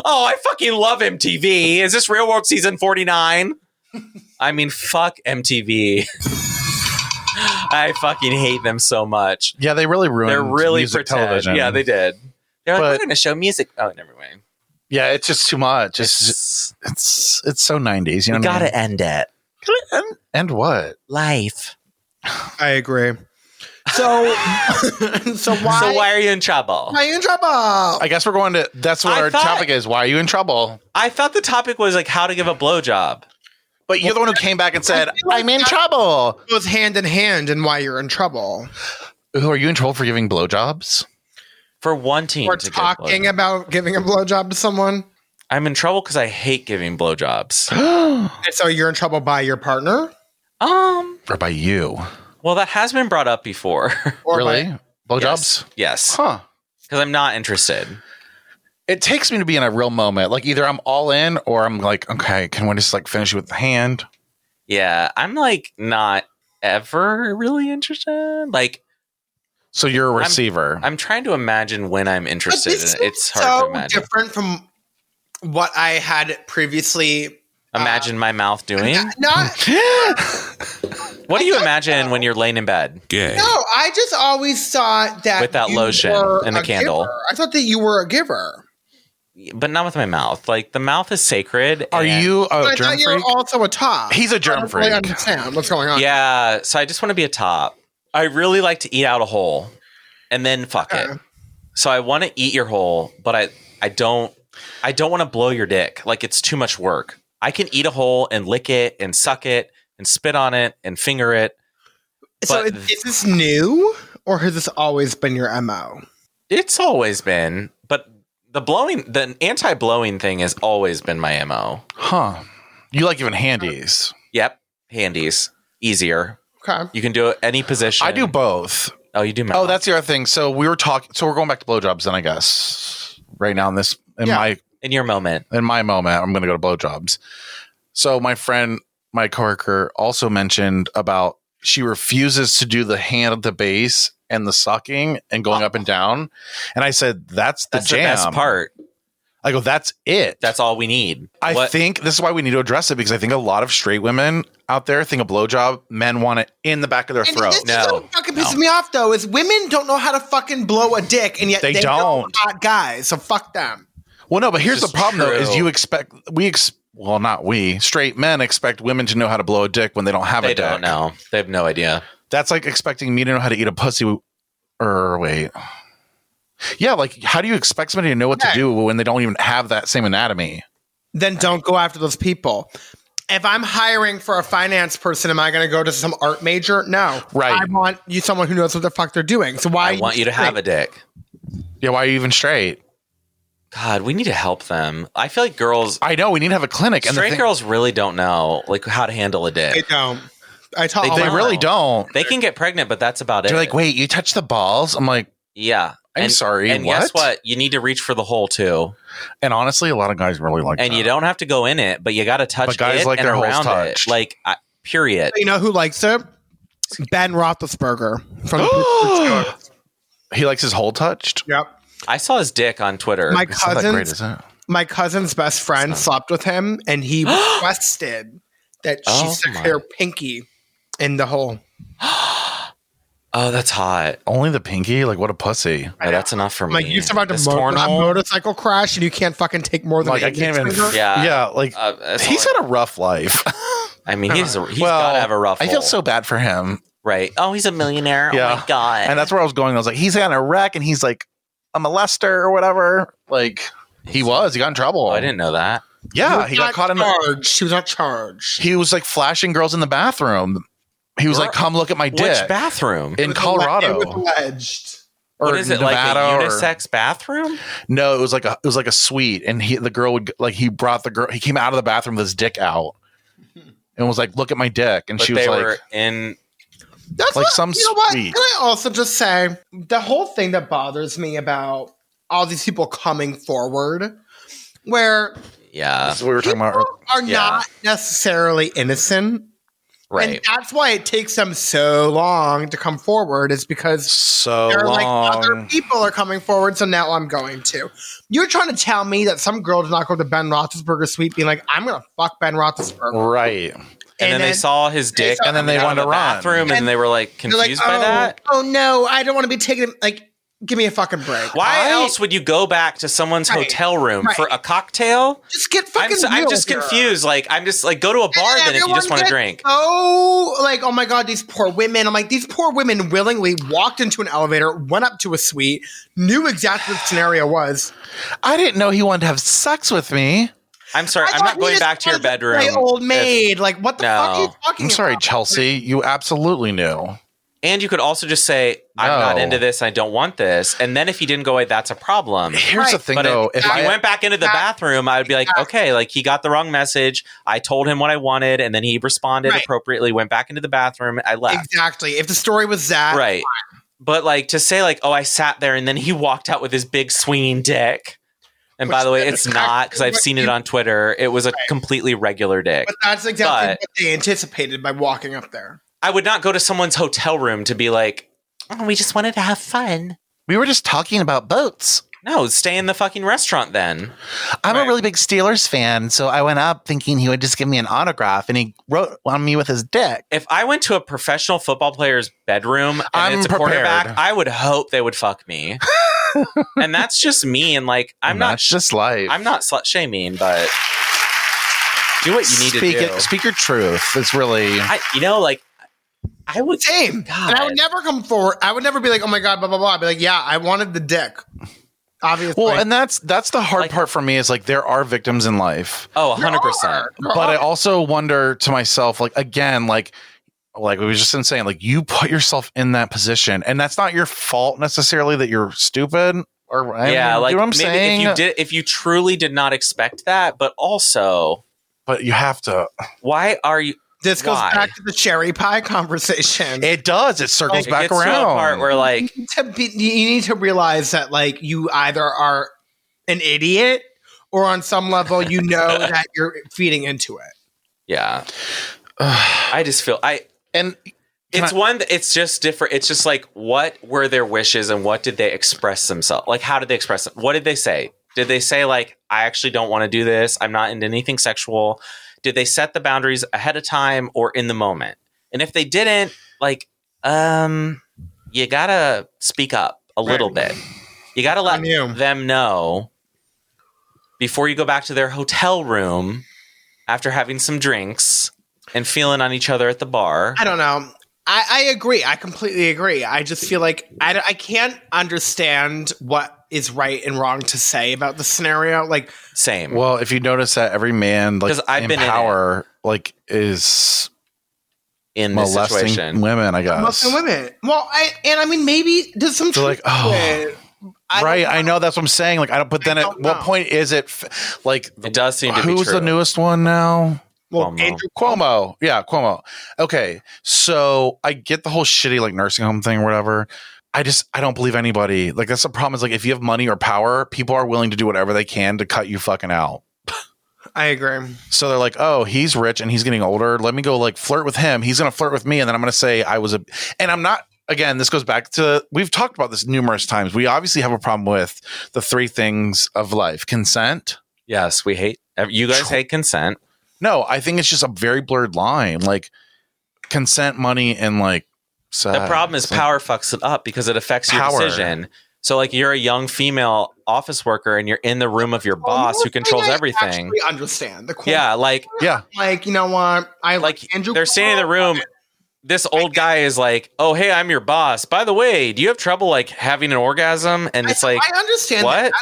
[SPEAKER 5] Oh, I fucking love MTV. Is this Real World season 49? I mean, fuck MTV. *laughs* I fucking hate them so much.
[SPEAKER 4] Yeah, they really ruined.
[SPEAKER 5] They're really
[SPEAKER 4] music
[SPEAKER 5] pretend.
[SPEAKER 4] television.
[SPEAKER 5] Yeah, they did. They're like,
[SPEAKER 4] But-
[SPEAKER 5] we're gonna show music. Oh, never mind.
[SPEAKER 4] Yeah, it's just too much. It's just,
[SPEAKER 5] Just,
[SPEAKER 4] it's it's so nineties. You know,
[SPEAKER 5] we
[SPEAKER 4] what I
[SPEAKER 5] gotta
[SPEAKER 4] mean?
[SPEAKER 5] end it.
[SPEAKER 4] And, and what?
[SPEAKER 5] Life.
[SPEAKER 8] I agree.
[SPEAKER 4] *laughs*
[SPEAKER 8] So, so why?
[SPEAKER 5] So why are you in trouble?
[SPEAKER 8] Why are you in trouble?
[SPEAKER 4] I guess we're going to. That's what
[SPEAKER 5] I
[SPEAKER 4] our
[SPEAKER 5] thought-
[SPEAKER 4] topic is. Why are you in trouble?
[SPEAKER 5] I thought the topic was like how to give a blowjob.
[SPEAKER 4] But you're the one who came back and said, "I'm in trouble."
[SPEAKER 8] It goes hand in hand and why you're in trouble.
[SPEAKER 4] Who are you in trouble for giving blowjobs?
[SPEAKER 5] for wanting
[SPEAKER 8] We're
[SPEAKER 5] to give
[SPEAKER 8] talking
[SPEAKER 5] blowjobs.
[SPEAKER 8] about giving a blowjob to someone.
[SPEAKER 5] I'm in trouble because I hate giving blowjobs. *gasps*
[SPEAKER 8] And so "Oh, you're in trouble by your partner?
[SPEAKER 5] um,
[SPEAKER 4] Or by you?
[SPEAKER 5] well, that has been brought up before. *laughs*
[SPEAKER 8] Or
[SPEAKER 4] really?
[SPEAKER 8] by-
[SPEAKER 4] Blowjobs?
[SPEAKER 5] yes,
[SPEAKER 4] Huh.
[SPEAKER 5] because I'm not interested.
[SPEAKER 4] It takes me to be in a real moment. Like either I'm all in, or I'm like, okay, can we just like finish with the hand?
[SPEAKER 5] Yeah, I'm like not ever really interested. Like
[SPEAKER 4] So you're a receiver.
[SPEAKER 5] I'm trying to imagine when I'm
[SPEAKER 8] But
[SPEAKER 5] interested.
[SPEAKER 8] this
[SPEAKER 5] and It's
[SPEAKER 8] is
[SPEAKER 5] hard
[SPEAKER 8] so
[SPEAKER 5] to imagine.
[SPEAKER 8] Oh, different from what I had previously.
[SPEAKER 5] Imagine my mouth doing.
[SPEAKER 8] *laughs* Not
[SPEAKER 5] What do you imagine when you're laying in bed?
[SPEAKER 9] Gay.
[SPEAKER 8] No, I just always thought that
[SPEAKER 5] With that
[SPEAKER 8] you
[SPEAKER 5] lotion
[SPEAKER 8] were
[SPEAKER 5] and the
[SPEAKER 8] a
[SPEAKER 5] candle.
[SPEAKER 8] giver. I thought that you were a giver.
[SPEAKER 5] but not with my mouth. Like the mouth is sacred.
[SPEAKER 4] Are
[SPEAKER 5] and-
[SPEAKER 4] you
[SPEAKER 8] I
[SPEAKER 4] a
[SPEAKER 8] thought
[SPEAKER 4] Oh, germ
[SPEAKER 8] you were
[SPEAKER 4] freak?
[SPEAKER 8] also a top.
[SPEAKER 4] He's a germ
[SPEAKER 8] I don't really
[SPEAKER 4] freak.
[SPEAKER 8] understand what's going on.
[SPEAKER 5] Yeah, so I just want to be a top. I really like to eat out a hole and then fuck it. So I want to eat your hole, but I I don't I don't want to blow your dick. Like it's too much work. I can eat a hole and lick it and suck it and spit on it and finger it.
[SPEAKER 8] so
[SPEAKER 5] but-
[SPEAKER 8] is, is this new or has this always been your MO?
[SPEAKER 5] It's always been, but the blowing the anti-blowing thing has always been my MO.
[SPEAKER 4] Huh. You like giving handies.
[SPEAKER 5] Yep, handies. Easier.
[SPEAKER 8] Okay.
[SPEAKER 5] You can do it any position.
[SPEAKER 4] I do both.
[SPEAKER 5] Oh, you do mouth.
[SPEAKER 4] Oh, that's the other thing. So we were talking. So we're going back to blowjobs then, I guess. Right now in this, in
[SPEAKER 8] Yeah.
[SPEAKER 4] my
[SPEAKER 5] in your moment.
[SPEAKER 4] in my moment, I'm going to go to blowjobs. So my friend, my coworker, also mentioned about she refuses to do the hand at the base and the sucking and going up and down. And I said, "That's the
[SPEAKER 5] That's the
[SPEAKER 4] jam
[SPEAKER 5] best part.
[SPEAKER 4] I go, "That's it.
[SPEAKER 5] That's all we need.
[SPEAKER 4] I
[SPEAKER 5] What-
[SPEAKER 4] think this is why we need to address it because I think a lot of straight women out there think a blowjob, men want it in the back of their
[SPEAKER 8] And
[SPEAKER 4] throat.
[SPEAKER 8] this
[SPEAKER 5] No.
[SPEAKER 8] is what fucking pisses me off though is women don't know how to fucking blow a dick and yet
[SPEAKER 4] They
[SPEAKER 8] they, know
[SPEAKER 4] don't.
[SPEAKER 8] hot guys. So fuck them.
[SPEAKER 4] Well, no, but here's the
[SPEAKER 5] This is
[SPEAKER 4] problem though: is
[SPEAKER 5] true.
[SPEAKER 4] you expect we ex- well, not we straight men expect women to know how to blow a dick when they don't have a
[SPEAKER 5] they
[SPEAKER 4] dick.
[SPEAKER 5] don't know. They have no idea.
[SPEAKER 4] That's like expecting me to know how to eat a pussy. w- Or wait, yeah, like how do you expect somebody to know what to
[SPEAKER 8] Right.
[SPEAKER 4] do when they don't even have that same anatomy?
[SPEAKER 8] Then don't go after those people. If I'm hiring for a finance person, am I going to go to some art major? No.
[SPEAKER 4] Right.
[SPEAKER 8] I want you someone who knows what the fuck they're doing. So why
[SPEAKER 5] I want you to have a dick.
[SPEAKER 4] Yeah, why are you even straight?
[SPEAKER 5] God, we need to help them. I feel like girls,
[SPEAKER 4] I know we need to have a clinic, and the
[SPEAKER 5] straight
[SPEAKER 4] thing-
[SPEAKER 5] girls really don't know like how to handle a
[SPEAKER 8] They
[SPEAKER 5] dick.
[SPEAKER 8] don't. I tell all
[SPEAKER 4] they
[SPEAKER 8] my-
[SPEAKER 5] don't.
[SPEAKER 4] really don't.
[SPEAKER 5] They can get pregnant, but that's about
[SPEAKER 4] They're
[SPEAKER 5] it.
[SPEAKER 4] like, wait, you touch the balls? I'm like,
[SPEAKER 5] yeah.
[SPEAKER 4] I'm
[SPEAKER 5] And-
[SPEAKER 4] sorry,
[SPEAKER 5] And guess
[SPEAKER 4] what? Oh
[SPEAKER 5] what? You need to reach for the hole too,
[SPEAKER 4] and honestly, a lot of guys really like
[SPEAKER 5] and
[SPEAKER 4] that.
[SPEAKER 5] you
[SPEAKER 8] *gasps*
[SPEAKER 5] don't have to go in it, but you got to touch
[SPEAKER 4] But guys
[SPEAKER 5] it
[SPEAKER 4] like
[SPEAKER 5] and
[SPEAKER 4] their holes
[SPEAKER 5] around
[SPEAKER 4] touched.
[SPEAKER 5] it. Like, I, period.
[SPEAKER 8] You know who likes it? Ben
[SPEAKER 4] *gasps*
[SPEAKER 8] Roethlisberger from the
[SPEAKER 4] *gasps* He likes his hole touched.
[SPEAKER 8] Yep.
[SPEAKER 5] I saw his dick on Twitter.
[SPEAKER 8] My
[SPEAKER 4] It's not that great,
[SPEAKER 8] cousin's
[SPEAKER 4] is it?
[SPEAKER 8] my cousin's best friend slept with him
[SPEAKER 4] *gasps*
[SPEAKER 8] and he requested that she
[SPEAKER 5] Oh
[SPEAKER 8] stick
[SPEAKER 5] my.
[SPEAKER 8] her pinky in the hole.
[SPEAKER 5] oh, that's hot.
[SPEAKER 4] Only the pinky? Like what a pussy.
[SPEAKER 5] No, that's enough for me.
[SPEAKER 8] Like you survived
[SPEAKER 5] This
[SPEAKER 8] a, mo-
[SPEAKER 5] porn
[SPEAKER 8] a
[SPEAKER 5] hole-
[SPEAKER 8] motorcycle crash and you can't fucking take more than
[SPEAKER 4] Like I
[SPEAKER 8] an
[SPEAKER 4] can't even.
[SPEAKER 8] index finger?
[SPEAKER 5] Yeah.
[SPEAKER 4] yeah. Like
[SPEAKER 5] Uh, that's
[SPEAKER 4] he's
[SPEAKER 5] all
[SPEAKER 4] had a rough
[SPEAKER 5] *laughs*
[SPEAKER 4] life.
[SPEAKER 5] I I mean, he's he's
[SPEAKER 4] well,
[SPEAKER 5] got to have a rough.
[SPEAKER 4] I feel
[SPEAKER 5] hole,
[SPEAKER 4] so bad for him.
[SPEAKER 5] right. Oh, he's a millionaire.
[SPEAKER 4] Yeah.
[SPEAKER 5] Oh my god.
[SPEAKER 4] And that's where I was going. I was like, he's got in a wreck, and he's like a molester or whatever. Like he was. He got in trouble.
[SPEAKER 5] Oh, I didn't know that.
[SPEAKER 4] Yeah, he got
[SPEAKER 8] Not
[SPEAKER 4] caught in the.
[SPEAKER 8] charged. She was not charged.
[SPEAKER 4] He was like flashing girls in the bathroom. He was
[SPEAKER 5] Where-
[SPEAKER 4] like, "Come look at my dick."
[SPEAKER 5] Which bathroom?
[SPEAKER 4] in
[SPEAKER 8] It was alle-
[SPEAKER 4] Colorado
[SPEAKER 8] It was alleged.
[SPEAKER 4] or
[SPEAKER 5] what is it like
[SPEAKER 4] Nevada
[SPEAKER 5] a
[SPEAKER 4] or-
[SPEAKER 5] unisex bathroom?
[SPEAKER 4] No, it was like a it was like a suite, and he the girl would like he brought the girl. He came out of the bathroom with his dick
[SPEAKER 5] *laughs*
[SPEAKER 4] out, and was like, "Look at my dick," and
[SPEAKER 5] But
[SPEAKER 4] she was
[SPEAKER 5] they
[SPEAKER 4] like,
[SPEAKER 5] were in.
[SPEAKER 8] That's
[SPEAKER 4] Like
[SPEAKER 8] what,
[SPEAKER 4] some
[SPEAKER 8] You know what?
[SPEAKER 4] sweet.
[SPEAKER 8] Can I also just say the whole thing that bothers me about all these people coming forward, where
[SPEAKER 5] Yeah,
[SPEAKER 4] "This is what we were talking about."
[SPEAKER 8] people are
[SPEAKER 5] yeah.
[SPEAKER 8] not necessarily innocent, and
[SPEAKER 5] right.
[SPEAKER 8] that's why it takes them so long to come forward. Is because
[SPEAKER 4] So
[SPEAKER 8] they're like other
[SPEAKER 4] long.
[SPEAKER 8] people are coming forward, so now I'm going to. You're trying to tell me that some girl did not go to Ben Roethlisberger's suite, being like, "I'm going to fuck Ben Roethlisberger,"
[SPEAKER 4] right?
[SPEAKER 5] and, then they saw his dick,
[SPEAKER 8] saw-
[SPEAKER 4] And then they
[SPEAKER 5] out of
[SPEAKER 4] wanted
[SPEAKER 5] the
[SPEAKER 4] to run.
[SPEAKER 5] bathroom, and,
[SPEAKER 8] And
[SPEAKER 5] they were like
[SPEAKER 8] they're like,
[SPEAKER 5] confused by
[SPEAKER 8] "Oh,
[SPEAKER 5] that.
[SPEAKER 8] oh no, I don't want to be taken." Like, give me a fucking break.
[SPEAKER 5] Why
[SPEAKER 4] I-
[SPEAKER 5] else would you go back to someone's
[SPEAKER 8] Right,
[SPEAKER 5] hotel room
[SPEAKER 8] right.
[SPEAKER 5] for a cocktail?
[SPEAKER 8] just get
[SPEAKER 5] I'm,
[SPEAKER 8] fucking.
[SPEAKER 5] so- I'm
[SPEAKER 8] real
[SPEAKER 5] just
[SPEAKER 8] here.
[SPEAKER 5] confused. Like I'm just like go to a bar
[SPEAKER 8] And
[SPEAKER 5] then if you
[SPEAKER 8] everyone
[SPEAKER 5] just want to
[SPEAKER 8] gets
[SPEAKER 5] drink.
[SPEAKER 8] So like, oh my god, these poor women. I'm like, these poor women willingly walked into an elevator, went up to a suite, knew exactly what the scenario was.
[SPEAKER 4] I didn't know he wanted to have sex with me.
[SPEAKER 5] I'm sorry,
[SPEAKER 8] I
[SPEAKER 5] I'm
[SPEAKER 8] thought
[SPEAKER 5] not
[SPEAKER 8] you
[SPEAKER 5] going
[SPEAKER 8] just
[SPEAKER 5] back to your
[SPEAKER 8] wanted
[SPEAKER 5] bedroom.
[SPEAKER 8] play old
[SPEAKER 5] if-
[SPEAKER 8] maid. like, what the
[SPEAKER 5] No.
[SPEAKER 8] fuck are you talking?
[SPEAKER 4] I'm sorry,
[SPEAKER 8] about?
[SPEAKER 4] Chelsea. You absolutely knew.
[SPEAKER 5] and you could also just say, "I'm not
[SPEAKER 4] No.
[SPEAKER 5] into this. I don't want this." And then if he didn't go away, that's a problem.
[SPEAKER 4] Here's the
[SPEAKER 8] Right,
[SPEAKER 4] thing,
[SPEAKER 5] But
[SPEAKER 4] though.
[SPEAKER 5] if,
[SPEAKER 4] If,
[SPEAKER 5] he
[SPEAKER 4] I
[SPEAKER 5] went back into the bathroom, I would be like, okay, like he got the wrong message. I told him what I wanted, and then he responded
[SPEAKER 8] Right.
[SPEAKER 5] appropriately. Went back into the bathroom. I left.
[SPEAKER 8] Exactly. If the story was that,
[SPEAKER 5] Right. But like to say, like, oh, I sat there, and then he walked out with his big swinging dick. And by
[SPEAKER 8] Which
[SPEAKER 5] the way,
[SPEAKER 8] is
[SPEAKER 5] it's
[SPEAKER 8] exactly
[SPEAKER 5] not because I've
[SPEAKER 8] what
[SPEAKER 5] seen
[SPEAKER 8] you-
[SPEAKER 5] it on Twitter. It was a completely regular dick.
[SPEAKER 8] But that's exactly
[SPEAKER 5] But-
[SPEAKER 8] what they anticipated by walking up there.
[SPEAKER 5] I would not go to someone's hotel room to be like, oh, we just wanted to have fun.
[SPEAKER 4] we were just talking about boats.
[SPEAKER 5] No, stay in the fucking restaurant then.
[SPEAKER 4] I'm a really big Steelers fan, so I went up thinking he would just give me an autograph, and he wrote on me with his dick.
[SPEAKER 5] if I went to a professional football player's bedroom and
[SPEAKER 4] I'm
[SPEAKER 5] it's a quarterback,
[SPEAKER 4] prepared. *laughs*
[SPEAKER 5] I would hope they would fuck me. and that's just me. And like, I'm
[SPEAKER 4] And
[SPEAKER 5] not
[SPEAKER 4] that's just life.
[SPEAKER 5] I'm not slut shaming, but do what you need
[SPEAKER 4] speak
[SPEAKER 5] to do.
[SPEAKER 4] It, speak your truth. It's really
[SPEAKER 5] I, you know, like I would.
[SPEAKER 8] Same.
[SPEAKER 5] God.
[SPEAKER 8] And I would never come forward. I would never be like, oh my God, blah, blah, blah. I'd be like, yeah, I wanted the dick. Obviously.
[SPEAKER 4] well, and that's that's the hard part for me is like there are victims in life.
[SPEAKER 5] Oh, 100 percent.
[SPEAKER 4] but I also wonder to myself, like again, like like we were just saying, like you put yourself in that position, and that's not your fault necessarily that you're stupid or I
[SPEAKER 5] Yeah,
[SPEAKER 4] mean,
[SPEAKER 5] like
[SPEAKER 4] you know what I'm
[SPEAKER 5] maybe
[SPEAKER 4] saying.
[SPEAKER 5] if you did, if you truly did not expect that, but also,
[SPEAKER 4] but you have to.
[SPEAKER 5] why are you?
[SPEAKER 8] this goes
[SPEAKER 5] why?
[SPEAKER 8] back to the cherry pie *laughs* conversation.
[SPEAKER 4] It does. It circles
[SPEAKER 5] It
[SPEAKER 4] back
[SPEAKER 5] gets to a
[SPEAKER 4] around.
[SPEAKER 5] part where like,
[SPEAKER 8] You need to be- you need to realize that, like, you either are an idiot or on some level,
[SPEAKER 5] *laughs*
[SPEAKER 8] you know that you're feeding into it.
[SPEAKER 4] *sighs*
[SPEAKER 5] yeah, I just feel I.
[SPEAKER 4] and Can
[SPEAKER 5] It's
[SPEAKER 4] I-
[SPEAKER 5] one. that- It's just different. It's just like, what were their wishes and what did they express themselves? Like, how did they express them? What did they say? Did they say like, I actually don't want to do this. I'm not into anything sexual. Did they set the boundaries ahead of time or in the moment? And if they didn't, like, um, you gotta speak up a little bit. You gotta let
[SPEAKER 8] on you.
[SPEAKER 5] them know before you go back to their hotel room after having some drinks and feeling on each other at the bar.
[SPEAKER 8] I don't know. I, I agree. I completely agree. I just feel like I, d- I can't understand what is right and wrong to say about the scenario. Like,
[SPEAKER 5] Same.
[SPEAKER 4] Well, if you notice that every man like
[SPEAKER 5] 'Cause I've
[SPEAKER 4] in
[SPEAKER 5] been in it.
[SPEAKER 4] power like is
[SPEAKER 5] in this
[SPEAKER 4] molesting
[SPEAKER 5] situation.
[SPEAKER 4] women, I guess.
[SPEAKER 8] Muslim women. Well, I and I mean maybe there's some
[SPEAKER 4] They're like,
[SPEAKER 8] truth to
[SPEAKER 4] oh,
[SPEAKER 8] it. I
[SPEAKER 4] right, I know that's what I'm saying. Like I don't. But then,
[SPEAKER 8] I
[SPEAKER 4] at
[SPEAKER 8] don't
[SPEAKER 4] what
[SPEAKER 8] know.
[SPEAKER 4] point is it? F- like
[SPEAKER 5] It does seem to be
[SPEAKER 4] who's
[SPEAKER 5] true.
[SPEAKER 4] the newest one now?
[SPEAKER 8] Well,
[SPEAKER 5] Cuomo.
[SPEAKER 8] Andrew
[SPEAKER 4] Cuomo. Yeah, Cuomo. Okay. So I get the whole shitty like nursing home thing or whatever. I just I don't believe anybody. Like that's the problem is like if you have money or power, people are willing to do whatever they can to cut you fucking out.
[SPEAKER 8] I agree.
[SPEAKER 4] So they're like, "Oh, he's rich and he's getting older. Let me go like flirt with him. He's going to flirt with me and then I'm going to say I was a and I'm not again, this goes back to we've talked about this numerous times. We obviously have a problem with the three things of life. Consent,
[SPEAKER 5] Yes, we hate you guys hate consent.
[SPEAKER 4] No, I think it's just a very blurred line. Like consent, money, and like sex.
[SPEAKER 5] The problem is
[SPEAKER 4] Like,
[SPEAKER 5] power fucks it up because it affects your
[SPEAKER 4] Uh, Power.
[SPEAKER 5] decision. So like you're a young female office worker and you're in the room of your boss
[SPEAKER 8] Well,
[SPEAKER 5] who controls
[SPEAKER 8] I
[SPEAKER 5] everything.
[SPEAKER 8] Actually understand the Cuomo.
[SPEAKER 5] Yeah, like
[SPEAKER 4] Yeah,
[SPEAKER 8] Like you know what? I like,
[SPEAKER 5] like
[SPEAKER 8] Andrew.
[SPEAKER 5] they're standing in the
[SPEAKER 8] Cuomo.
[SPEAKER 5] room. This old guy is like, "Oh, hey, I'm your boss. By the way, do you have trouble like having an orgasm?" And
[SPEAKER 8] I-
[SPEAKER 5] it's like,
[SPEAKER 8] I understand
[SPEAKER 5] what?
[SPEAKER 8] that.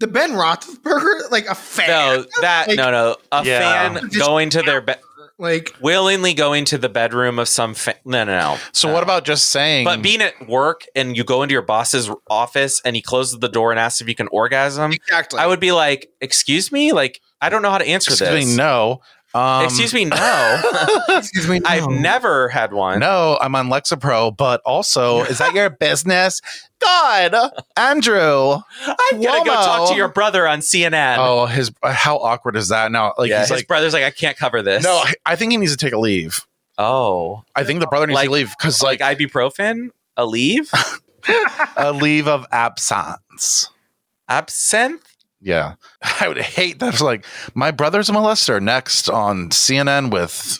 [SPEAKER 8] the Ben Roethlisberger, like a fan.
[SPEAKER 5] "No, that
[SPEAKER 8] like,
[SPEAKER 5] no, no." A
[SPEAKER 4] Yeah.
[SPEAKER 5] fan going to their bed,
[SPEAKER 8] Like
[SPEAKER 5] willingly going to the bedroom of some fa- no, no, no.
[SPEAKER 4] So
[SPEAKER 5] no.
[SPEAKER 4] what about just saying?
[SPEAKER 5] But being at work and you go into your boss's office and he closes the door and asks if you can orgasm,
[SPEAKER 8] exactly.
[SPEAKER 5] I would be like, "Excuse me, like I don't know how to answer
[SPEAKER 4] excuse
[SPEAKER 5] this."
[SPEAKER 4] me, no. Um,
[SPEAKER 5] Excuse
[SPEAKER 4] *laughs*
[SPEAKER 5] me, no.
[SPEAKER 8] Excuse me.
[SPEAKER 5] I've
[SPEAKER 8] no.
[SPEAKER 5] never had one.
[SPEAKER 4] No, I'm on Lexapro, but also, is that
[SPEAKER 5] *laughs*
[SPEAKER 4] your business? God, Andrew.
[SPEAKER 5] I'm gonna go
[SPEAKER 4] Cuomo.
[SPEAKER 5] talk to your brother on CNN. *laughs*
[SPEAKER 4] Oh, his how awkward is that now? Like
[SPEAKER 5] yeah,
[SPEAKER 4] he's
[SPEAKER 5] his
[SPEAKER 4] like,
[SPEAKER 5] brother's like, I can't cover this.
[SPEAKER 4] no, I- I think he needs to take a leave.
[SPEAKER 5] Oh,
[SPEAKER 4] I think the brother needs
[SPEAKER 5] Like-
[SPEAKER 4] to leave because
[SPEAKER 5] like,
[SPEAKER 4] like
[SPEAKER 5] ibuprofen, a leave,
[SPEAKER 4] a leave of absence.
[SPEAKER 5] absinthe.
[SPEAKER 4] Yeah. *laughs* I would hate that. It's like, my brother's a molester. Next on CNN with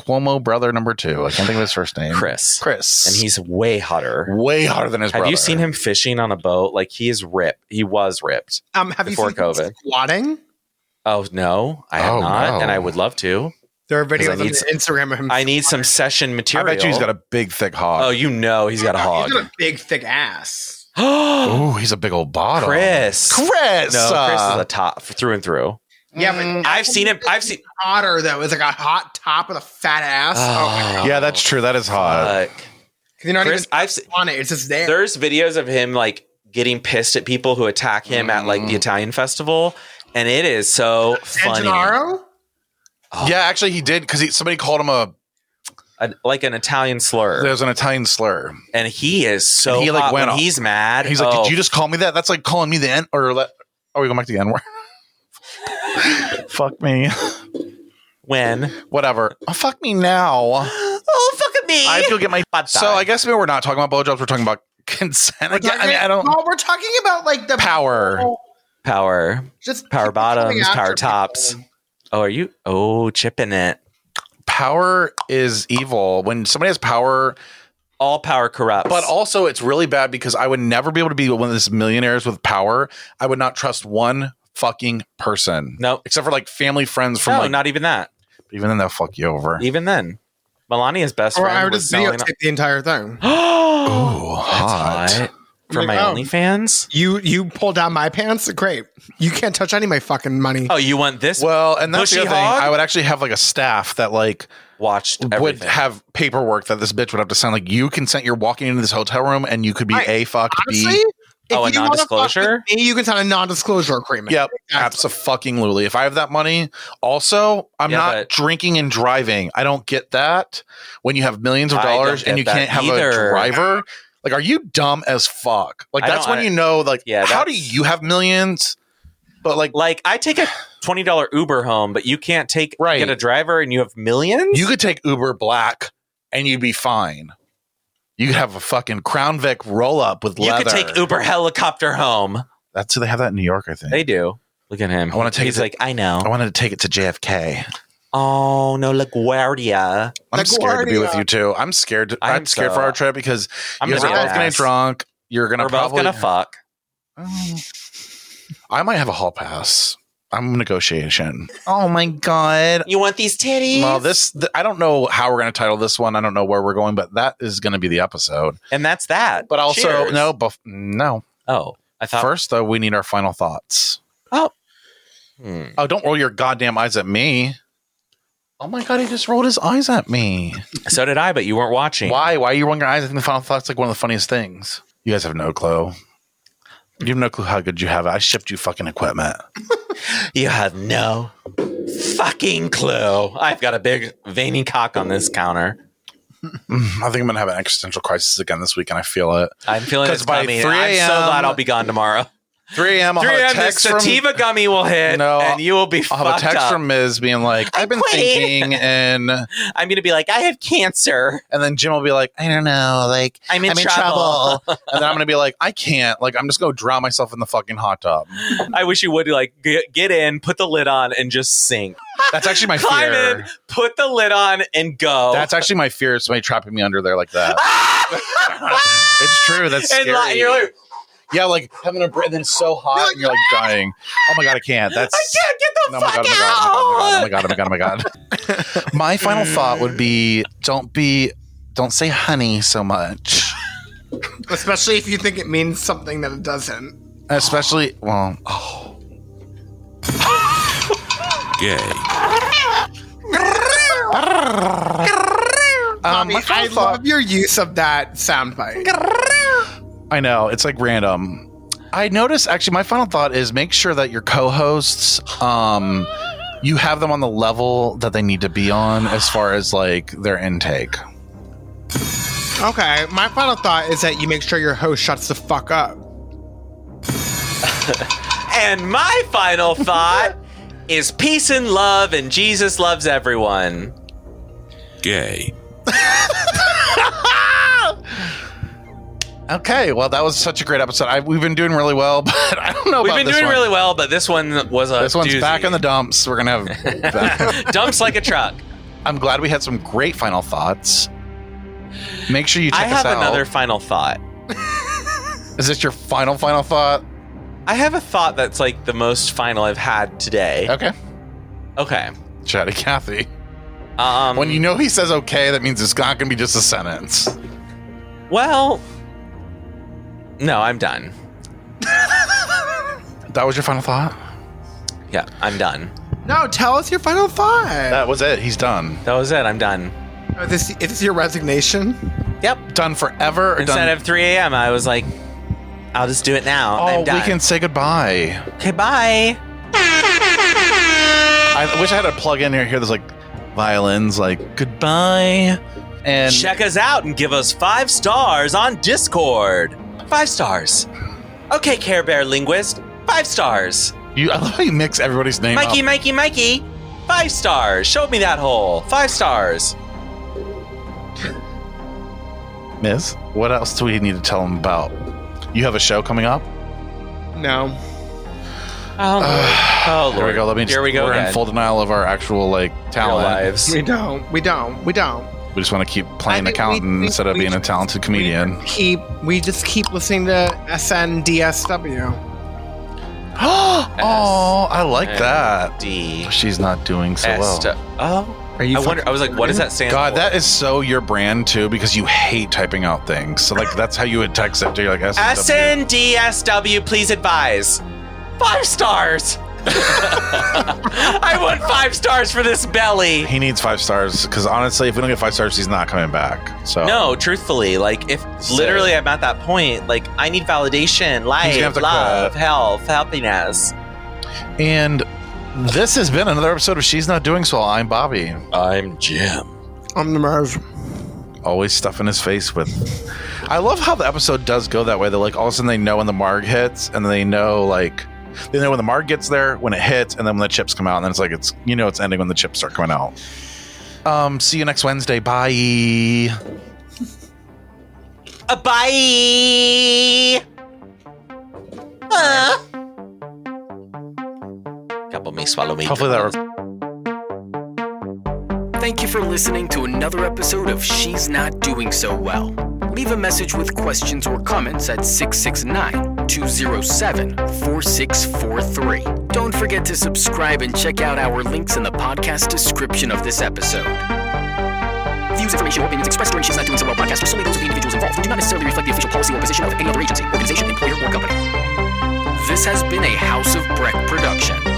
[SPEAKER 4] Cuomo brother number two. I can't think of his first name.
[SPEAKER 5] Hmm. Chris.
[SPEAKER 4] Chris.
[SPEAKER 5] and he's way hotter.
[SPEAKER 4] way harder than his
[SPEAKER 5] Have
[SPEAKER 4] brother.
[SPEAKER 5] you seen him fishing on a boat? Like he is ripped. He was ripped.
[SPEAKER 8] Um, have you
[SPEAKER 5] Before
[SPEAKER 8] seen people
[SPEAKER 5] COVID.
[SPEAKER 8] squatting?
[SPEAKER 5] Oh no, I have
[SPEAKER 4] Oh,
[SPEAKER 5] not,
[SPEAKER 4] no.
[SPEAKER 5] and I would love to.
[SPEAKER 8] There are videos
[SPEAKER 5] I
[SPEAKER 8] on
[SPEAKER 5] need
[SPEAKER 8] the Instagram of him.
[SPEAKER 5] I need some session
[SPEAKER 4] I
[SPEAKER 5] material.
[SPEAKER 4] bet you he's got a big, thick
[SPEAKER 5] Oh,
[SPEAKER 4] hog.
[SPEAKER 5] you know he's got a hog.
[SPEAKER 8] He's got a big thick ass.
[SPEAKER 5] *gasps* Oh,
[SPEAKER 4] Oh, he's a big old bottle.
[SPEAKER 5] Chris.
[SPEAKER 4] Chris.
[SPEAKER 5] No, Chris
[SPEAKER 4] uh,
[SPEAKER 5] is a top through and through.
[SPEAKER 8] Yeah, but
[SPEAKER 5] I've seen him. I've
[SPEAKER 4] *sighs*
[SPEAKER 5] seen.
[SPEAKER 8] otter though is like a hot top with a fat ass. Oh,
[SPEAKER 5] Oh,
[SPEAKER 4] yeah, that's true. That is hot.
[SPEAKER 5] fuck.
[SPEAKER 8] because you're not
[SPEAKER 5] Uh, Chris,
[SPEAKER 8] even
[SPEAKER 5] I've seen.
[SPEAKER 8] on it. It's just there.
[SPEAKER 5] There's videos of him like getting pissed at people who attack him at like
[SPEAKER 4] Mm.
[SPEAKER 5] the Italian festival, and it is so funny.
[SPEAKER 8] Santanaro?
[SPEAKER 4] yeah, actually, he did because somebody called him a.
[SPEAKER 5] A- like an Italian slur,
[SPEAKER 4] There's an Italian slur.
[SPEAKER 5] and he is so
[SPEAKER 4] And he, like,
[SPEAKER 5] hot
[SPEAKER 4] went
[SPEAKER 5] when
[SPEAKER 4] off.
[SPEAKER 5] he's mad.
[SPEAKER 4] He's like,
[SPEAKER 5] Oh,
[SPEAKER 4] "Did you just call me that? That's like calling me the N." Or let, are we going back to the
[SPEAKER 5] *laughs*
[SPEAKER 4] N word? Fuck me.
[SPEAKER 5] when?
[SPEAKER 4] Whatever. Oh, fuck me now.
[SPEAKER 5] Oh fuck me!
[SPEAKER 4] I feel get my
[SPEAKER 5] But
[SPEAKER 4] So I guess maybe we're not talking about blowjobs. We're talking about consent. I, guess, I mean, I don't
[SPEAKER 8] Well, Oh, we're talking about like the
[SPEAKER 4] power.
[SPEAKER 5] power,
[SPEAKER 8] just
[SPEAKER 5] power
[SPEAKER 8] people coming
[SPEAKER 5] bottoms,
[SPEAKER 8] after
[SPEAKER 5] power
[SPEAKER 8] people.
[SPEAKER 5] tops. Oh, are you? Oh, chipping it.
[SPEAKER 4] Power is evil. When somebody has power,
[SPEAKER 5] All power corrupts.
[SPEAKER 4] But also, it's really bad because I would never be able to be one of these millionaires with power. I would not trust one fucking person.
[SPEAKER 5] No.
[SPEAKER 4] except for like family friends from
[SPEAKER 5] no,
[SPEAKER 4] like.
[SPEAKER 5] not even that.
[SPEAKER 4] even then, they'll fuck you over.
[SPEAKER 5] Even then, Melania's best
[SPEAKER 8] Or
[SPEAKER 5] friend
[SPEAKER 8] I would
[SPEAKER 5] was *gasps*
[SPEAKER 8] just
[SPEAKER 5] Melania-
[SPEAKER 8] videotape the entire thing.
[SPEAKER 4] Ooh, hot.
[SPEAKER 5] Hot. for
[SPEAKER 8] Like,
[SPEAKER 5] my
[SPEAKER 8] oh.
[SPEAKER 5] OnlyFans.
[SPEAKER 8] You you pull down my pants? Great. You can't touch any of my fucking money.
[SPEAKER 5] Oh, you want this?
[SPEAKER 4] Well, and that's the
[SPEAKER 5] Bushy
[SPEAKER 4] other thing.
[SPEAKER 5] hog?
[SPEAKER 4] I would actually have like a staff that like
[SPEAKER 5] Watched
[SPEAKER 4] would
[SPEAKER 5] everything.
[SPEAKER 4] have paperwork that this bitch would have to sign. Like you consent, you're walking into this hotel room, and you could be
[SPEAKER 8] Right.
[SPEAKER 4] a fucked,
[SPEAKER 8] Honestly,
[SPEAKER 4] b.
[SPEAKER 8] if
[SPEAKER 5] Oh, a
[SPEAKER 8] you wanna fuck with
[SPEAKER 5] non-disclosure?
[SPEAKER 8] me, you can sign a non-disclosure agreement.
[SPEAKER 5] *laughs*
[SPEAKER 4] Yep,
[SPEAKER 8] Exactly.
[SPEAKER 4] fucking absolutely. If I have that money, also I'm
[SPEAKER 5] Yeah,
[SPEAKER 4] not
[SPEAKER 5] but-
[SPEAKER 4] drinking and driving. I don't get that when you have millions of
[SPEAKER 5] I don't
[SPEAKER 4] dollars
[SPEAKER 5] get
[SPEAKER 4] and you
[SPEAKER 5] that
[SPEAKER 4] can't have
[SPEAKER 5] either.
[SPEAKER 4] a driver. Like, are you dumb as fuck? Like
[SPEAKER 5] I
[SPEAKER 4] that's
[SPEAKER 5] don't-
[SPEAKER 4] when you know. Like,
[SPEAKER 5] Yeah,
[SPEAKER 4] how do
[SPEAKER 5] that's-
[SPEAKER 4] you have millions? But like,
[SPEAKER 5] like I take a twenty dollar Uber home, but you can't take
[SPEAKER 4] Right.
[SPEAKER 5] get a driver, and you have millions.
[SPEAKER 4] you could take Uber Black and you'd be fine. You could have a fucking Crown Vic roll up with
[SPEAKER 5] You
[SPEAKER 4] leather.
[SPEAKER 5] could take Uber helicopter home.
[SPEAKER 4] That's who they have that in New York, I think.
[SPEAKER 5] They do. Look at him.
[SPEAKER 4] I wanna take
[SPEAKER 5] He's
[SPEAKER 4] it to-
[SPEAKER 5] like, I know.
[SPEAKER 4] I wanted to take it to JFK.
[SPEAKER 5] oh no, LaGuardia.
[SPEAKER 4] I'm scared to be with
[SPEAKER 8] LaGuardia.
[SPEAKER 4] you too. I'm scared. To,
[SPEAKER 5] I'm
[SPEAKER 4] I'm, scared
[SPEAKER 5] so-
[SPEAKER 4] for our trip because
[SPEAKER 5] I'm
[SPEAKER 4] you guys
[SPEAKER 5] gonna
[SPEAKER 4] are
[SPEAKER 5] be
[SPEAKER 4] both
[SPEAKER 5] an
[SPEAKER 4] gonna get
[SPEAKER 5] ass.
[SPEAKER 4] drunk. You're gonna
[SPEAKER 5] We're both
[SPEAKER 4] probably. *laughs*
[SPEAKER 5] gonna fuck.
[SPEAKER 4] I might have a hall pass. I'm negotiation. Oh my god.
[SPEAKER 5] You want these titties?
[SPEAKER 4] Well, this th- I don't know how we're gonna title this one. I don't know where we're going, but that is gonna be the episode.
[SPEAKER 5] and that's that.
[SPEAKER 4] But also,
[SPEAKER 5] Cheers.
[SPEAKER 4] no, bef- no.
[SPEAKER 5] Oh, I thought.
[SPEAKER 4] First, though, we need our final thoughts.
[SPEAKER 5] Hmm.
[SPEAKER 4] Oh, don't roll your goddamn eyes at me. Oh my god, he just rolled his eyes at me.
[SPEAKER 5] So did I, but you weren't watching.
[SPEAKER 4] Why? Why are you rolling your eyes? I think the final thought's like one of the funniest things. You guys have no clue. You have no clue how good you have it. I shipped you fucking equipment.
[SPEAKER 5] You have no fucking clue. I've got a big veiny cock on this counter.
[SPEAKER 4] I think I'm gonna have an existential crisis again this week, and I feel it.
[SPEAKER 5] I'm feeling
[SPEAKER 4] 'Cause
[SPEAKER 5] it's
[SPEAKER 4] by
[SPEAKER 5] coming.
[SPEAKER 4] 3
[SPEAKER 5] I'm so
[SPEAKER 4] a.m.
[SPEAKER 5] glad I'll be gone tomorrow.
[SPEAKER 4] 3 a.m. I'll
[SPEAKER 5] 3
[SPEAKER 4] have a
[SPEAKER 5] a.m. This
[SPEAKER 4] text from.
[SPEAKER 5] sativa gummy will hit,
[SPEAKER 4] No,
[SPEAKER 5] and you will be
[SPEAKER 4] I'll have a
[SPEAKER 5] fucked
[SPEAKER 4] text
[SPEAKER 5] up.
[SPEAKER 4] from Ms. being like, "I've been
[SPEAKER 5] quitting."
[SPEAKER 4] thinking," and and
[SPEAKER 5] I'm gonna be like, I have cancer.
[SPEAKER 4] then Jim will be like, "I don't know, like
[SPEAKER 5] I'm in
[SPEAKER 4] I'm in
[SPEAKER 5] trouble.
[SPEAKER 4] *laughs* trouble," and then I'm gonna be like, "I can't, like I'm just gonna drown myself in the fucking hot tub."
[SPEAKER 5] I wish you would like get, get in, put the lid on, and just sink.
[SPEAKER 4] That's actually my
[SPEAKER 5] Climb
[SPEAKER 4] fear.
[SPEAKER 5] in, put the lid on, and go. *laughs*
[SPEAKER 4] That's actually my fear. is Somebody trapping me under there like that. it's true. That's
[SPEAKER 5] Ah! and
[SPEAKER 4] scary.
[SPEAKER 5] li- you're like,
[SPEAKER 4] yeah, like having a breath and it's so hot and you're like dying. Oh my god, I can't. That's
[SPEAKER 5] I can't get the
[SPEAKER 4] No,
[SPEAKER 5] fuck
[SPEAKER 4] oh my
[SPEAKER 5] out.
[SPEAKER 4] god, oh my god, oh my god, oh my god, oh my
[SPEAKER 5] *laughs*
[SPEAKER 4] god. my final thought would be don't be don't say honey so much.
[SPEAKER 8] Especially if you think it means something that it doesn't.
[SPEAKER 4] Especially well oh.
[SPEAKER 9] Gay.
[SPEAKER 4] um, my
[SPEAKER 8] I, I
[SPEAKER 4] final thought,
[SPEAKER 8] love your use of that soundbite.
[SPEAKER 4] I know, it's like random. I noticed actually my final thought is make sure that your co-hosts um you have them on the level that they need to be on as far as like their intake.
[SPEAKER 8] Okay, my final thought is that you make sure your host shuts the fuck up.
[SPEAKER 5] *laughs* And my final thought is peace and love, and Jesus loves everyone.
[SPEAKER 9] Gay.
[SPEAKER 4] Okay, well that was such a great episode. I, we've been doing really well, *laughs* but I don't know
[SPEAKER 5] We've
[SPEAKER 4] about
[SPEAKER 5] been
[SPEAKER 4] this
[SPEAKER 5] doing
[SPEAKER 4] one.
[SPEAKER 5] really well, but this one was a
[SPEAKER 4] This one's
[SPEAKER 5] doozy.
[SPEAKER 4] back in the dumps. We're gonna
[SPEAKER 5] *laughs*
[SPEAKER 4] have *laughs*
[SPEAKER 5] dumps like a truck.
[SPEAKER 4] I'm glad we had some great final thoughts. Make sure you check
[SPEAKER 5] I
[SPEAKER 4] us
[SPEAKER 5] have
[SPEAKER 4] out.
[SPEAKER 5] another final thought.
[SPEAKER 4] Is this your final final thought?
[SPEAKER 5] I have a thought that's like the most final I've had today.
[SPEAKER 4] Okay.
[SPEAKER 5] Okay.
[SPEAKER 4] Chatty Cathy.
[SPEAKER 5] Um,
[SPEAKER 4] When you know he says okay, that means it's not gonna be just a sentence.
[SPEAKER 5] well, no, I'm done.
[SPEAKER 4] That was your final thought?
[SPEAKER 5] Yeah, I'm done.
[SPEAKER 8] No, tell us your final thought.
[SPEAKER 4] That was it. He's done.
[SPEAKER 5] That was it. I'm done.
[SPEAKER 8] Oh, this is this your resignation?
[SPEAKER 4] Done forever or
[SPEAKER 5] Instead
[SPEAKER 4] done
[SPEAKER 5] of 3 a.m., I was like, I'll just do it now.
[SPEAKER 4] Oh,
[SPEAKER 5] I'm done.
[SPEAKER 4] we can say goodbye.
[SPEAKER 5] Okay, bye.
[SPEAKER 4] I wish I had a plug in here here that's like violins like goodbye. And
[SPEAKER 5] Check us out and give us five stars on Discord. Five stars. Okay, Care Bear Linguist. Five stars.
[SPEAKER 4] you I love how you mix everybody's name
[SPEAKER 5] Mikey,
[SPEAKER 4] up.
[SPEAKER 5] Mikey, Mikey. Five stars. Show me that hole. Five stars.
[SPEAKER 4] Miss, what else do we need to tell them about? You have a show coming up?
[SPEAKER 8] No.
[SPEAKER 4] *sighs*
[SPEAKER 5] Oh, Lord.
[SPEAKER 4] Here we go. Let me.
[SPEAKER 5] Here we go
[SPEAKER 4] We're
[SPEAKER 5] again.
[SPEAKER 4] in full denial of our actual like
[SPEAKER 5] Real
[SPEAKER 4] talent.
[SPEAKER 5] lives.
[SPEAKER 8] We don't. We don't. We don't.
[SPEAKER 4] We just want to keep playing
[SPEAKER 8] I think we-
[SPEAKER 4] accountant
[SPEAKER 8] we-
[SPEAKER 4] instead of
[SPEAKER 8] we
[SPEAKER 4] being a
[SPEAKER 8] should-
[SPEAKER 4] talented comedian.
[SPEAKER 8] Keep we just keep listening to SNDSW.
[SPEAKER 4] *gasps* oh, I like that.
[SPEAKER 5] D
[SPEAKER 4] She's not doing so
[SPEAKER 5] S.
[SPEAKER 4] well.
[SPEAKER 5] Oh,
[SPEAKER 8] Are you?
[SPEAKER 5] I wonder. I was like, what does that stand
[SPEAKER 4] God,
[SPEAKER 5] for?
[SPEAKER 4] that is so your brand too, because you hate typing out things. So like that's how you would text it. You're like S
[SPEAKER 5] S N D S W. Please advise. Five stars. *laughs* I want five stars for this belly.
[SPEAKER 4] He needs five stars because honestly, if we don't get five stars, he's not coming back. So
[SPEAKER 5] No, truthfully, like if literally I'm at that point, like I need validation,
[SPEAKER 4] gonna have
[SPEAKER 5] life,
[SPEAKER 4] to
[SPEAKER 5] love,
[SPEAKER 4] quit.
[SPEAKER 5] health, happiness.
[SPEAKER 4] And this has been another episode of She's Not Doing So. Well. I'm Bobby.
[SPEAKER 5] I'm Jim.
[SPEAKER 8] I'm the Mars.
[SPEAKER 4] Always stuffing his face with. I love how the episode does go that way. They're like all of a sudden they know when the marg hits, and they know like they know when the marg gets there, when it hits, and then when the chips come out, and then it's like it's you know it's ending when the chips start coming out. Um, see you next Wednesday. Bye.
[SPEAKER 5] Uh, bye. Uh. Gobble me, swallow me.
[SPEAKER 4] Hopefully that.
[SPEAKER 10] Thank you for listening to another episode of She's Not Doing So Well. Leave a message with questions or comments at 669 207 4643. Don't forget to subscribe and check out our links in the podcast description of this episode. Views, information, or opinions expressed during She's Not Doing So Well podcast are solely those of the individuals involved and do not necessarily reflect the official policy or position of any other agency, organization, employer, or company. This has been a House of Breck production.